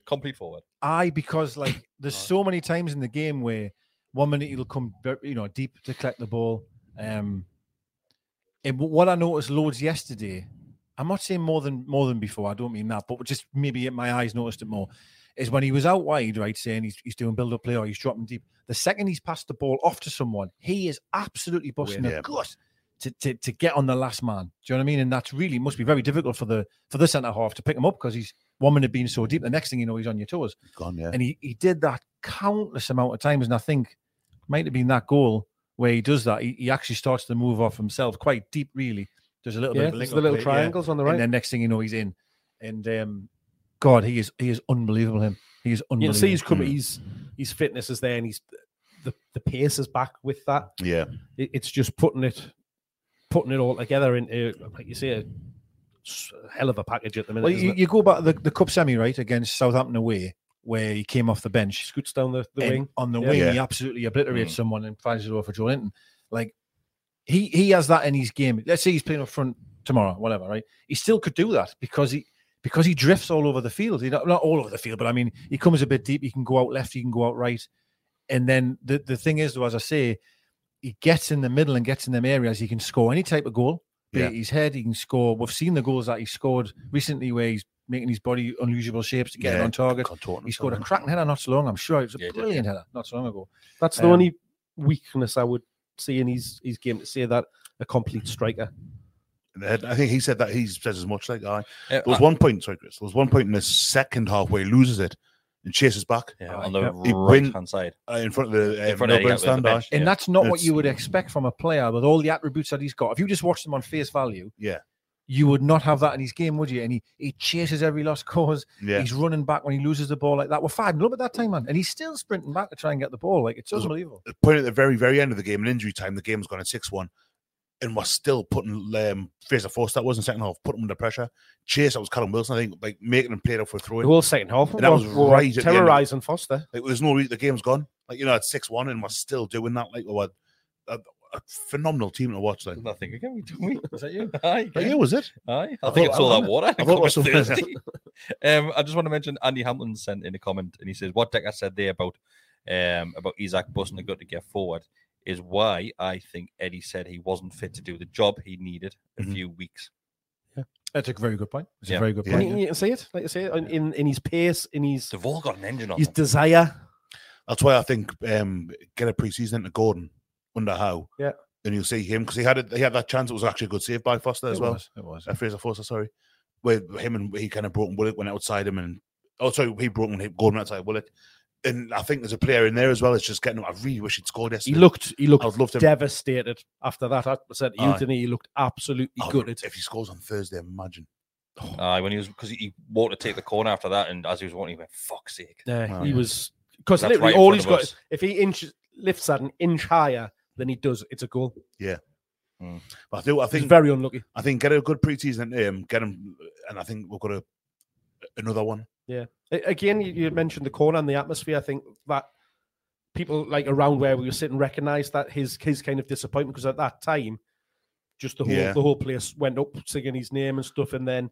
[SPEAKER 4] Complete forward.
[SPEAKER 5] I because like there's so many times in the game where One minute he'll come, ver- you know, deep to collect the ball. Um, and wh- what I noticed loads yesterday, I'm not saying more than more than before. I don't mean that, but just maybe my eyes noticed it more. Is when he was out wide, right, saying he's, he's doing build up play or he's dropping deep. The second he's passed the ball off to someone, he is absolutely busting
[SPEAKER 9] Yeah.
[SPEAKER 5] a gut to, to to get on the last man. Do you know what I mean? And that's really must be very difficult for the for the centre half to pick him up because he's one minute being so deep. The next thing you know, he's on your toes.
[SPEAKER 8] Gone, yeah.
[SPEAKER 5] And he, he did that countless amount of times. And I think might have been that goal where he does that. He, he actually starts to move off himself quite deep, really. There's a little bit
[SPEAKER 7] Yeah,
[SPEAKER 5] of a link
[SPEAKER 7] there's the
[SPEAKER 5] up
[SPEAKER 7] little
[SPEAKER 5] play, yeah.
[SPEAKER 7] triangles on the right.
[SPEAKER 5] And then next thing you know, he's in. And um, God, he is he is unbelievable. Him, he is
[SPEAKER 7] You
[SPEAKER 5] unbelievable.
[SPEAKER 7] can see he's coming. He's his fitness is there, and he's the the pace is back with that.
[SPEAKER 8] Yeah,
[SPEAKER 7] It- it's just putting it putting it all together into like you say a s- hell of a package at the minute.
[SPEAKER 5] Well,
[SPEAKER 7] isn't
[SPEAKER 5] you,
[SPEAKER 7] it?
[SPEAKER 5] you go back to the, the cup semi right against Southampton away, where he came off the bench,
[SPEAKER 7] scoots down the, the wing.
[SPEAKER 5] on the
[SPEAKER 7] Yeah.
[SPEAKER 5] wing.
[SPEAKER 7] Yeah.
[SPEAKER 5] He absolutely obliterates
[SPEAKER 7] Mm.
[SPEAKER 5] someone and finds it over for Joe Linton. Like he he has that in his game. Let's say he's playing up front tomorrow, whatever, right? He still could do that because he because he drifts all over the field. He not, not all over the field, but I mean, he comes a bit deep. He can go out left. He can go out right. And then the the thing is, though, as I say, he gets in the middle and gets in them areas. He can score any type of goal. Be
[SPEAKER 9] Yeah.
[SPEAKER 5] it his head, he can score. We've seen the goals that he scored recently where he's making his body unusual shapes to get
[SPEAKER 7] Yeah,
[SPEAKER 5] on target. He scored a cracking header not so long. I'm sure it was a
[SPEAKER 7] Yeah, he did,
[SPEAKER 5] brilliant header not so long ago.
[SPEAKER 7] That's the
[SPEAKER 5] Um,
[SPEAKER 7] only weakness I would see in his his game to say that a complete striker.
[SPEAKER 8] And I think he said that he says as much. Like I,
[SPEAKER 7] Yeah,
[SPEAKER 8] there was
[SPEAKER 7] I-
[SPEAKER 8] one point. Sorry, Chris. There was one point in the second half where he loses it and chases back.
[SPEAKER 4] Yeah, on the
[SPEAKER 8] He
[SPEAKER 4] right
[SPEAKER 8] went,
[SPEAKER 4] hand side.
[SPEAKER 8] uh, in front of the um,
[SPEAKER 4] In front of
[SPEAKER 8] Melbourne
[SPEAKER 4] the- the
[SPEAKER 8] stand.
[SPEAKER 4] bench,
[SPEAKER 8] aye.
[SPEAKER 5] And that's not what
[SPEAKER 8] It's-
[SPEAKER 5] you would expect from a player with all the attributes that he's got. If you just watched him on face value,
[SPEAKER 8] Yeah.
[SPEAKER 5] you would not have that in his game, would you? And he, he chases every lost cause.
[SPEAKER 8] Yeah.
[SPEAKER 5] He's running back when he loses the ball like that. We're five up at that time, man. And he's still sprinting back to try and get the ball. Like it's
[SPEAKER 8] There's a-
[SPEAKER 5] unbelievable.
[SPEAKER 8] the point at the very, very end of the game, in injury time, the game's gone at 6 1. And we're still putting um, Fraser Force, that was in the second half, putting him under pressure. Chase, that was Callum Wilson, I think, like making him play it up for a throw in.
[SPEAKER 7] The whole second half,
[SPEAKER 8] And that was
[SPEAKER 7] we were
[SPEAKER 8] right. at the end of it.
[SPEAKER 7] terrorising Foster.
[SPEAKER 8] Like, there's no reason the game's gone. Like, you know, it's 6 1, and we're still doing that. Like, oh, a, a, a phenomenal team to watch. Like,
[SPEAKER 4] Nothing again. We
[SPEAKER 5] Was that you?
[SPEAKER 4] Aye,
[SPEAKER 8] But yeah, was it?
[SPEAKER 4] Aye, I,
[SPEAKER 8] I
[SPEAKER 4] think
[SPEAKER 8] thought-
[SPEAKER 4] it's all
[SPEAKER 8] I-
[SPEAKER 4] that water.
[SPEAKER 8] I thought it was
[SPEAKER 4] It was
[SPEAKER 8] something
[SPEAKER 4] Thursday. um, I just want to mention Andy Hamilton sent in a comment, and he says, "What Decker said there about um about Isaac busting a gut to get forward is why I think Eddie said he wasn't fit to do the job he needed a few weeks."
[SPEAKER 5] That's a very good point. It's
[SPEAKER 4] Yeah.
[SPEAKER 5] a very good
[SPEAKER 4] Yeah.
[SPEAKER 5] point.
[SPEAKER 7] You, you can see it, like you say, in, in in his pace, in his
[SPEAKER 4] they've all got an engine on
[SPEAKER 7] his
[SPEAKER 4] them.
[SPEAKER 7] desire.
[SPEAKER 8] That's why I think um, get a preseason into Gordon under Howe.
[SPEAKER 7] Yeah.
[SPEAKER 8] And you'll see him because he had it, he had that chance. It was actually a good save by Foster as
[SPEAKER 5] It
[SPEAKER 8] well.
[SPEAKER 5] was, it was.
[SPEAKER 8] Uh, Fraser Foster, sorry. Where him and he kind of brought Willock went outside him and oh sorry, he brought him Gordon outside Willock. And I think there's a player in there as well. It's just getting. I really wish he'd scored
[SPEAKER 7] He
[SPEAKER 8] yesterday.
[SPEAKER 7] looked he looked
[SPEAKER 8] I would love to
[SPEAKER 7] devastated after that. I said to you,
[SPEAKER 8] Aye.
[SPEAKER 7] didn't he? He looked absolutely
[SPEAKER 8] Oh,
[SPEAKER 7] gutted.
[SPEAKER 8] If he scores on Thursday, imagine.
[SPEAKER 4] Aye, when he was because he, he walked to take the corner after that, and as he was walking, he went, "Fuck's sake!"
[SPEAKER 7] Yeah,
[SPEAKER 4] Oh,
[SPEAKER 7] uh, he
[SPEAKER 4] yeah.
[SPEAKER 7] was because
[SPEAKER 4] That's
[SPEAKER 7] literally
[SPEAKER 4] right in
[SPEAKER 7] all
[SPEAKER 4] front
[SPEAKER 7] he's
[SPEAKER 4] of
[SPEAKER 7] got.
[SPEAKER 4] us.
[SPEAKER 7] If he inch, lifts that an inch higher than he does, it's a goal.
[SPEAKER 8] Yeah.
[SPEAKER 4] Mm.
[SPEAKER 8] But I, do, I
[SPEAKER 7] He's
[SPEAKER 8] think
[SPEAKER 7] very unlucky.
[SPEAKER 8] I think get a good preseason into him, get him, and I think we've got a, another one.
[SPEAKER 7] Yeah. A- Again, you, you mentioned the corner and the atmosphere. I think that people like around where we were sitting recognized that his his kind of disappointment because at that time, just the whole
[SPEAKER 8] Yeah.
[SPEAKER 7] the whole place went up singing his name and stuff, and then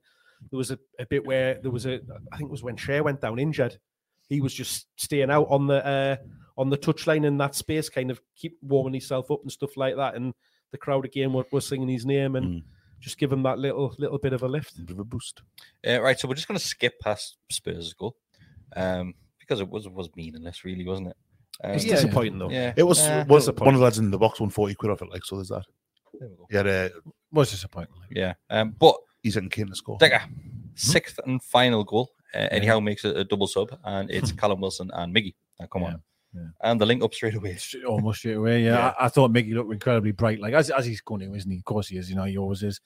[SPEAKER 7] there was a, a bit where there was a I think it was when Share went down injured, he was just staying out on the uh, on the touchline in that space, kind of keep warming himself up and stuff like that, and the crowd again were, were singing his name and.
[SPEAKER 5] Mm.
[SPEAKER 7] Just give him that little little bit of a lift,
[SPEAKER 8] bit of a boost.
[SPEAKER 4] Uh, right, so we're just going to skip past Spurs' goal um, because it was was meaningless, really, wasn't it?
[SPEAKER 7] It's
[SPEAKER 4] Um,
[SPEAKER 7] disappointing, though.
[SPEAKER 4] Yeah,
[SPEAKER 8] It was
[SPEAKER 4] uh,
[SPEAKER 8] one, one
[SPEAKER 4] disappointing.
[SPEAKER 8] of the lads in the box won forty quid off it. Like so, there's that.
[SPEAKER 4] There we go.
[SPEAKER 8] Yeah, uh,
[SPEAKER 5] was disappointing.
[SPEAKER 4] Yeah, um, but
[SPEAKER 8] he's in Kane to score.
[SPEAKER 4] Decker, sixth and final goal. Uh, Eddie Howe makes it a double sub, and it's Callum Wilson and Miggy. Now, come on, and the link up straight away.
[SPEAKER 5] almost straight away. Yeah,
[SPEAKER 4] Yeah.
[SPEAKER 5] I, I thought Mickey looked incredibly bright, like as, as he's going to, isn't he? Of course he is. You know, he always is.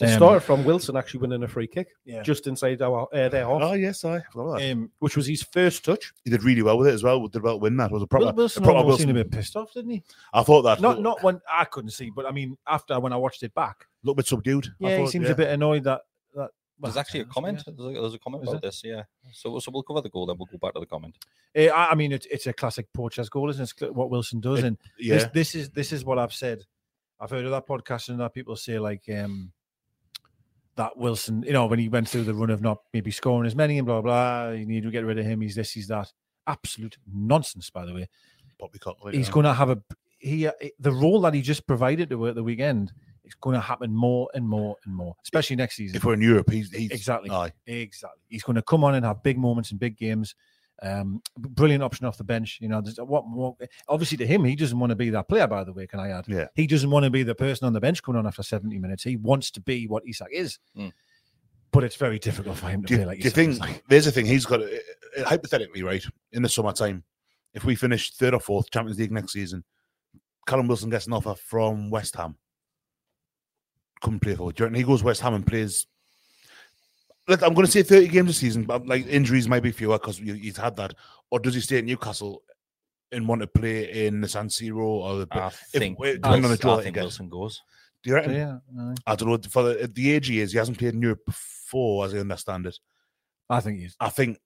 [SPEAKER 7] It
[SPEAKER 5] Um,
[SPEAKER 7] started from Wilson actually winning a free kick
[SPEAKER 5] Yeah.
[SPEAKER 7] just inside our uh, their half.
[SPEAKER 8] Oh yes, I forgot that.
[SPEAKER 5] um,
[SPEAKER 7] which was his first touch.
[SPEAKER 8] He did really well with it as well. Did well win that. It was a proper
[SPEAKER 5] Wil- Wilson
[SPEAKER 8] a proper
[SPEAKER 5] almost
[SPEAKER 8] Wilson.
[SPEAKER 5] seemed a bit pissed off, didn't he?
[SPEAKER 8] I thought that
[SPEAKER 5] Not
[SPEAKER 8] a
[SPEAKER 5] not when I couldn't see, but I mean after when I watched it back,
[SPEAKER 8] little bit subdued. I
[SPEAKER 5] yeah, he
[SPEAKER 8] thought,
[SPEAKER 5] seems
[SPEAKER 8] yeah.
[SPEAKER 5] a bit annoyed that that.
[SPEAKER 4] There's actually a comment. There's a, there's a comment
[SPEAKER 5] Is
[SPEAKER 4] about this. Yeah, so so we'll cover the goal, then we'll go back to the comment.
[SPEAKER 5] Eh, I I mean, it's it's a classic Porches goal, isn't it? It's cl- what Wilson does,
[SPEAKER 8] It-
[SPEAKER 5] and
[SPEAKER 8] yeah.
[SPEAKER 5] this, this is this is what I've said. I've heard other podcasts and other people say like um, that Wilson, you know, when he went through the run of not maybe scoring as many and blah blah, you need to get rid of him. He's this, he's that. Absolute nonsense, by the way.
[SPEAKER 8] poppycock. later
[SPEAKER 5] he's
[SPEAKER 8] on.
[SPEAKER 5] going to have a he uh, the role that he just provided to her at the weekend is going to happen more and more and more, especially next season.
[SPEAKER 8] If we're in Europe, he's, he's
[SPEAKER 5] exactly
[SPEAKER 8] aye.
[SPEAKER 5] exactly. He's going to come on and have big moments and big games. Um, b- brilliant option off the bench. You know, there's- uh, what, what obviously to him, he doesn't want to be that player. By the way, can I add?
[SPEAKER 8] Yeah.
[SPEAKER 5] he doesn't want to be the person on the bench coming on after 70 minutes. He wants to be what Isak is, but it's very difficult for him to
[SPEAKER 8] Hmm. do
[SPEAKER 5] play
[SPEAKER 8] you,
[SPEAKER 5] like
[SPEAKER 8] do you
[SPEAKER 5] Isak.
[SPEAKER 8] think there's a thing he's got to- uh, uh, hypothetically right in the summertime if we finish third or fourth champions league next season callum wilson gets an offer from west ham come play for do you reckon he goes west ham and plays Look, I'm going to say 30 games a season, but like injuries might be fewer because he's had that. Or does he stay at Newcastle and want to play in the San Siro or the?
[SPEAKER 4] I
[SPEAKER 8] if-
[SPEAKER 4] think
[SPEAKER 8] uh,
[SPEAKER 4] Wilson-
[SPEAKER 8] depending on the draw
[SPEAKER 4] I
[SPEAKER 8] that he
[SPEAKER 4] think
[SPEAKER 8] gets.
[SPEAKER 4] Wilson goes.
[SPEAKER 8] Do you reckon?
[SPEAKER 5] Yeah, aye.
[SPEAKER 8] I don't know. For the, the age he is, he hasn't played in Europe before, as I understand it.
[SPEAKER 5] I think he's.
[SPEAKER 8] I think.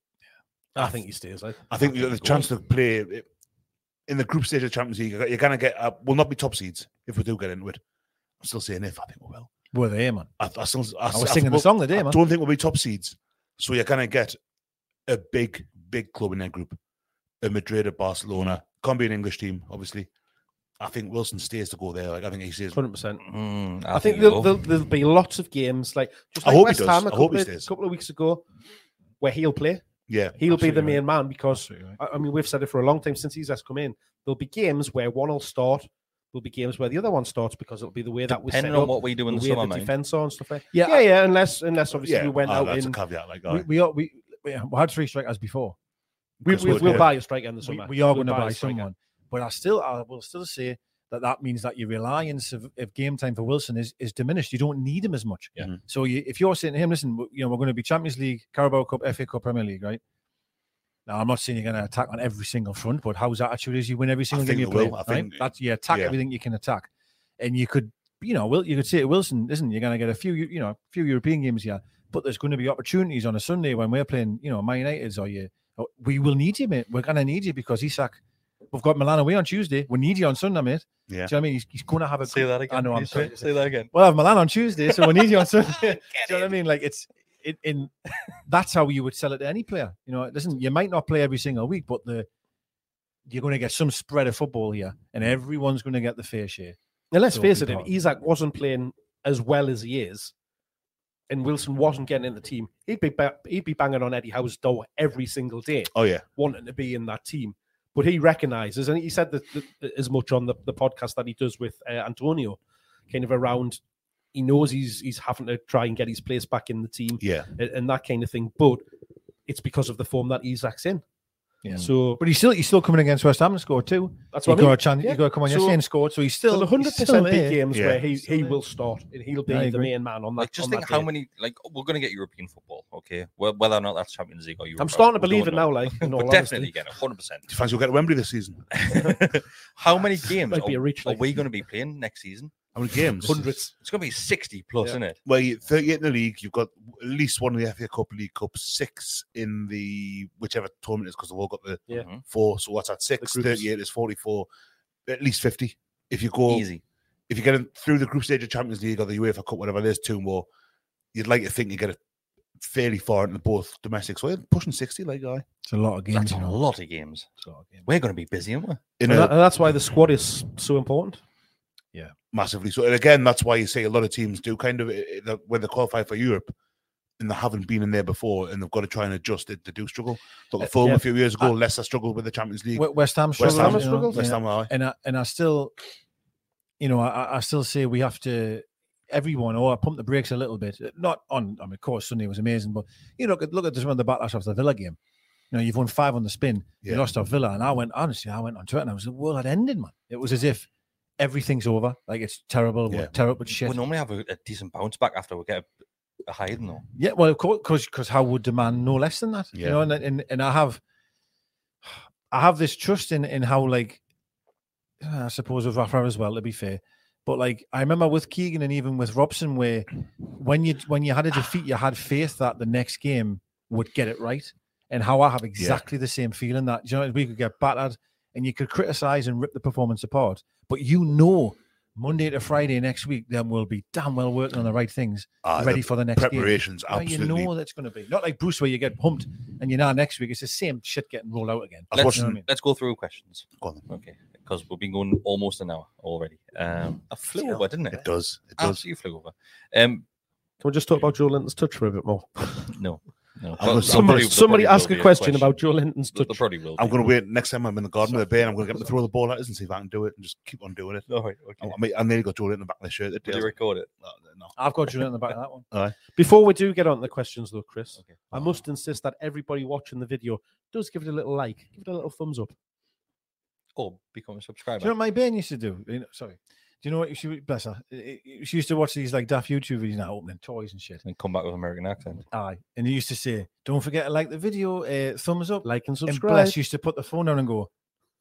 [SPEAKER 7] I think he stays. I,
[SPEAKER 8] I think the chance to play i- in the group stage of Champions League, you're going to get. Uh, will not be top seeds if we do get into it. I'm still saying if. I think we will.
[SPEAKER 5] Were they, man?
[SPEAKER 8] I, I still. I,
[SPEAKER 5] I was
[SPEAKER 8] I
[SPEAKER 5] singing the
[SPEAKER 8] we'll-
[SPEAKER 5] song the day,
[SPEAKER 8] I
[SPEAKER 5] man.
[SPEAKER 8] don't think we'll be top seeds. So you're going to get a big, big club in their group. A Madrid, a Barcelona. Can't be an English team, obviously. I think Wilson stays to go there. Like I think he stays.
[SPEAKER 7] Hundred percent.
[SPEAKER 8] I,
[SPEAKER 7] I, think there'll, there'll, there'll be lots of games like just
[SPEAKER 8] I
[SPEAKER 7] like
[SPEAKER 8] hope he
[SPEAKER 7] West
[SPEAKER 8] does.
[SPEAKER 7] Ham a
[SPEAKER 8] I hope
[SPEAKER 7] couple,
[SPEAKER 8] he
[SPEAKER 7] of,
[SPEAKER 8] stays.
[SPEAKER 7] couple of weeks ago, where he'll play.
[SPEAKER 8] Yeah,
[SPEAKER 7] he'll be the
[SPEAKER 8] absolutely
[SPEAKER 7] main man because I, I mean we've said it for a long time since he's has come in. There'll be games where one will start. There'll be games where the other one starts because it'll be the way that we
[SPEAKER 4] Depending
[SPEAKER 7] set
[SPEAKER 4] on
[SPEAKER 7] up,
[SPEAKER 4] what we do in the
[SPEAKER 7] way
[SPEAKER 4] summer,
[SPEAKER 7] the
[SPEAKER 4] mate.
[SPEAKER 7] defense are and stuff. Like.
[SPEAKER 5] Yeah,
[SPEAKER 7] Yeah, yeah,
[SPEAKER 5] I-
[SPEAKER 7] Unless unless obviously we went out in
[SPEAKER 5] we, we are we, we we had three strikers before.
[SPEAKER 7] We- Because we- we'll we'll do. buy a striker in the
[SPEAKER 5] We-
[SPEAKER 7] summer.
[SPEAKER 5] We, are
[SPEAKER 7] We'll
[SPEAKER 5] going to
[SPEAKER 7] buy a
[SPEAKER 5] buy
[SPEAKER 7] striker.
[SPEAKER 5] someone, but I still I will still say that that means that your reliance of, of game time for Wilson is, is diminished. You don't need him as much.
[SPEAKER 4] Yeah. Mhm.
[SPEAKER 5] So you, if you're saying to him, listen, w- you know we're going to be Champions League, Carabao Cup, FA Cup, Premier League, right? Now I'm not saying you're going to attack on every single front, but how's attitude is you win every single game
[SPEAKER 8] think
[SPEAKER 5] you
[SPEAKER 8] they
[SPEAKER 5] play.
[SPEAKER 8] will. I
[SPEAKER 5] right?
[SPEAKER 8] think-
[SPEAKER 5] That's you attack
[SPEAKER 8] yeah.
[SPEAKER 5] everything you can attack, and you could you know Wil- you could say to Wilson, listen, you're going to get a few Eu- you know few European games here, but there's going to be opportunities on a Sunday when we're playing you know Man United's or you. or- We will need you, mate. We're going to need you because Isak, we've got Milan away on Tuesday. We need you on Sunday, mate.
[SPEAKER 8] Yeah.
[SPEAKER 5] Do you know what I mean? He's, he's going to have a.
[SPEAKER 4] Say
[SPEAKER 5] good-
[SPEAKER 4] that again,
[SPEAKER 5] I know. I'm
[SPEAKER 4] please,
[SPEAKER 5] sorry.
[SPEAKER 4] mate. Say that again.
[SPEAKER 5] Well, I have Milan on Tuesday, so we need you on Sunday. Do you know what I mean? Like it's it, in. That's how you would sell it to any player. You know, listen, you might not play every single week, but the you're going to get some spread of football here, and everyone's going to get the fair share.
[SPEAKER 7] Now let's
[SPEAKER 5] So
[SPEAKER 7] face
[SPEAKER 5] be
[SPEAKER 7] it, if
[SPEAKER 5] part of
[SPEAKER 7] Isak wasn't playing as well as he is, and Wilson wasn't getting in the team, he'd be ba- he'd be banging on Eddie Howe's door every single day.
[SPEAKER 8] Oh, yeah.
[SPEAKER 7] wanting to be in that team. But he recognises, and he said that, that as much on the, the podcast that he does with uh, Antonio, kind of around. He knows he's he's having to try and get his place back in the team,
[SPEAKER 8] Yeah.
[SPEAKER 7] a- and, that kind of thing. But it's because of the form that Isak's in.
[SPEAKER 5] Yeah.
[SPEAKER 7] So,
[SPEAKER 5] but he's still he's still coming against West Ham and scored two.
[SPEAKER 7] That's
[SPEAKER 5] he
[SPEAKER 7] what I mean.
[SPEAKER 5] got a chance.
[SPEAKER 7] Yeah.
[SPEAKER 5] He got to come on
[SPEAKER 7] So-
[SPEAKER 5] yesterday and scored. So he's still
[SPEAKER 7] There'll
[SPEAKER 5] he's still
[SPEAKER 7] 100% big
[SPEAKER 5] there.
[SPEAKER 7] games
[SPEAKER 5] Yeah.
[SPEAKER 7] where he he
[SPEAKER 5] there.
[SPEAKER 7] will start and he'll be
[SPEAKER 5] I
[SPEAKER 7] the
[SPEAKER 5] agree.
[SPEAKER 7] main man on that.
[SPEAKER 4] Like, just
[SPEAKER 7] on
[SPEAKER 4] think
[SPEAKER 7] that
[SPEAKER 4] how
[SPEAKER 7] day.
[SPEAKER 4] many like we're going to get European football, okay? Well, whether or not that's Champions League or Europe,
[SPEAKER 7] I'm starting to
[SPEAKER 4] we don't
[SPEAKER 7] believe it
[SPEAKER 4] know.
[SPEAKER 7] now. Like, in
[SPEAKER 4] We're
[SPEAKER 7] all
[SPEAKER 4] definitely
[SPEAKER 7] honesty,
[SPEAKER 4] get it, hundred percent.
[SPEAKER 8] Do you fancy we'll get to Wembley this season?
[SPEAKER 4] How many games
[SPEAKER 8] Might
[SPEAKER 4] are,
[SPEAKER 8] be a reach,
[SPEAKER 4] are
[SPEAKER 8] like.
[SPEAKER 4] we going to be playing next season?
[SPEAKER 8] How many games?
[SPEAKER 4] Hundreds. It's going to be sixty plus, isn't it?
[SPEAKER 8] Well, you 38 in the league, you've got at least one in the FA Cup, League Cup, six in the whichever tournament is because they've all got the
[SPEAKER 7] Yeah.
[SPEAKER 8] four. So what's that? Six, 38 is 44, at least 50. If you go
[SPEAKER 4] Easy.
[SPEAKER 8] if you get in through the group stage of Champions League or the UEFA Cup, whatever, there's two more. You'd like to think you get it fairly far into both domestics. Well, pushing 60, like I.
[SPEAKER 5] It's a lot of games.
[SPEAKER 4] That's a lot of games. We're going to be busy, aren't we?
[SPEAKER 8] In
[SPEAKER 7] and,
[SPEAKER 8] a-
[SPEAKER 7] that- and that's why the squad is so important.
[SPEAKER 5] Yeah,
[SPEAKER 8] massively. So, and again, that's why you say a lot of teams do kind of eh, eh, that when they qualify for Europe and they haven't been in there before and they've got to try and adjust it. They do struggle. Look,
[SPEAKER 5] Eh,
[SPEAKER 8] at Fulham
[SPEAKER 5] yeah.
[SPEAKER 8] a few years ago, Leicester struggled with the Champions League.
[SPEAKER 5] We- West Ham
[SPEAKER 8] West
[SPEAKER 5] struggled.
[SPEAKER 8] Ham
[SPEAKER 5] you know,
[SPEAKER 8] struggled. West
[SPEAKER 5] yeah.
[SPEAKER 8] Ham, aye.
[SPEAKER 5] and I and I still, you know, I- I, I still say we have to everyone or pump the brakes a little bit. Not on. I mean, of course, Sunday was amazing, but you know, look at- look at some of the backlash of the Villa game. You know, you've won five on the spin. You
[SPEAKER 8] Yeah.
[SPEAKER 5] lost off Villa, and I went honestly. I went on Twitter and I was the world had ended, man. It was as if everything's over. Like it's terrible. We're
[SPEAKER 4] Yeah.
[SPEAKER 5] terrible shit.
[SPEAKER 4] We normally have a, a decent bounce back after we get a, a hiding though.
[SPEAKER 5] Yeah, well, of course, because how would demand no less than that? You
[SPEAKER 4] Yeah.
[SPEAKER 5] know, and, and and I have, I have this trust in in how like, I suppose with Rafa as well. To be fair, but like I remember with Keegan and even with Robson, where when you when you had a defeat, you had faith that the next game would get it right. And how I have exactly the same feeling that you know we could get battered and you could criticize and rip the performance apart, but you know Monday to Friday next week, then we'll be damn well working on the right things,
[SPEAKER 8] Ah, the
[SPEAKER 5] ready for the next game.
[SPEAKER 8] preparations,
[SPEAKER 5] Now
[SPEAKER 8] absolutely.
[SPEAKER 5] You know that's going to be not like Bruce, where you get pumped and you know next week it's the same shit getting rolled out again.
[SPEAKER 4] Let's,
[SPEAKER 5] You know what I mean?
[SPEAKER 4] let's go through questions.
[SPEAKER 8] Go on.
[SPEAKER 4] Okay, because we've been going almost an hour already.
[SPEAKER 8] Mm,
[SPEAKER 4] Um, I flew over, didn't it? It
[SPEAKER 8] does.
[SPEAKER 5] uh,
[SPEAKER 8] It
[SPEAKER 4] does. You flew over. Um,
[SPEAKER 7] Can we just talk about Joe Linton's touch for a bit more?
[SPEAKER 4] No. no.
[SPEAKER 8] I was- Somebody-
[SPEAKER 7] somebody somebody
[SPEAKER 8] somebody
[SPEAKER 7] ask
[SPEAKER 8] will
[SPEAKER 7] a
[SPEAKER 8] be a
[SPEAKER 7] question,
[SPEAKER 8] question.
[SPEAKER 7] about Joe Linton's
[SPEAKER 4] There
[SPEAKER 7] touch.
[SPEAKER 4] probably will.
[SPEAKER 8] I'm
[SPEAKER 4] be.
[SPEAKER 8] going to wait next time I'm in the garden with a bear. I'm going to get him to throw the ball at us and see if I can do it and just keep on doing it.
[SPEAKER 4] All right, okay.
[SPEAKER 8] I, mean, I nearly got Jordan in the back of the shirt. that
[SPEAKER 4] Did
[SPEAKER 8] day.
[SPEAKER 4] you record it?
[SPEAKER 5] I've got you in the back of that one.
[SPEAKER 8] Aye.
[SPEAKER 7] Before we do get on to the questions, though, Chris, I must insist that everybody watching the video does give it a little like, give it a little thumbs up.
[SPEAKER 4] Or become a subscriber.
[SPEAKER 5] Do you know what my band used to do? You know, sorry. Do you know what she would- bless her? i- i- She used to watch these like daft YouTube videos now opening toys and shit.
[SPEAKER 4] And come back with American accent.
[SPEAKER 5] Aye. And they used to say, Don't forget to like the video, uh, thumbs up.
[SPEAKER 7] Like and
[SPEAKER 5] And
[SPEAKER 7] subscribe.
[SPEAKER 5] bless used to put the phone down and go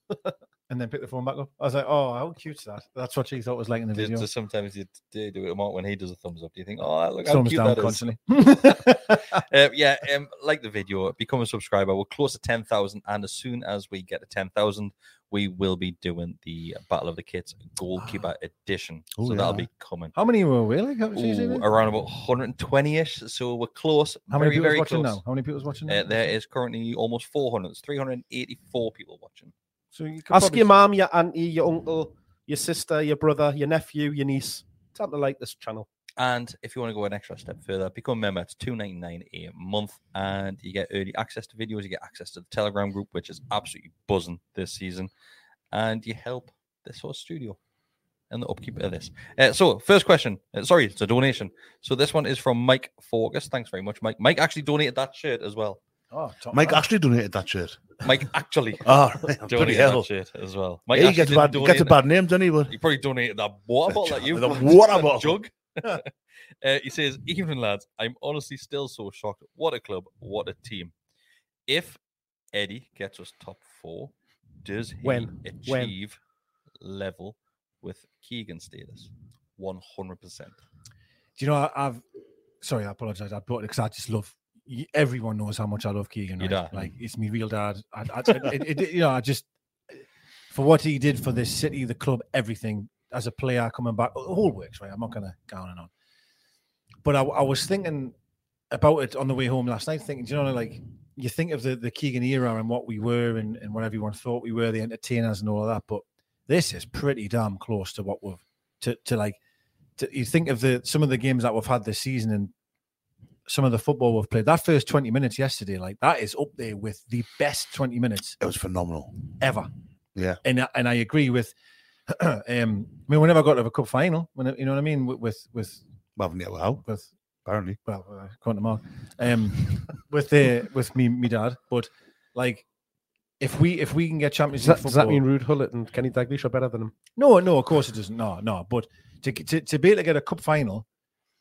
[SPEAKER 5] and then pick the phone back up. I was like, Oh, how cute's that? That's what she thought was liking the
[SPEAKER 4] There's-
[SPEAKER 5] video.
[SPEAKER 4] there's sometimes you do do it, Mark, when he does a thumbs up. Do you think, oh, look, how
[SPEAKER 5] Thumbs
[SPEAKER 4] cute
[SPEAKER 5] down
[SPEAKER 4] that is."
[SPEAKER 5] constantly.
[SPEAKER 4] Uh, yeah, um, like the video, become a subscriber. We're close to 10,000. And as soon as we get to 10,000, we will be doing the Battle of the Kids Goalkeeper Edition.
[SPEAKER 5] Oh,
[SPEAKER 4] so that'll
[SPEAKER 5] yeah.
[SPEAKER 4] be coming.
[SPEAKER 5] How many were we like? How, Tuesday
[SPEAKER 4] Ooh,
[SPEAKER 5] then?
[SPEAKER 4] around about 120 ish. So we're close.
[SPEAKER 5] How
[SPEAKER 4] very,
[SPEAKER 5] many people's
[SPEAKER 4] very
[SPEAKER 5] watching
[SPEAKER 4] close.
[SPEAKER 5] now? How many people's watching now?
[SPEAKER 4] Uh, there is currently almost 400, it's 384 people watching.
[SPEAKER 5] so you could
[SPEAKER 7] Ask
[SPEAKER 5] probably-
[SPEAKER 7] your mum, your auntie, your uncle, your sister, your brother, your nephew, your niece. Time to like this channel.
[SPEAKER 4] And if you want to go an extra step further, become a member. It's two ninety nine a month, and you get early access to videos. You get access to the Telegram group, which is absolutely buzzing this season, and you help this whole studio and the upkeep of this. Uh, so, first question. uh, sorry, it's a donation. So this one is from Mike Forgus. Thanks very much, Mike. Mike actually donated that shirt as well.
[SPEAKER 5] Oh, top
[SPEAKER 8] Mike
[SPEAKER 5] man.
[SPEAKER 8] actually donated that shirt.
[SPEAKER 4] Mike actually
[SPEAKER 8] Ah, right, bloody
[SPEAKER 4] donated that
[SPEAKER 8] hell.
[SPEAKER 4] shirt as well.
[SPEAKER 8] Mike
[SPEAKER 4] Mike
[SPEAKER 8] yeah, he
[SPEAKER 4] actually
[SPEAKER 8] gets a
[SPEAKER 4] didn't
[SPEAKER 8] bad, gets a
[SPEAKER 4] donate-
[SPEAKER 8] bad name, doesn't he? But
[SPEAKER 4] he probably donated that water
[SPEAKER 8] The
[SPEAKER 4] bottle that
[SPEAKER 8] ju-
[SPEAKER 4] you
[SPEAKER 8] the water
[SPEAKER 4] that
[SPEAKER 8] bottle.
[SPEAKER 4] jug. uh, he says, "Evening lads, I'm honestly still so shocked. What a club! What a team! If Eddie gets us top four, does he
[SPEAKER 7] When? When?
[SPEAKER 4] achieve level with Keegan status? One hundred percent.
[SPEAKER 5] Do you know I, I've? Sorry, I apologize. I brought it because I just love. y- Everyone knows how much I love Keegan.
[SPEAKER 4] Your
[SPEAKER 5] Right?
[SPEAKER 4] dad.
[SPEAKER 5] Like it's my real dad. I, I, it, it- you know, I just for what he did for this city, the club, everything as a player coming back, it all works. Right, I'm not gonna go on and on. But I, I was thinking about it on the way home last night, thinking, do you know, like you think of the the Keegan era and what we were and, and what everyone thought we were, the entertainers and all of that. But this is pretty damn close to what we've to to like to, you think of the some of the games that we've had this season and some of the football we've played. That first twenty minutes yesterday, like that is up there with the best twenty minutes
[SPEAKER 8] it was phenomenal.
[SPEAKER 5] ever.
[SPEAKER 8] Yeah.
[SPEAKER 5] And I- and I agree with. um, I mean, whenever I got to a cup final, when you know what I mean, with with with,
[SPEAKER 8] Well, yeah, well,
[SPEAKER 5] with
[SPEAKER 8] apparently.
[SPEAKER 5] well, uh, according to Mark, um, with the with me, me dad, but like. If we if we can get Champions
[SPEAKER 7] Does
[SPEAKER 5] League
[SPEAKER 7] that, does
[SPEAKER 5] football,
[SPEAKER 7] that mean Rude Hullett and Kenny Dalglish are better than him?
[SPEAKER 5] no, no, of course it doesn't. No, no. But to to, to be able to get a cup final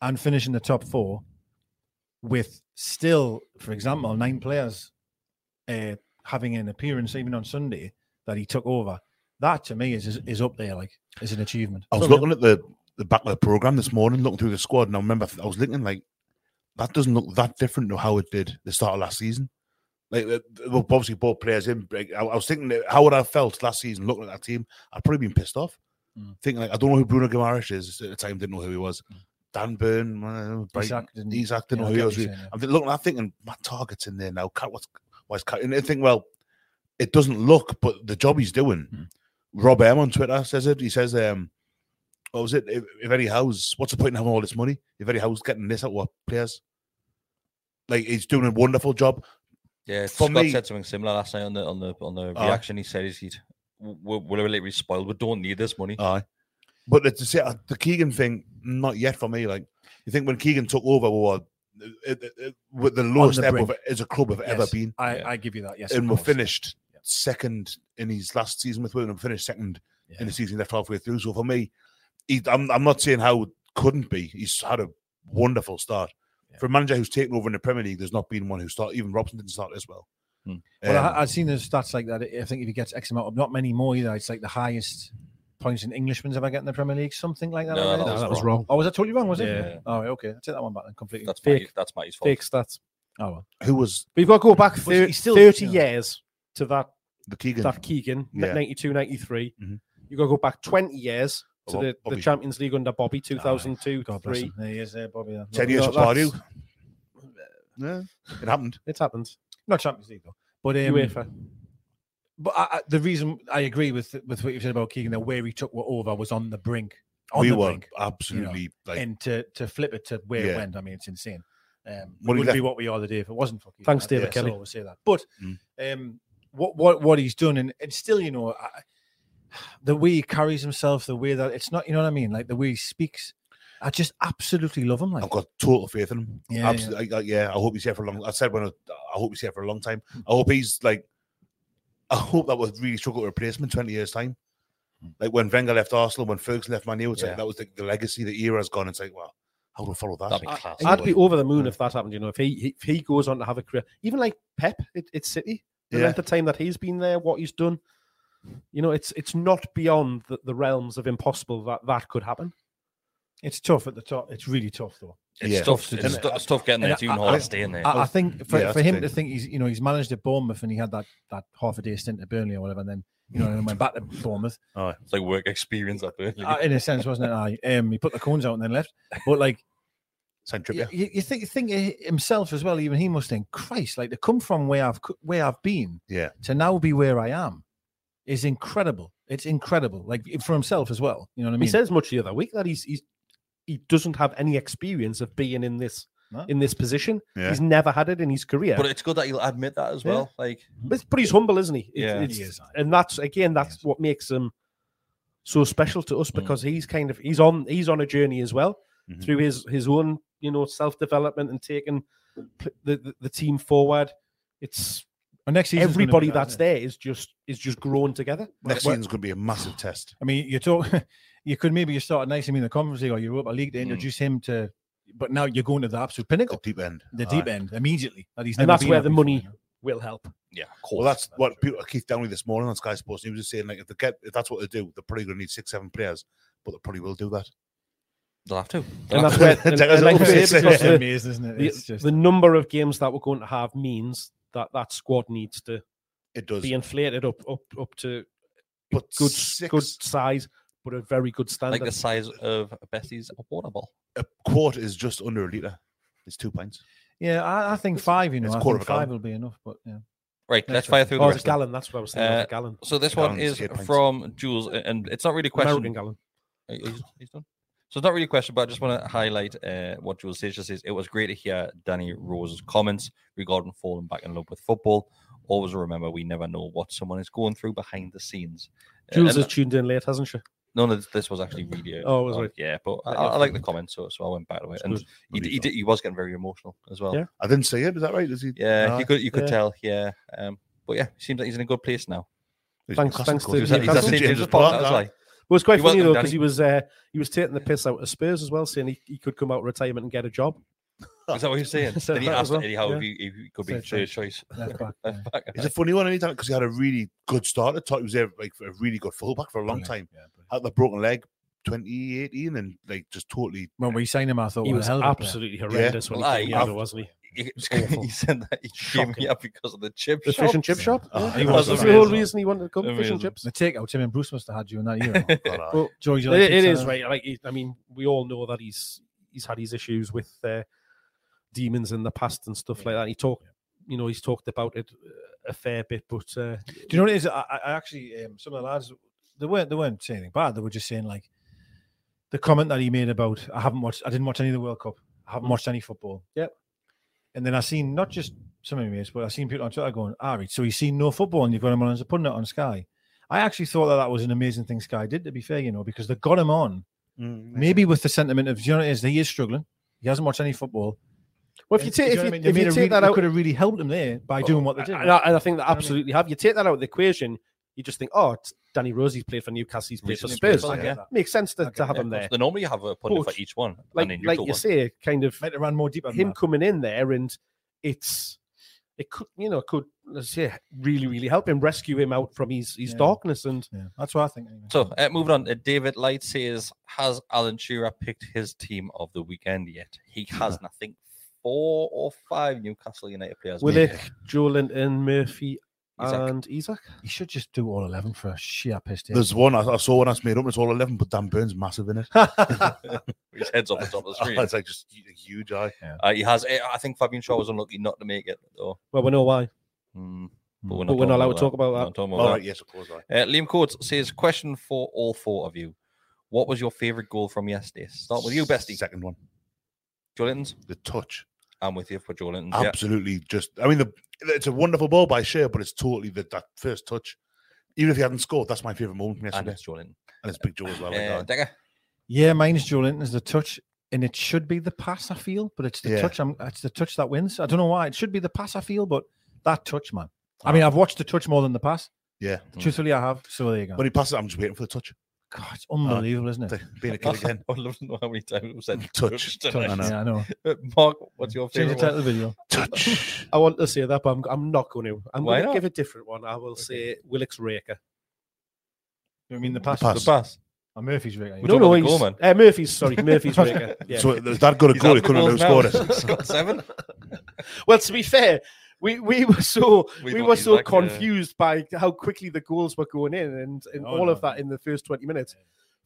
[SPEAKER 5] and finish in the top four with still, for example, nine players uh, having an appearance even on Sunday that he took over, that to me is is, is up there like is an achievement.
[SPEAKER 8] I was looking at the, the back of the program this morning, looking through the squad, and I remember I was thinking like that doesn't look that different to how it did the start of last season. Like uh, we've obviously bought players in. Like, I, I was thinking that how would I have felt last season looking at that team? I'd probably been pissed off,
[SPEAKER 5] Mm.
[SPEAKER 8] thinking like I don't know who Bruno Guimaraes is at the time. Didn't know who he was. Dan Byrne, uh, Brighton,
[SPEAKER 5] Isak didn't-
[SPEAKER 8] Isak didn't
[SPEAKER 5] Mm. yeah, I
[SPEAKER 8] know who
[SPEAKER 5] get
[SPEAKER 8] he
[SPEAKER 5] what
[SPEAKER 8] was.
[SPEAKER 5] you're
[SPEAKER 8] with.
[SPEAKER 5] saying, yeah.
[SPEAKER 8] I'm thi- looking at that thinking my target's in there now. Cut what's why is cut? And I think well, it doesn't look, but the job he's doing.
[SPEAKER 5] Hmm.
[SPEAKER 8] Rob M on Twitter says it. He says, um, what was it? If, if Eddie Howe's, what's the point in having all this money? If Eddie Howe's getting this out of our players, like he's doing a wonderful job.
[SPEAKER 4] Yeah,
[SPEAKER 8] For
[SPEAKER 4] Scott
[SPEAKER 8] me-
[SPEAKER 4] said something similar last night on the on the on the
[SPEAKER 5] Oh.
[SPEAKER 8] Aye.
[SPEAKER 4] reaction. He said he's, he's we're, we're literally spoiled. We don't need this money.
[SPEAKER 8] Aye. But it's the, sa- the Keegan thing, not yet for me. Like, you think when Keegan took over, we were it, it, it- with the lowest
[SPEAKER 5] the
[SPEAKER 8] ever
[SPEAKER 5] brink.
[SPEAKER 8] as a club have ever
[SPEAKER 5] Yes,
[SPEAKER 8] been.
[SPEAKER 5] I,
[SPEAKER 4] Yeah.
[SPEAKER 5] I give you that. Yes,
[SPEAKER 8] and
[SPEAKER 5] of
[SPEAKER 8] we're
[SPEAKER 5] course.
[SPEAKER 8] finished second in his last season with Wigan and finished second in the season left halfway through. So for me, he, I'm, I'm not saying how it couldn't be. He's had a wonderful start. For a manager who's taken over in the Premier League, there's not been one who started. Even Robson didn't start as well.
[SPEAKER 4] Hmm.
[SPEAKER 5] Well,
[SPEAKER 8] Um,
[SPEAKER 5] I, I've seen those stats like that. I think if he gets X amount of, not many more either. It's like the highest points an Englishman's ever get in the Premier League, something like that.
[SPEAKER 4] No,
[SPEAKER 5] I read.
[SPEAKER 4] that was No, that was
[SPEAKER 7] wrong. wrong.
[SPEAKER 5] Oh, was I totally wrong? Was
[SPEAKER 4] Yeah.
[SPEAKER 5] it? All right, okay. I take that one back then completely.
[SPEAKER 4] That's
[SPEAKER 7] Fake.
[SPEAKER 4] my, that's Matty's fault.
[SPEAKER 7] Fake stats.
[SPEAKER 5] oh well.
[SPEAKER 8] who was
[SPEAKER 7] But you've got to go back
[SPEAKER 5] Was he
[SPEAKER 7] thir-
[SPEAKER 5] still-
[SPEAKER 7] 30
[SPEAKER 5] yeah.
[SPEAKER 7] years to that
[SPEAKER 8] the Keegan?
[SPEAKER 7] that Keegan,
[SPEAKER 8] Yeah.
[SPEAKER 7] 92, 93.
[SPEAKER 8] Mhm.
[SPEAKER 7] You've got to go back 20 years to
[SPEAKER 8] Well,
[SPEAKER 7] the, the
[SPEAKER 8] Oh, Bobby. Ah,
[SPEAKER 7] Champions League under Bobby 2002
[SPEAKER 5] God bless
[SPEAKER 7] three.
[SPEAKER 5] him. There he is, there, Bobby.
[SPEAKER 8] Ten years of
[SPEAKER 7] That's-
[SPEAKER 8] Pardew. Yeah, it happened.
[SPEAKER 7] It's happened.
[SPEAKER 5] Not Champions League though, but um,
[SPEAKER 7] UEFA.
[SPEAKER 5] But I, I, the reason I agree with with what you said about Keegan, that where he took what over was on the brink. On
[SPEAKER 8] We
[SPEAKER 5] the
[SPEAKER 8] were
[SPEAKER 5] brink,
[SPEAKER 8] absolutely, like-
[SPEAKER 5] and to to flip it to where
[SPEAKER 8] Yeah.
[SPEAKER 5] it went. I mean, it's insane. Um,
[SPEAKER 8] Well,
[SPEAKER 5] we
[SPEAKER 8] he
[SPEAKER 5] wouldn't be
[SPEAKER 8] left-
[SPEAKER 5] what we are today if it wasn't for Keegan.
[SPEAKER 7] Thanks,
[SPEAKER 5] I-
[SPEAKER 7] David
[SPEAKER 5] I
[SPEAKER 7] Kelly.
[SPEAKER 5] still always say that, but
[SPEAKER 8] Mm.
[SPEAKER 5] um, what what what he's done, and, and still, you know, I, the way he carries himself, the way that it's not, you know what I mean, like the way he speaks. I just absolutely love him. Like I've
[SPEAKER 8] got total faith in him.
[SPEAKER 5] Yeah, yeah.
[SPEAKER 8] Absolutely. I, I, yeah, I hope he's here for a long. I said when I, I hope he's here for a long time. I hope he's like. I hope that was really struggle to replace him in twenty years time.
[SPEAKER 5] Hmm.
[SPEAKER 8] Like when Wenger left Arsenal, when Ferguson left Man U, it's
[SPEAKER 7] Yeah.
[SPEAKER 8] like that was the, the legacy. The era has gone. It's like, wow, how do I follow that?
[SPEAKER 7] I, would be over the moon
[SPEAKER 5] Hmm.
[SPEAKER 7] if that happened. You know, if he, he if he goes on to have a career, even like Pep at, at City, the
[SPEAKER 8] Yeah.
[SPEAKER 7] length of time that he's been there, what he's done, you know, it's it's not beyond the, the realms of impossible that that could happen.
[SPEAKER 5] It's tough at the top. It's really tough though.
[SPEAKER 4] It's Yeah. tough- it's
[SPEAKER 5] isn't it?
[SPEAKER 4] tou- it's tough getting there.
[SPEAKER 5] And
[SPEAKER 4] It's even
[SPEAKER 5] I-
[SPEAKER 4] harder
[SPEAKER 5] I-
[SPEAKER 4] staying there.
[SPEAKER 5] I, I think for,
[SPEAKER 4] Yeah,
[SPEAKER 5] for
[SPEAKER 4] that's
[SPEAKER 5] him
[SPEAKER 4] the
[SPEAKER 5] to
[SPEAKER 4] thing.
[SPEAKER 5] think he's you know he's managed at Bournemouth and he had that that half a day stint at Burnley or whatever, and then you know and then went back to Bournemouth.
[SPEAKER 4] Oh, it's like work experience up there.
[SPEAKER 5] Uh, in a sense, wasn't it? I um, he put the cones out and then left. But like,
[SPEAKER 8] Centripia.
[SPEAKER 5] you, you think you think of himself as well. Even he must think, Christ, like to come from where I've co- where I've been,
[SPEAKER 8] Yeah.
[SPEAKER 5] to now be where I am, is incredible. It's incredible. Like for himself as well. You know what I mean?
[SPEAKER 7] He says much the other week that he's he's he doesn't have any experience of being in this
[SPEAKER 5] No.
[SPEAKER 7] in this position.
[SPEAKER 8] Yeah.
[SPEAKER 7] He's never had it in his career.
[SPEAKER 4] But it's good that he'll admit that as
[SPEAKER 7] Yeah.
[SPEAKER 4] well. Like,
[SPEAKER 7] But, but he's humble, isn't he?
[SPEAKER 4] Yeah.
[SPEAKER 7] it's,
[SPEAKER 4] He
[SPEAKER 7] it's-
[SPEAKER 4] is.
[SPEAKER 7] and that's again that's what makes him so special to
[SPEAKER 8] Mm.
[SPEAKER 7] us because he's kind of he's on he's on a journey as well
[SPEAKER 8] Mhm.
[SPEAKER 7] through his his own you know self development and taking pl- the, the the team forward. It's
[SPEAKER 5] Well, next season's gonna be
[SPEAKER 7] everybody
[SPEAKER 5] that,
[SPEAKER 7] that's
[SPEAKER 5] isn't
[SPEAKER 7] there is just is just grown together.
[SPEAKER 8] Next season's going to be a massive test.
[SPEAKER 5] I mean, you talk. You could maybe you started nice. I mean, the Conference League or Europa League to introduce him to, but now you're going to the absolute pinnacle,
[SPEAKER 8] Mm. the deep end,
[SPEAKER 5] the
[SPEAKER 8] Aye.
[SPEAKER 5] deep end immediately. That he's
[SPEAKER 7] and
[SPEAKER 5] never
[SPEAKER 7] that's
[SPEAKER 5] been
[SPEAKER 7] where
[SPEAKER 5] at
[SPEAKER 7] the
[SPEAKER 5] before, you
[SPEAKER 7] money
[SPEAKER 5] know?
[SPEAKER 7] will help.
[SPEAKER 4] Yeah,
[SPEAKER 8] Well, that's what people, Keith Downey this morning on Sky Sports News was saying. Like, if they get, if that's what they do, they're probably going to need six, seven players, but they probably will do that.
[SPEAKER 4] They'll have to.
[SPEAKER 7] And that's where, and, and like I say,
[SPEAKER 5] It's
[SPEAKER 7] because the,
[SPEAKER 5] amazing, isn't it?
[SPEAKER 7] the-
[SPEAKER 5] It's just-
[SPEAKER 7] the number of games that we're going to have means that that squad needs to
[SPEAKER 8] it does
[SPEAKER 7] be inflated up up up to
[SPEAKER 8] but
[SPEAKER 7] good good size, but a very good standard.
[SPEAKER 4] like the size of Bessie's water bottle.
[SPEAKER 8] a quart is just under a liter. It's two pints.
[SPEAKER 5] Yeah, I, I think five. You know,
[SPEAKER 8] it's
[SPEAKER 5] I
[SPEAKER 8] quarter
[SPEAKER 5] think
[SPEAKER 8] of a gallon.
[SPEAKER 5] five will be enough. But yeah, Next
[SPEAKER 4] Right, let's fire
[SPEAKER 5] one.
[SPEAKER 4] through
[SPEAKER 7] Oh,
[SPEAKER 4] the
[SPEAKER 7] it's
[SPEAKER 4] rest
[SPEAKER 7] a
[SPEAKER 4] of them.
[SPEAKER 7] gallon, that's what I was thinking, it was a gallon.
[SPEAKER 4] So this
[SPEAKER 8] Gallon
[SPEAKER 4] one
[SPEAKER 8] is
[SPEAKER 4] is
[SPEAKER 8] eight pints.
[SPEAKER 4] from Jules, a- and it's not really a question.
[SPEAKER 7] American gallon.
[SPEAKER 4] Uh, He's, he's done. So it's not really a question, but I just want to highlight uh, what Jules says. She says it was great to hear Danny Rose's comments regarding falling back in love with football. Always remember, we never know what someone is going through behind the scenes. Uh,
[SPEAKER 7] Jules
[SPEAKER 4] and-
[SPEAKER 7] has tuned in late, hasn't she?
[SPEAKER 4] No, no, this was actually really.
[SPEAKER 7] Oh, was
[SPEAKER 4] on-
[SPEAKER 7] it?
[SPEAKER 4] Yeah, but I,
[SPEAKER 7] Yeah,
[SPEAKER 4] I
[SPEAKER 7] yeah.
[SPEAKER 4] like the comment, so so I went back to it, and
[SPEAKER 7] good.
[SPEAKER 4] he, d- he, did, he was getting very emotional as well.
[SPEAKER 7] Yeah.
[SPEAKER 4] Yeah,
[SPEAKER 8] I didn't see it. Is that right? Is he?
[SPEAKER 4] you
[SPEAKER 8] Aye.
[SPEAKER 4] could you could
[SPEAKER 7] Yeah.
[SPEAKER 4] tell. Yeah, um, but yeah, seems like he's in a good place now.
[SPEAKER 8] He's
[SPEAKER 7] Thanks,
[SPEAKER 8] Newcastle,
[SPEAKER 7] thanks
[SPEAKER 8] of
[SPEAKER 7] to
[SPEAKER 8] course.
[SPEAKER 4] He's at- he's at
[SPEAKER 7] Newcastle.
[SPEAKER 4] St
[SPEAKER 7] James'
[SPEAKER 4] James's
[SPEAKER 7] Park,
[SPEAKER 4] Park. that
[SPEAKER 7] that.
[SPEAKER 4] was like.
[SPEAKER 7] It was quite
[SPEAKER 4] You're
[SPEAKER 7] funny though
[SPEAKER 4] welcome,
[SPEAKER 7] because
[SPEAKER 4] Danny.
[SPEAKER 7] he was uh, he was taking the piss out of Spurs as well, saying he, he could come out of retirement and get a job.
[SPEAKER 4] Is that what you're saying?
[SPEAKER 7] Said
[SPEAKER 4] Then he
[SPEAKER 7] that as
[SPEAKER 4] asked
[SPEAKER 7] well,
[SPEAKER 4] Eddie Howe
[SPEAKER 7] yeah.
[SPEAKER 4] if, he, if he could be
[SPEAKER 5] Third
[SPEAKER 4] third choice.
[SPEAKER 5] left back. yeah.
[SPEAKER 4] Back,
[SPEAKER 8] It's a funny one, anytime because he had a really good start. I thought he was there like for a really good fullback for a long time. Had the broken leg, 2018, and like just totally.
[SPEAKER 5] When we signed him, I thought
[SPEAKER 7] He
[SPEAKER 5] what a
[SPEAKER 7] was
[SPEAKER 5] hell of a player.
[SPEAKER 7] absolutely horrendous when
[SPEAKER 4] Well,
[SPEAKER 7] he came
[SPEAKER 4] I-
[SPEAKER 7] over, wasn't he?
[SPEAKER 4] He,
[SPEAKER 7] awful.
[SPEAKER 4] he said that he came
[SPEAKER 7] Shocking.
[SPEAKER 4] here because of the chip
[SPEAKER 7] The
[SPEAKER 4] shop.
[SPEAKER 7] fish and chip shop.
[SPEAKER 5] Oh,
[SPEAKER 7] Yeah.
[SPEAKER 5] he
[SPEAKER 7] That's
[SPEAKER 5] was
[SPEAKER 7] the
[SPEAKER 5] amazing.
[SPEAKER 7] whole reason he wanted to come fish
[SPEAKER 4] Amazing.
[SPEAKER 7] and chips.
[SPEAKER 5] The takeout Tim and Bruce must have had you in that year.
[SPEAKER 8] God, aye.
[SPEAKER 7] Well,
[SPEAKER 5] George, you
[SPEAKER 7] Oh, It-
[SPEAKER 5] like
[SPEAKER 7] it
[SPEAKER 5] pizza?
[SPEAKER 7] is right. Like he- I mean, we all know that he's he's had his issues with uh, demons in the past and stuff like that. He talked, you know, he's talked about it uh, a fair bit, but uh,
[SPEAKER 5] Do you know what it is? I, I I actually um, some of the lads they weren't they weren't saying anything bad. They were just saying like the comment that he made about I haven't watched I didn't watch any of the World Cup. I haven't watched any football.
[SPEAKER 7] Mm. Yep.
[SPEAKER 5] And then I seen not just some of mates, but I seen people on Twitter going, "All right, so he's seen no football and you've got him on as a pundit on Sky." I actually thought that that was an amazing thing Sky did. To be fair, you know, because they got him on
[SPEAKER 7] Mm,
[SPEAKER 5] maybe with the sentiment of, "Do you know, what it is he is struggling. He hasn't watched any football.
[SPEAKER 7] well, if you
[SPEAKER 5] And-
[SPEAKER 7] take
[SPEAKER 5] do
[SPEAKER 7] if
[SPEAKER 5] know
[SPEAKER 7] you,
[SPEAKER 5] what I mean? They
[SPEAKER 7] if you
[SPEAKER 5] made a
[SPEAKER 7] take
[SPEAKER 5] really-
[SPEAKER 7] that
[SPEAKER 5] they
[SPEAKER 7] out
[SPEAKER 5] could have really helped him there by doing what they
[SPEAKER 4] Uh,
[SPEAKER 5] did.
[SPEAKER 7] And I, and I think
[SPEAKER 5] You know
[SPEAKER 7] that
[SPEAKER 5] what I mean?
[SPEAKER 7] absolutely have. You take that out of the equation, you just think, oh, it's Danny Rosie's played for Newcastle, he's played for
[SPEAKER 4] Recently played
[SPEAKER 7] Spurs.
[SPEAKER 4] for
[SPEAKER 7] Like,
[SPEAKER 4] them,
[SPEAKER 7] yeah. Makes sense to, to have
[SPEAKER 4] Yeah,
[SPEAKER 7] him there.
[SPEAKER 4] They normally have a pundit for
[SPEAKER 7] But,
[SPEAKER 4] each one.
[SPEAKER 7] Like,
[SPEAKER 4] and a
[SPEAKER 7] like
[SPEAKER 4] neutral
[SPEAKER 7] you
[SPEAKER 4] one.
[SPEAKER 7] say, kind of
[SPEAKER 5] Might have ran more deeper. than
[SPEAKER 7] him
[SPEAKER 5] that.
[SPEAKER 7] coming in there and it's it could you know it could let's say really really help him rescue him out from his his
[SPEAKER 5] Yeah.
[SPEAKER 7] darkness and
[SPEAKER 5] Yeah, that's what I think. Anyway.
[SPEAKER 4] So uh, moving on, uh, David Light says, "Has Alan Shearer picked his team of the weekend yet? He has, and I think four or five Newcastle United players.
[SPEAKER 7] Willick,
[SPEAKER 4] made it.
[SPEAKER 7] Joe Linton, Murphy,
[SPEAKER 8] Isak.
[SPEAKER 7] and Isak.
[SPEAKER 5] You should just do all 11 for a sheer piss take.
[SPEAKER 8] There's one I, I saw one that's made up. and It's all eleven, but Dan Burns massive in it.
[SPEAKER 4] His head's off the top of the
[SPEAKER 7] Oh,
[SPEAKER 4] screen.
[SPEAKER 8] it's like just a huge eye.
[SPEAKER 4] Uh, he has. eh, I think Fabian Shaw was unlucky not to make it, though.
[SPEAKER 7] Well, we know why.
[SPEAKER 4] Mm,
[SPEAKER 7] But we're not allowed to talk about that.
[SPEAKER 8] All right, yes, of course, aye.
[SPEAKER 4] Uh, Liam Coates says, question for all four of you. What was your favourite goal from yesterday? Start with you, Bestie.
[SPEAKER 8] Second one.
[SPEAKER 4] Joe Linton's?
[SPEAKER 8] The touch.
[SPEAKER 4] I'm with you for Joe Linton's. yeah.
[SPEAKER 8] Absolutely, just I mean, the, it's a wonderful ball by Shea, but it's totally the, that first touch. Even if he hadn't scored, that's my favorite moment from yesterday.
[SPEAKER 4] it's Joe Linton.
[SPEAKER 8] and it's Big Joe as well. like,
[SPEAKER 4] Uh,
[SPEAKER 8] aye.
[SPEAKER 4] Decker?
[SPEAKER 5] Yeah, mine's Joe Linton is the touch, and it should be the pass. I feel, but it's the
[SPEAKER 8] Yeah.
[SPEAKER 5] touch. I'm, it's the touch that wins. I don't know why. It should be the pass. I feel, but that touch, man. I mean, I've watched the touch more than the pass.
[SPEAKER 8] yeah,
[SPEAKER 5] Truthfully, I have. So there you go.
[SPEAKER 8] when he passes, it, I'm just waiting for the touch.
[SPEAKER 5] God, it's unbelievable, isn't it?
[SPEAKER 8] Being a kid again,
[SPEAKER 4] I would love to know how many times we've said
[SPEAKER 8] Touch.
[SPEAKER 4] touch.
[SPEAKER 5] Touch, yeah, I know.
[SPEAKER 4] Uh, Mark, what's your
[SPEAKER 5] Change the
[SPEAKER 4] favourite?
[SPEAKER 5] title
[SPEAKER 4] one?
[SPEAKER 5] of the video.
[SPEAKER 8] touch.
[SPEAKER 7] I want to say that, but I'm, I'm not going to. I'm
[SPEAKER 4] Why
[SPEAKER 7] going to
[SPEAKER 4] not?
[SPEAKER 7] give a different one. I will say Willix Raker.
[SPEAKER 5] You mean the pass?
[SPEAKER 8] pass.
[SPEAKER 4] The pass.
[SPEAKER 5] Oh, Murphy's rig.
[SPEAKER 4] We're talking about the
[SPEAKER 7] he's-
[SPEAKER 4] goal,
[SPEAKER 7] uh, Murphy's. Sorry, Murphy's Raker. Yeah.
[SPEAKER 8] So there's that good a
[SPEAKER 4] He's
[SPEAKER 8] goal, he
[SPEAKER 4] out the
[SPEAKER 8] couldn't have
[SPEAKER 4] goals
[SPEAKER 8] scored
[SPEAKER 4] now.
[SPEAKER 8] it.
[SPEAKER 4] He's got seven.
[SPEAKER 7] Well, to be fair, we, we were so
[SPEAKER 4] We
[SPEAKER 7] we,
[SPEAKER 4] thought
[SPEAKER 7] were
[SPEAKER 4] he's
[SPEAKER 7] so
[SPEAKER 4] like, uh,
[SPEAKER 7] confused by how quickly the goals were going in, and, and
[SPEAKER 5] Oh,
[SPEAKER 7] all
[SPEAKER 5] no.
[SPEAKER 7] of that in the first twenty minutes.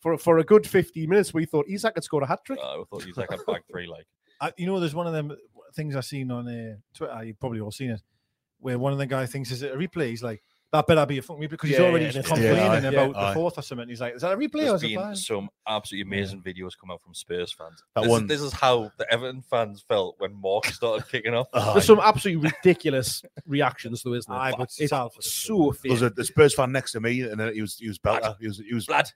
[SPEAKER 7] For for a good fifty minutes, we thought Isak had scored a hat trick.
[SPEAKER 4] Oh, I thought he's like a back three, like.
[SPEAKER 5] I, you know, there's one of them uh, things I've seen on uh, Twitter. You've probably all seen it, where one of the guy thinks is it a replay. He's like, "That better be a fucking replay," because he's
[SPEAKER 7] Yeah,
[SPEAKER 5] already
[SPEAKER 7] yeah, yeah.
[SPEAKER 5] complaining
[SPEAKER 8] Yeah, aye,
[SPEAKER 5] about
[SPEAKER 8] aye.
[SPEAKER 5] the fourth or something. He's like, "Is that a replay or is
[SPEAKER 4] There's
[SPEAKER 5] it?"
[SPEAKER 4] been
[SPEAKER 5] bad?"
[SPEAKER 4] some absolutely amazing videos come out from Spurs fans.
[SPEAKER 8] That
[SPEAKER 4] this,
[SPEAKER 8] one-
[SPEAKER 4] Is, this is how the Everton fans felt when Mark started kicking off.
[SPEAKER 8] Aye.
[SPEAKER 7] There's some absolutely ridiculous reactions, though, isn't it?
[SPEAKER 5] Aye, but
[SPEAKER 7] it's
[SPEAKER 5] Salford as
[SPEAKER 7] so
[SPEAKER 8] There was
[SPEAKER 7] fair.
[SPEAKER 8] a, a Spurs fan next to me, and then he was he was belter. He was he was
[SPEAKER 4] Lad.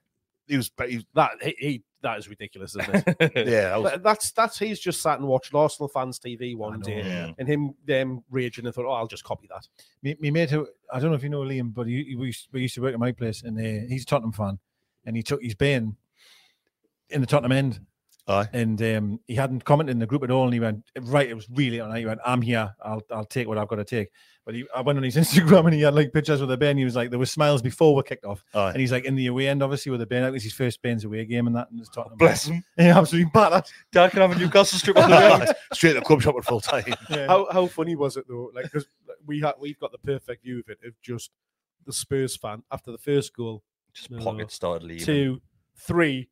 [SPEAKER 8] he was, he was
[SPEAKER 7] That he, he that is ridiculous, isn't it?
[SPEAKER 8] yeah. That was,
[SPEAKER 7] That- that's that's he's just sat and watched Arsenal fans TV one day, and him them raging and thought, oh, I'll just copy that.
[SPEAKER 5] me, me mate who I don't know if you know Liam, but he, he- we, used, we used to work at my place, and uh, he's a Tottenham fan, and he took his bin in the Tottenham end,
[SPEAKER 8] Aye.
[SPEAKER 5] and um, he hadn't commented in the group at all, and he went right. It was really on. He went, "I'm here. I'll I'll take what I've got to take." But he, I went on his Instagram, and he had like pictures with the bin. He was like, "There were smiles before we kicked off,"
[SPEAKER 8] Aye.
[SPEAKER 5] and he's like in the away end, obviously with the bin. That was his first Ben's away game, and that and it's Tottenham.
[SPEAKER 4] Bless him.
[SPEAKER 5] He absolutely battered.
[SPEAKER 4] Dad can have a Newcastle strip on the road.
[SPEAKER 8] straight at the club shop at full time.
[SPEAKER 5] Yeah.
[SPEAKER 7] How how funny was it though? Like because we had we've got the perfect view of it of just the Spurs fan after the first goal,
[SPEAKER 4] Just
[SPEAKER 7] No.
[SPEAKER 4] pocket started leaving.
[SPEAKER 7] two, three,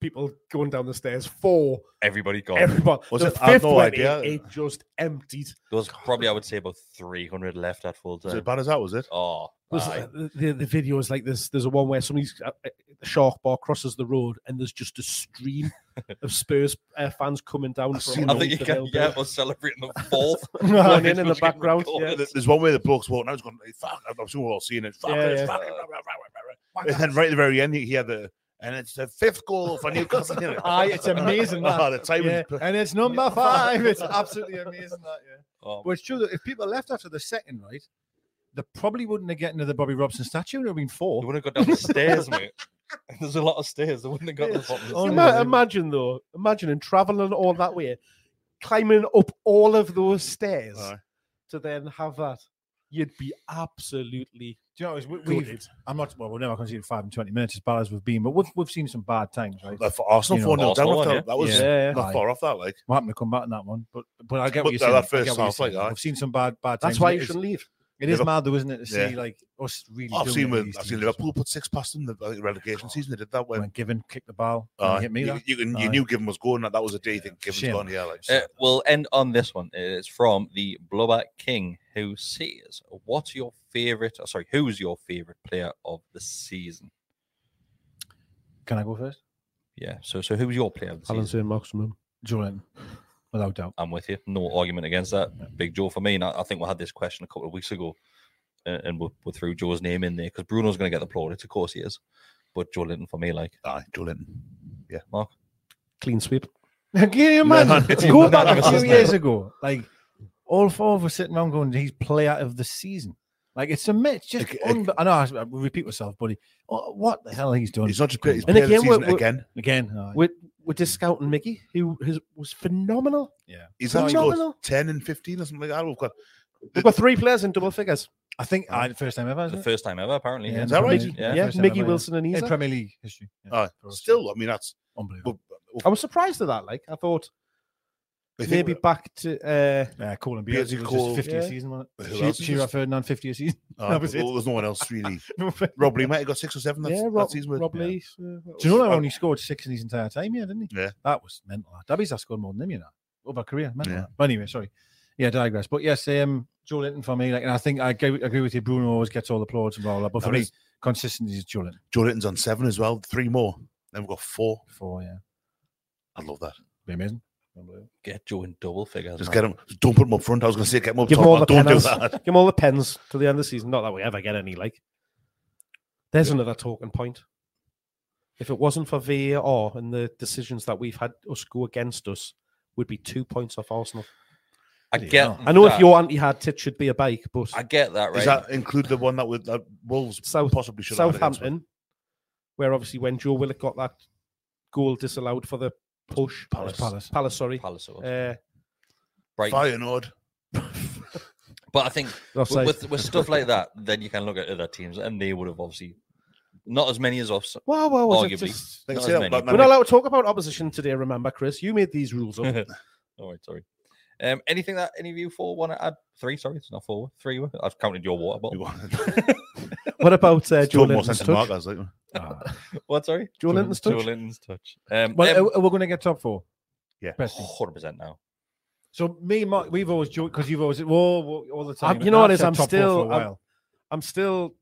[SPEAKER 7] people going down the stairs, four,
[SPEAKER 4] Everybody gone.
[SPEAKER 7] everyone.
[SPEAKER 8] Oh, Was
[SPEAKER 7] the
[SPEAKER 8] it? I have
[SPEAKER 7] fifth
[SPEAKER 8] no
[SPEAKER 7] went
[SPEAKER 8] idea.
[SPEAKER 7] in, It just emptied.
[SPEAKER 4] There was probably, I would say, about 300 left at full
[SPEAKER 8] Was it
[SPEAKER 4] time.
[SPEAKER 8] as bad as that? Was it?
[SPEAKER 4] Oh,
[SPEAKER 7] There's,
[SPEAKER 4] aye.
[SPEAKER 7] uh, the, the, the video is like this. There's a one where somebody's uh, uh, the shark bar crosses the road, and there's just a stream of Spurs uh, fans coming down.
[SPEAKER 8] seen
[SPEAKER 7] From
[SPEAKER 4] I
[SPEAKER 8] know,
[SPEAKER 4] think you
[SPEAKER 7] the
[SPEAKER 4] can,
[SPEAKER 7] hill
[SPEAKER 4] yeah,
[SPEAKER 7] bit.
[SPEAKER 4] we're celebrating the fourth.
[SPEAKER 7] Going in in the background,
[SPEAKER 8] There-
[SPEAKER 7] yeah.
[SPEAKER 8] There's one where the bloke's walking. I was going, "Fuck!" I'm sure we're all seeing it. Fuck!
[SPEAKER 7] Yeah,
[SPEAKER 8] it,
[SPEAKER 7] yeah.
[SPEAKER 8] fuck it, rah, rah, rah, rah, rah, rah. And then right at the very end, you hear the and it's the fifth goal for Newcastle.
[SPEAKER 5] Aye, it's amazing. That.
[SPEAKER 8] Oh, the timing.
[SPEAKER 5] Yeah, and it's number five. It's absolutely amazing that, yeah.
[SPEAKER 4] Oh,
[SPEAKER 5] Well, it's true that if people left after the second, right, they probably wouldn't have gotten to the Bobby Robson statue. It would have been
[SPEAKER 4] they
[SPEAKER 5] four.
[SPEAKER 4] wouldn't have got down the stairs, mate. There's a lot of stairs. They wouldn't have got to the bottom.
[SPEAKER 5] Oh,
[SPEAKER 4] of the
[SPEAKER 7] Ima-
[SPEAKER 5] Unbelievable.
[SPEAKER 7] imagine though, imagine and traveling all that way, climbing up all of those stairs
[SPEAKER 8] Aye.
[SPEAKER 7] to then have that. You'd be absolutely
[SPEAKER 5] Do you know, it's- we,
[SPEAKER 7] gutted.
[SPEAKER 5] we've, I'm not, well, we've never conceded five and 20 minutes as bad as we've been, but we've, we've seen some bad times, right?
[SPEAKER 8] Like, for Arsenal,
[SPEAKER 5] You know,
[SPEAKER 8] four 0 down.
[SPEAKER 4] Arsenal
[SPEAKER 8] I
[SPEAKER 4] won,
[SPEAKER 8] felt
[SPEAKER 4] yeah.
[SPEAKER 8] That was
[SPEAKER 7] Yeah.
[SPEAKER 8] not far off that. Like,
[SPEAKER 5] We'll happen to come back in that one, but but I get
[SPEAKER 8] But
[SPEAKER 5] what
[SPEAKER 8] that-
[SPEAKER 5] you're saying.
[SPEAKER 8] that
[SPEAKER 5] I get
[SPEAKER 8] first
[SPEAKER 5] what you're
[SPEAKER 8] half, like,
[SPEAKER 5] saying.
[SPEAKER 8] aye.
[SPEAKER 5] We've seen some bad, bad times.
[SPEAKER 7] That's why
[SPEAKER 5] and
[SPEAKER 7] you
[SPEAKER 5] it is-
[SPEAKER 7] shouldn't leave.
[SPEAKER 5] It is
[SPEAKER 8] Liverpool-
[SPEAKER 5] mad though, isn't it, to see
[SPEAKER 8] Yeah.
[SPEAKER 5] like us really.
[SPEAKER 8] I've
[SPEAKER 5] doing
[SPEAKER 8] seen
[SPEAKER 5] it
[SPEAKER 8] when
[SPEAKER 5] these
[SPEAKER 8] I've seen
[SPEAKER 5] teams.
[SPEAKER 8] Liverpool put six past them. The I think relegation season they did that when.
[SPEAKER 5] When Given kicked the ball, and
[SPEAKER 8] Aye.
[SPEAKER 5] hit me.
[SPEAKER 8] you,
[SPEAKER 5] that.
[SPEAKER 8] you, can- you
[SPEAKER 5] Aye.
[SPEAKER 8] knew Given was going. That, that was a day you think Given's
[SPEAKER 5] Shame.
[SPEAKER 8] gone. Yeah, like
[SPEAKER 4] Uh, we'll end on this one. It's from the Blubber King, who says, "What's your favorite? Oh, sorry, who's your favorite player of the season?"
[SPEAKER 5] Can I go first?
[SPEAKER 4] Yeah. So, so who's your player of the season?
[SPEAKER 7] maximum.
[SPEAKER 5] Joe Linton, without doubt.
[SPEAKER 4] I'm with you. No argument against that. Big Joe for me. And I, I think we had this question a couple of weeks ago, uh, and we, we threw Joe's name in there because Bruno's going to get the plaudits. Of course he is. But Joe Linton for me, like
[SPEAKER 8] aye, Joe Linton. Yeah,
[SPEAKER 4] Mark.
[SPEAKER 7] Clean sweep.
[SPEAKER 5] Can you
[SPEAKER 8] No,
[SPEAKER 5] imagine?
[SPEAKER 8] it's
[SPEAKER 5] Go
[SPEAKER 8] not
[SPEAKER 5] back
[SPEAKER 8] nervous,
[SPEAKER 5] a few
[SPEAKER 8] isn't
[SPEAKER 5] years ago, like all four of us sitting around going, "He's player of the season." Like it's a it's just.
[SPEAKER 8] Ag- ag-
[SPEAKER 5] unbe- I know I, I repeat myself, buddy. What, what the hell he's done
[SPEAKER 8] He's not just playing. He's
[SPEAKER 7] And
[SPEAKER 8] playing the
[SPEAKER 7] again, we're-
[SPEAKER 8] season
[SPEAKER 7] we're-
[SPEAKER 8] again.
[SPEAKER 5] again? aye.
[SPEAKER 7] We're, we're discounting Mickey, who has, was phenomenal.
[SPEAKER 5] yeah,
[SPEAKER 8] He's actually got
[SPEAKER 7] phenomenal.
[SPEAKER 8] ten and fifteen or something like that. We've got.
[SPEAKER 7] We've got three players in double figures.
[SPEAKER 5] I think I first time ever.
[SPEAKER 4] the
[SPEAKER 5] isn't it?
[SPEAKER 4] first time ever, apparently.
[SPEAKER 5] in
[SPEAKER 8] is
[SPEAKER 5] the
[SPEAKER 8] that
[SPEAKER 5] Premier
[SPEAKER 8] right?
[SPEAKER 5] League.
[SPEAKER 4] Yeah.
[SPEAKER 7] uh, Yeah,
[SPEAKER 5] first time
[SPEAKER 7] Miggy
[SPEAKER 5] ever,
[SPEAKER 7] Wilson and
[SPEAKER 5] in
[SPEAKER 7] Isak.
[SPEAKER 5] Premier League history. yeah,
[SPEAKER 8] aye,
[SPEAKER 5] for us,
[SPEAKER 8] still, I mean that's
[SPEAKER 5] unbelievable.
[SPEAKER 7] I was surprised at that. Like I thought,
[SPEAKER 8] I think
[SPEAKER 7] maybe
[SPEAKER 8] we-
[SPEAKER 7] back to uh,
[SPEAKER 5] Yeah, Colin Beard. He was just a 50 a season, wasn't it? She- Shearer Ferdinand, 50 a season.
[SPEAKER 8] Oh,
[SPEAKER 5] That was it.
[SPEAKER 8] well, there's no one else really. Rob Lee might have got six or seven that,
[SPEAKER 5] Yeah,
[SPEAKER 8] that
[SPEAKER 5] Rob-
[SPEAKER 8] season. with-
[SPEAKER 5] Rob
[SPEAKER 8] yeah.
[SPEAKER 5] Lee, Do you know that only scored six in his entire time? Yeah, didn't he?
[SPEAKER 8] Yeah.
[SPEAKER 5] That was mental. Dabby's has scored more than him, you know, over a career. Mental.
[SPEAKER 8] Yeah.
[SPEAKER 5] that. But anyway, sorry. Yeah, digress. But yes, um, Joe Linton for me, like, and I think I agree, agree with you. Bruno always gets all the applause and all that. But for
[SPEAKER 8] That
[SPEAKER 5] me,
[SPEAKER 8] is-
[SPEAKER 5] consistency is Joe Linton.
[SPEAKER 8] Joe Litton's on seven as well. Three more. Then we've got four.
[SPEAKER 5] Four, yeah.
[SPEAKER 8] I love that.
[SPEAKER 5] Be amazing.
[SPEAKER 4] Get Joe in double figures.
[SPEAKER 8] Just
[SPEAKER 4] man.
[SPEAKER 8] get him. Don't put him up front. I was going to say get him up
[SPEAKER 7] give
[SPEAKER 8] top.
[SPEAKER 7] him all
[SPEAKER 8] but
[SPEAKER 7] the
[SPEAKER 8] don't
[SPEAKER 7] pens.
[SPEAKER 8] do that.
[SPEAKER 7] give him all the pens till the end of the season. Not that we ever get any. Like, there's another talking point. If it wasn't for VAR and the decisions that we've had us go against us, would be two points off Arsenal.
[SPEAKER 4] I get.
[SPEAKER 8] Mm.
[SPEAKER 7] I know if
[SPEAKER 4] that.
[SPEAKER 7] you're anti-had, it should be a bike, but
[SPEAKER 4] I get that right.
[SPEAKER 8] Does that include the one that with that Wolves
[SPEAKER 7] South,
[SPEAKER 8] possibly should have had against us?
[SPEAKER 7] Southampton, where obviously when Joe Willock got that goal disallowed for the push,
[SPEAKER 8] Palace.
[SPEAKER 5] Palace.
[SPEAKER 7] Palace, sorry,
[SPEAKER 4] Palace it was.
[SPEAKER 7] Uh,
[SPEAKER 4] Right.
[SPEAKER 8] Feyenoord.
[SPEAKER 4] But I think
[SPEAKER 7] Offside.
[SPEAKER 4] with, with, with stuff like that, then you can look at other teams, and they would have obviously not as many as us.
[SPEAKER 7] Wow, wow, was it
[SPEAKER 4] arguably.
[SPEAKER 7] just-
[SPEAKER 8] They can
[SPEAKER 4] Not as
[SPEAKER 8] say that
[SPEAKER 4] many.
[SPEAKER 8] about
[SPEAKER 7] we're not allowed to talk about opposition today. Remember, Chris, you made these rules up.
[SPEAKER 4] All right, Oh, sorry. Um, anything that any of you four want to add? Three, sorry, it's not four. Three. were- I've counted your water bottle.
[SPEAKER 7] What about uh, Joe
[SPEAKER 8] Still more
[SPEAKER 7] Linton's
[SPEAKER 8] sense than Mark
[SPEAKER 7] touch?
[SPEAKER 8] has, like,
[SPEAKER 4] What? Sorry,
[SPEAKER 7] Joe Linton's
[SPEAKER 4] Joe
[SPEAKER 7] touch?
[SPEAKER 4] Linton's touch. Um,
[SPEAKER 5] Well,
[SPEAKER 4] um,
[SPEAKER 5] are, we going to get top four?
[SPEAKER 8] Yeah.
[SPEAKER 5] Best team.
[SPEAKER 4] hundred percent now.
[SPEAKER 5] So me, and Mark, we've always joked because you've always whoa, whoa, all the time.
[SPEAKER 7] I'm- you know
[SPEAKER 5] I've
[SPEAKER 7] what it is?
[SPEAKER 5] said
[SPEAKER 7] I'm
[SPEAKER 5] top four for
[SPEAKER 7] still-
[SPEAKER 5] a
[SPEAKER 7] I'm-
[SPEAKER 5] while.
[SPEAKER 7] I'm still,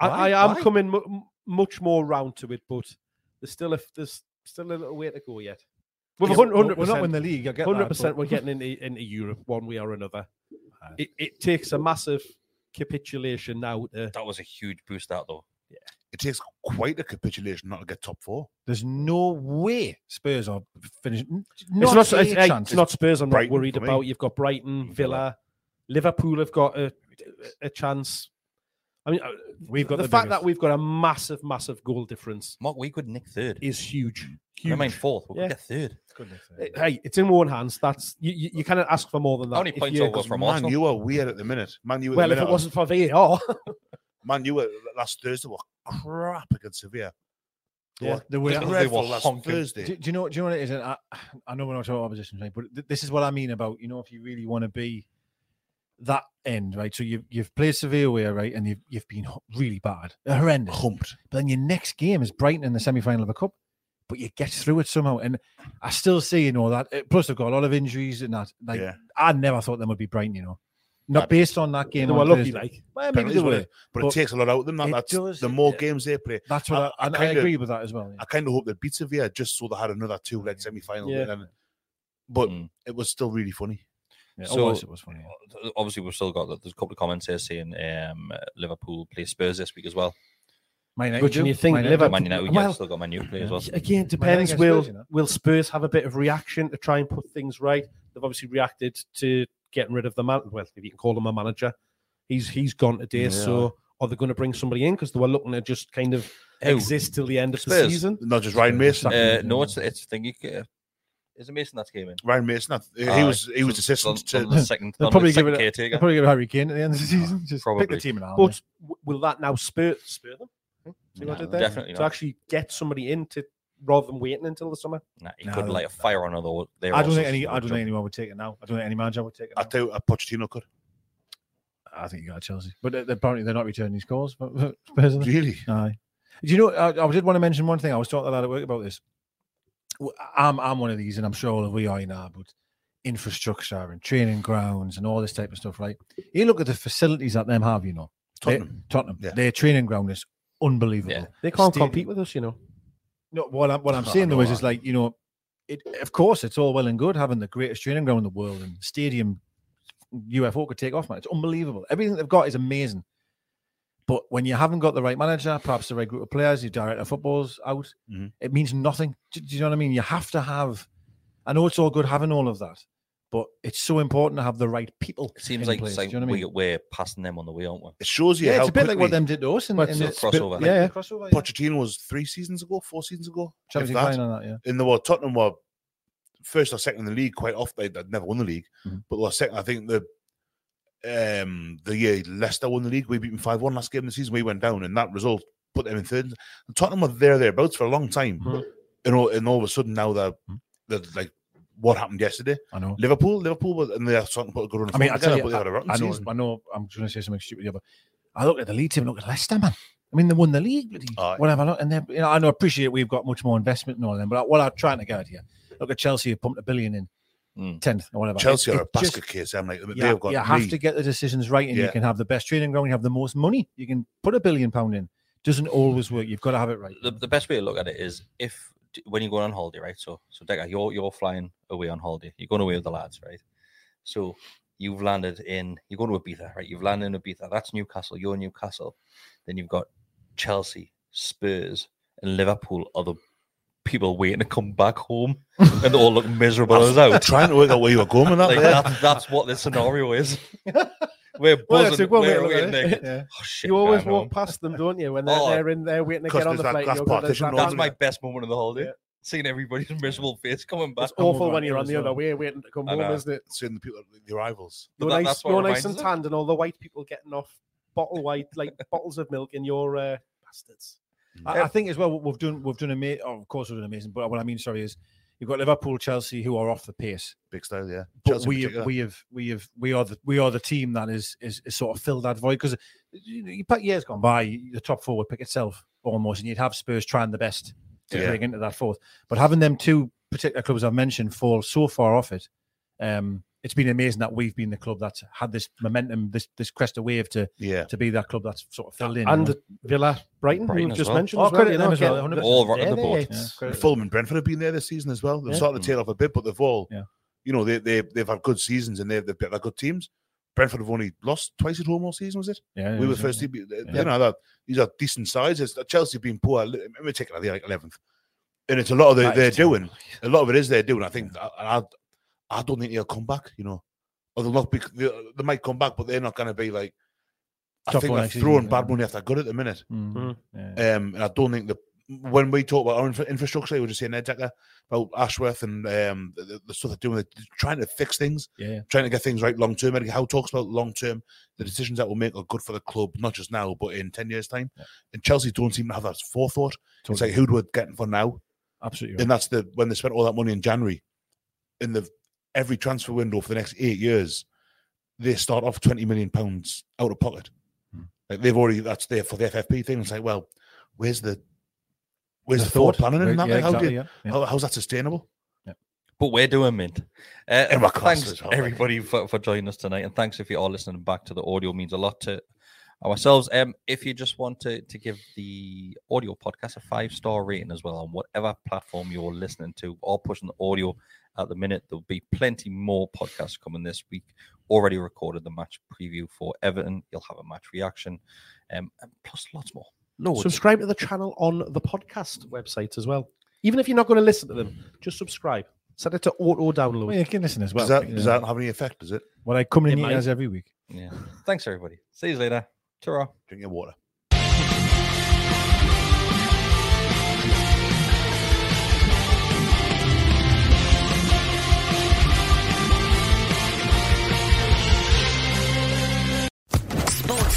[SPEAKER 7] I,
[SPEAKER 5] Why?
[SPEAKER 7] I am
[SPEAKER 5] Why?
[SPEAKER 7] coming mu- m- much more round to it, but there's still a there's still a little way to go yet. We've
[SPEAKER 5] Yeah,
[SPEAKER 7] 100
[SPEAKER 5] we're- we're not
[SPEAKER 7] 100%,
[SPEAKER 5] winning the league, I get that,
[SPEAKER 7] 100%
[SPEAKER 5] but-
[SPEAKER 7] we're getting into, into Europe one way or another. It, it takes a massive capitulation now. To,
[SPEAKER 4] That was a huge boost. That though.
[SPEAKER 8] It takes quite a capitulation not to get top four.
[SPEAKER 5] There's no way Spurs are finishing.
[SPEAKER 7] it's
[SPEAKER 5] Not,
[SPEAKER 7] not,
[SPEAKER 5] a
[SPEAKER 7] it's, hey,
[SPEAKER 5] chance.
[SPEAKER 7] it's not Spurs I'm
[SPEAKER 8] Brighton
[SPEAKER 7] not worried
[SPEAKER 8] for me.
[SPEAKER 7] about. You've got Brighton, Villa, Liverpool have got a, a chance. I mean, uh,
[SPEAKER 5] We've got
[SPEAKER 7] the,
[SPEAKER 5] the
[SPEAKER 7] fact
[SPEAKER 5] biggest.
[SPEAKER 7] that we've got a massive, massive goal difference
[SPEAKER 4] Mark, we could nick third.
[SPEAKER 7] is huge.
[SPEAKER 4] I
[SPEAKER 7] Huge.
[SPEAKER 4] mean fourth. We
[SPEAKER 7] Yeah.
[SPEAKER 4] could get third.
[SPEAKER 7] Uh, Hey, it's in one hands. That's you. You, you cannot ask for more than that.
[SPEAKER 4] How many
[SPEAKER 7] If
[SPEAKER 4] points
[SPEAKER 7] you-
[SPEAKER 4] over from
[SPEAKER 8] Man,
[SPEAKER 4] Arsenal?
[SPEAKER 8] you are weird at the minute. Man, you at the
[SPEAKER 7] Well, if
[SPEAKER 8] minute
[SPEAKER 7] it
[SPEAKER 8] are-
[SPEAKER 7] wasn't for VAR,
[SPEAKER 8] Man, you were last Thursday were crap against Sevilla. They
[SPEAKER 7] Yeah,
[SPEAKER 8] were
[SPEAKER 5] they were- They
[SPEAKER 4] were
[SPEAKER 8] dreadful last
[SPEAKER 4] honking.
[SPEAKER 8] Thursday.
[SPEAKER 5] Do, do you know? Do you know what it is? And I, I know we're not talking about opposition, right? But th- this is what I mean about you know if you really want to be that end, right? So you've you've played Sevilla, away, right, and you've you've been ho- really bad, horrendous,
[SPEAKER 8] Humped.
[SPEAKER 5] But then your next game is Brighton in the semi final of a cup, but you get through it somehow. And I still see you know that. eh, Plus, they've got a lot of injuries and that. Like
[SPEAKER 8] Yeah.
[SPEAKER 5] I never thought them would be Brighton, you know. Not based on that game.
[SPEAKER 7] they were
[SPEAKER 5] on
[SPEAKER 7] lucky.
[SPEAKER 5] Thursday.
[SPEAKER 7] Like
[SPEAKER 5] Well, maybe
[SPEAKER 8] Penalties
[SPEAKER 5] they
[SPEAKER 8] were
[SPEAKER 5] were.
[SPEAKER 8] it, but,
[SPEAKER 5] but
[SPEAKER 8] it takes a lot out of them. That,
[SPEAKER 5] it
[SPEAKER 8] that's
[SPEAKER 5] does,
[SPEAKER 8] the more
[SPEAKER 5] yeah.
[SPEAKER 8] games they play.
[SPEAKER 5] That's what I,
[SPEAKER 8] I- I
[SPEAKER 5] and I
[SPEAKER 8] kinda-
[SPEAKER 5] agree with that as well. yeah.
[SPEAKER 8] I kind of hope they beat Sevilla just so they had another two leg semi final.
[SPEAKER 7] Yeah.
[SPEAKER 8] But
[SPEAKER 4] Mm.
[SPEAKER 8] it was still really funny.
[SPEAKER 5] Yeah,
[SPEAKER 4] So-
[SPEAKER 5] otherwise it
[SPEAKER 7] oh,
[SPEAKER 5] was funny. yeah.
[SPEAKER 4] Uh, Obviously, we've still got there's a couple of comments here saying um, uh, Liverpool play Spurs this week as well.
[SPEAKER 5] Man United
[SPEAKER 7] Which
[SPEAKER 5] do.
[SPEAKER 7] and you think
[SPEAKER 5] Man United do.
[SPEAKER 7] Liverpool-
[SPEAKER 4] Man United, yeah,
[SPEAKER 7] well-
[SPEAKER 4] still got Man U play as well.
[SPEAKER 7] again,
[SPEAKER 5] Might
[SPEAKER 7] depends.
[SPEAKER 5] not get
[SPEAKER 7] Will
[SPEAKER 5] Spurs, you know.
[SPEAKER 7] Will Spurs have a bit of reaction to try and put things right? They've obviously reacted to getting rid of the man. Well, if you can call him a manager, he's he's gone today. So are they going to bring somebody in because they were looking to just kind of
[SPEAKER 4] Who?
[SPEAKER 7] exist till the end of the
[SPEAKER 4] Spurs?
[SPEAKER 7] season?
[SPEAKER 8] Not just Ryan Mason.
[SPEAKER 4] Uh, no, it's it's thing you get. Is it Mason that came in?
[SPEAKER 8] Ryan Mason. I th- he
[SPEAKER 4] Aye.
[SPEAKER 8] was he was
[SPEAKER 4] So
[SPEAKER 8] assistant
[SPEAKER 4] on- on
[SPEAKER 8] to
[SPEAKER 4] the second.
[SPEAKER 5] They'll
[SPEAKER 4] on the
[SPEAKER 5] probably give
[SPEAKER 4] second
[SPEAKER 5] it. a-
[SPEAKER 4] caretaker.
[SPEAKER 5] They'll probably give Harry Kane at the end of the season. Just pick the
[SPEAKER 4] probably.
[SPEAKER 5] team and arm.
[SPEAKER 7] But w- will that now spur spur them? See what I
[SPEAKER 4] No,
[SPEAKER 7] did there?
[SPEAKER 4] definitely
[SPEAKER 7] to
[SPEAKER 4] not.
[SPEAKER 7] actually get somebody in to rather than waiting until the summer.
[SPEAKER 4] Nah, he
[SPEAKER 5] Nah,
[SPEAKER 4] could
[SPEAKER 5] they-
[SPEAKER 4] light a fire on her though.
[SPEAKER 5] I
[SPEAKER 4] They were
[SPEAKER 5] don't
[SPEAKER 4] also
[SPEAKER 5] think any.
[SPEAKER 4] sort
[SPEAKER 5] I
[SPEAKER 4] of
[SPEAKER 5] don't think anyone would take it now. I don't think any manager would take it.
[SPEAKER 8] I
[SPEAKER 5] Now.
[SPEAKER 8] tell you, uh, Pochettino could.
[SPEAKER 5] I think you got Chelsea, but they- apparently they're not returning these calls. But Spurs are-
[SPEAKER 8] Really?
[SPEAKER 5] Aye. Do you know? I, I did want to mention one thing. I was talking to the lad at work about this. W- I'm I'm one of these, and I'm sure all of we are in our but infrastructure and training grounds and all this type of stuff, right? You look at the facilities that them have, you know, They-
[SPEAKER 8] Tottenham.
[SPEAKER 5] Tottenham,
[SPEAKER 8] Yeah.
[SPEAKER 5] their training ground is unbelievable.
[SPEAKER 4] Yeah.
[SPEAKER 7] They can't
[SPEAKER 5] Stadium-
[SPEAKER 7] compete with us, you know.
[SPEAKER 5] No, what I'm what I'm
[SPEAKER 8] I
[SPEAKER 5] saying though
[SPEAKER 8] know
[SPEAKER 5] is, is
[SPEAKER 8] that.
[SPEAKER 5] like you know, it of course it's all well and good having the greatest training ground in the world and stadium UFO could take off, man. It's unbelievable. Everything they've got is amazing. But when you haven't got the right manager, perhaps the right group of players, your director of football's out,
[SPEAKER 8] Mhm.
[SPEAKER 5] it means nothing. Do, do you know what I mean? You have to have. I know it's all good having all of that, but it's so important to have the right people.
[SPEAKER 4] It seems
[SPEAKER 5] in
[SPEAKER 4] like,
[SPEAKER 5] place.
[SPEAKER 4] it's
[SPEAKER 5] Do
[SPEAKER 4] like
[SPEAKER 5] you know what I
[SPEAKER 4] we,
[SPEAKER 5] mean?
[SPEAKER 4] we're passing them on the way, aren't we?
[SPEAKER 8] It shows you
[SPEAKER 5] Yeah,
[SPEAKER 8] how
[SPEAKER 5] it's a bit like what
[SPEAKER 8] quickly
[SPEAKER 5] them did to us in,
[SPEAKER 7] What's
[SPEAKER 5] in
[SPEAKER 7] the
[SPEAKER 5] the
[SPEAKER 4] crossover?
[SPEAKER 5] yeah,
[SPEAKER 7] Yeah.
[SPEAKER 5] crossover. Yeah.
[SPEAKER 8] Pochettino was three seasons ago, four seasons ago.
[SPEAKER 5] Champions
[SPEAKER 8] if
[SPEAKER 5] League
[SPEAKER 8] that.
[SPEAKER 5] final, that, yeah.
[SPEAKER 8] in the world, Tottenham were first or second in the league quite often. They'd, they'd never won the league,
[SPEAKER 5] Mhm.
[SPEAKER 8] but they were second. I think the um the year Leicester won the league, we beat them five one last game of the season. We went down, and that result put them in third. And Tottenham were there thereabouts for a long time,
[SPEAKER 7] Mhm. Mm.
[SPEAKER 8] and all and all of a sudden now they're they're like what happened yesterday.
[SPEAKER 5] I know.
[SPEAKER 8] Liverpool, Liverpool was, and they're starting to put a good run.
[SPEAKER 5] I mean, I
[SPEAKER 8] form
[SPEAKER 5] tell
[SPEAKER 8] together,
[SPEAKER 5] you,
[SPEAKER 8] but they had a rotten
[SPEAKER 5] I, I know,
[SPEAKER 8] season.
[SPEAKER 5] I know. I'm going to say something stupid here, but I look at the league team, look at Leicester, man. I mean, they won the league, bloody
[SPEAKER 8] Aye.
[SPEAKER 5] whatever. Look, and then you know, I know, appreciate we've got much more investment and all them, but what I'm trying to get at here, look at Chelsea, who pumped a billion in. Tenth or whatever.
[SPEAKER 8] Chelsea
[SPEAKER 5] It-
[SPEAKER 8] are a
[SPEAKER 5] it just-
[SPEAKER 8] basket case. I'm like,
[SPEAKER 5] you,
[SPEAKER 8] they've
[SPEAKER 5] have,
[SPEAKER 8] got
[SPEAKER 5] you have
[SPEAKER 8] me.
[SPEAKER 5] to get the decisions right, and you
[SPEAKER 8] Yeah.
[SPEAKER 5] can have the best training ground, you have the most money, you can put a billion pound in. Doesn't always work. You've got to have it right.
[SPEAKER 4] the, the best way to look at it is if d- when you're going on holiday, right? So so Decker, you're you're flying away on holiday. You're going away with the lads, right? So you've landed in you're going to Ibiza, right? You've landed in Ibiza. That's Newcastle. You're Newcastle. Then you've got Chelsea, Spurs, and Liverpool are the people waiting to come back home, and they all look miserable as
[SPEAKER 8] I'm
[SPEAKER 4] out.
[SPEAKER 8] trying to work out where you were going with that,
[SPEAKER 4] Like,
[SPEAKER 8] yeah.
[SPEAKER 4] that's, that's what the scenario is. We're buzzing.
[SPEAKER 7] Well, that's a- well,
[SPEAKER 4] we're
[SPEAKER 7] look
[SPEAKER 4] away
[SPEAKER 7] at it.
[SPEAKER 4] naked.
[SPEAKER 7] Yeah.
[SPEAKER 4] Oh, shit,
[SPEAKER 7] you always
[SPEAKER 4] man,
[SPEAKER 7] walk past them, don't you? When they're,
[SPEAKER 4] Oh,
[SPEAKER 7] they're in there waiting to
[SPEAKER 4] Because
[SPEAKER 7] get on
[SPEAKER 4] there's
[SPEAKER 7] the
[SPEAKER 4] that
[SPEAKER 7] plane.
[SPEAKER 4] glass
[SPEAKER 7] you'll go, "There's
[SPEAKER 4] partition
[SPEAKER 7] that
[SPEAKER 4] that's
[SPEAKER 7] one."
[SPEAKER 4] my best moment of the holiday. Seeing everybody's miserable face coming back.
[SPEAKER 7] It's awful when you're on the other way waiting to come
[SPEAKER 4] I
[SPEAKER 7] home,
[SPEAKER 4] know.
[SPEAKER 7] isn't it?
[SPEAKER 8] Seeing the people, the rivals.
[SPEAKER 7] You're
[SPEAKER 4] That-
[SPEAKER 7] nice,
[SPEAKER 4] that's what
[SPEAKER 7] you're nice
[SPEAKER 4] reminds
[SPEAKER 7] and
[SPEAKER 4] us.
[SPEAKER 7] tanned, and all the white people getting off bottle white like bottles of milk in your uh, bastards.
[SPEAKER 5] I, I think as well what we've done we've done amazing. of course, we've done amazing. But what I mean, sorry, is you've got Liverpool, Chelsea, who are off the pace.
[SPEAKER 8] Big style, yeah.
[SPEAKER 5] But
[SPEAKER 8] Chelsea in
[SPEAKER 5] we have,
[SPEAKER 8] particular.
[SPEAKER 5] we have we have we are the we are the team that is is, is sort of filled that void because you, you put years gone by, the top four would pick itself almost, and you'd have Spurs trying the best to
[SPEAKER 8] Yeah.
[SPEAKER 5] break into that fourth. But having them two particular clubs I've mentioned fall so far off it, um, it's been amazing that we've been the club that's had this momentum, this this crest of wave to
[SPEAKER 8] yeah
[SPEAKER 5] to be that club that's sort of filled in you
[SPEAKER 7] And
[SPEAKER 5] know.
[SPEAKER 7] Villa, Brighton,
[SPEAKER 5] Brighton as
[SPEAKER 7] who we've just
[SPEAKER 5] well.
[SPEAKER 7] mentioned.
[SPEAKER 5] Oh,
[SPEAKER 7] as well,
[SPEAKER 5] credit
[SPEAKER 7] you
[SPEAKER 5] them
[SPEAKER 7] know,
[SPEAKER 5] as well,
[SPEAKER 7] again,
[SPEAKER 5] 100%.
[SPEAKER 4] All rotten
[SPEAKER 7] they're
[SPEAKER 4] the
[SPEAKER 7] there,
[SPEAKER 4] board.
[SPEAKER 7] it's-
[SPEAKER 8] And Fulham and Brentford have been there this season as well. They've
[SPEAKER 7] Yeah.
[SPEAKER 8] started to tail off a bit, but they've all,
[SPEAKER 5] Yeah.
[SPEAKER 8] you know, they, they, they've had good seasons and they've, they've got good teams. Brentford have only lost twice at home all season, was it?
[SPEAKER 5] Yeah,
[SPEAKER 8] we
[SPEAKER 5] it
[SPEAKER 8] were
[SPEAKER 5] was,
[SPEAKER 8] first.
[SPEAKER 5] yeah.
[SPEAKER 8] team.
[SPEAKER 5] Yeah.
[SPEAKER 8] You know that these are decent sizes. Chelsea being poor, in particular, they're like eleventh, and it's a lot of the,
[SPEAKER 5] That is
[SPEAKER 8] they're
[SPEAKER 5] terrible.
[SPEAKER 8] doing. A lot of it is they're doing. I think, and I, I don't think they'll come back. You know, or they'll not be. They, they might come back, but they're not going to be like. I
[SPEAKER 5] Top
[SPEAKER 8] think
[SPEAKER 5] four
[SPEAKER 8] they're
[SPEAKER 5] next
[SPEAKER 8] throwing
[SPEAKER 5] season,
[SPEAKER 8] bad
[SPEAKER 5] yeah.
[SPEAKER 8] money after good at the minute.
[SPEAKER 5] Mm,
[SPEAKER 8] Um, and I don't think the when we talk about our infra- infrastructure, we were just saying Ed Decker about Ashworth and um, the, the stuff they're doing, they're trying to fix things,
[SPEAKER 5] Yeah.
[SPEAKER 8] trying to get things right long term. Eddie Howe talks about long term, the decisions that will make are good for the club, not just now, but in 10 years' time. And Chelsea don't seem to have that forethought. It's
[SPEAKER 5] Totally.
[SPEAKER 8] like, who do we get for now?
[SPEAKER 5] Absolutely.
[SPEAKER 8] And that's the when they spent all that money in January, in the every transfer window for the next eight years, they start off twenty million pounds out of pocket. Like they've already that's there for the FFP thing. It's like, well, where's the where's
[SPEAKER 5] The
[SPEAKER 8] the, forward
[SPEAKER 5] thought.
[SPEAKER 8] planning
[SPEAKER 5] Where-
[SPEAKER 8] in that?
[SPEAKER 5] yeah,
[SPEAKER 8] Like, how
[SPEAKER 5] exactly,
[SPEAKER 8] do you-
[SPEAKER 5] yeah, yeah.
[SPEAKER 7] Oh,
[SPEAKER 8] how- how's that sustainable?
[SPEAKER 4] but we're doing mint. Uh,
[SPEAKER 8] And we're class
[SPEAKER 4] thanks
[SPEAKER 8] as well, like.
[SPEAKER 4] everybody for, for joining us tonight, and thanks if you are listening back to the audio means a lot to ourselves. Um, if you just want to to give the audio podcast a five star rating as well on whatever platform you're listening to, or pushing the audio at the minute, there'll be plenty more podcasts coming this week. Already recorded the match preview for Everton. You'll have a match reaction, um, and plus lots more. Loads.
[SPEAKER 7] Subscribe to the channel on the podcast website as well. Even if you're not going to listen to them, just subscribe. Set it to auto download.
[SPEAKER 5] Well, you can listen as well.
[SPEAKER 8] Does that
[SPEAKER 5] you
[SPEAKER 8] does
[SPEAKER 5] know.
[SPEAKER 8] that have any effect? Does it?
[SPEAKER 5] Well, I come in
[SPEAKER 7] It
[SPEAKER 5] and eat
[SPEAKER 7] might.
[SPEAKER 5] as every week.
[SPEAKER 4] Yeah. Thanks everybody. See you later. ta
[SPEAKER 8] Drink your water.
[SPEAKER 9] Sports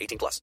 [SPEAKER 10] 18 plus.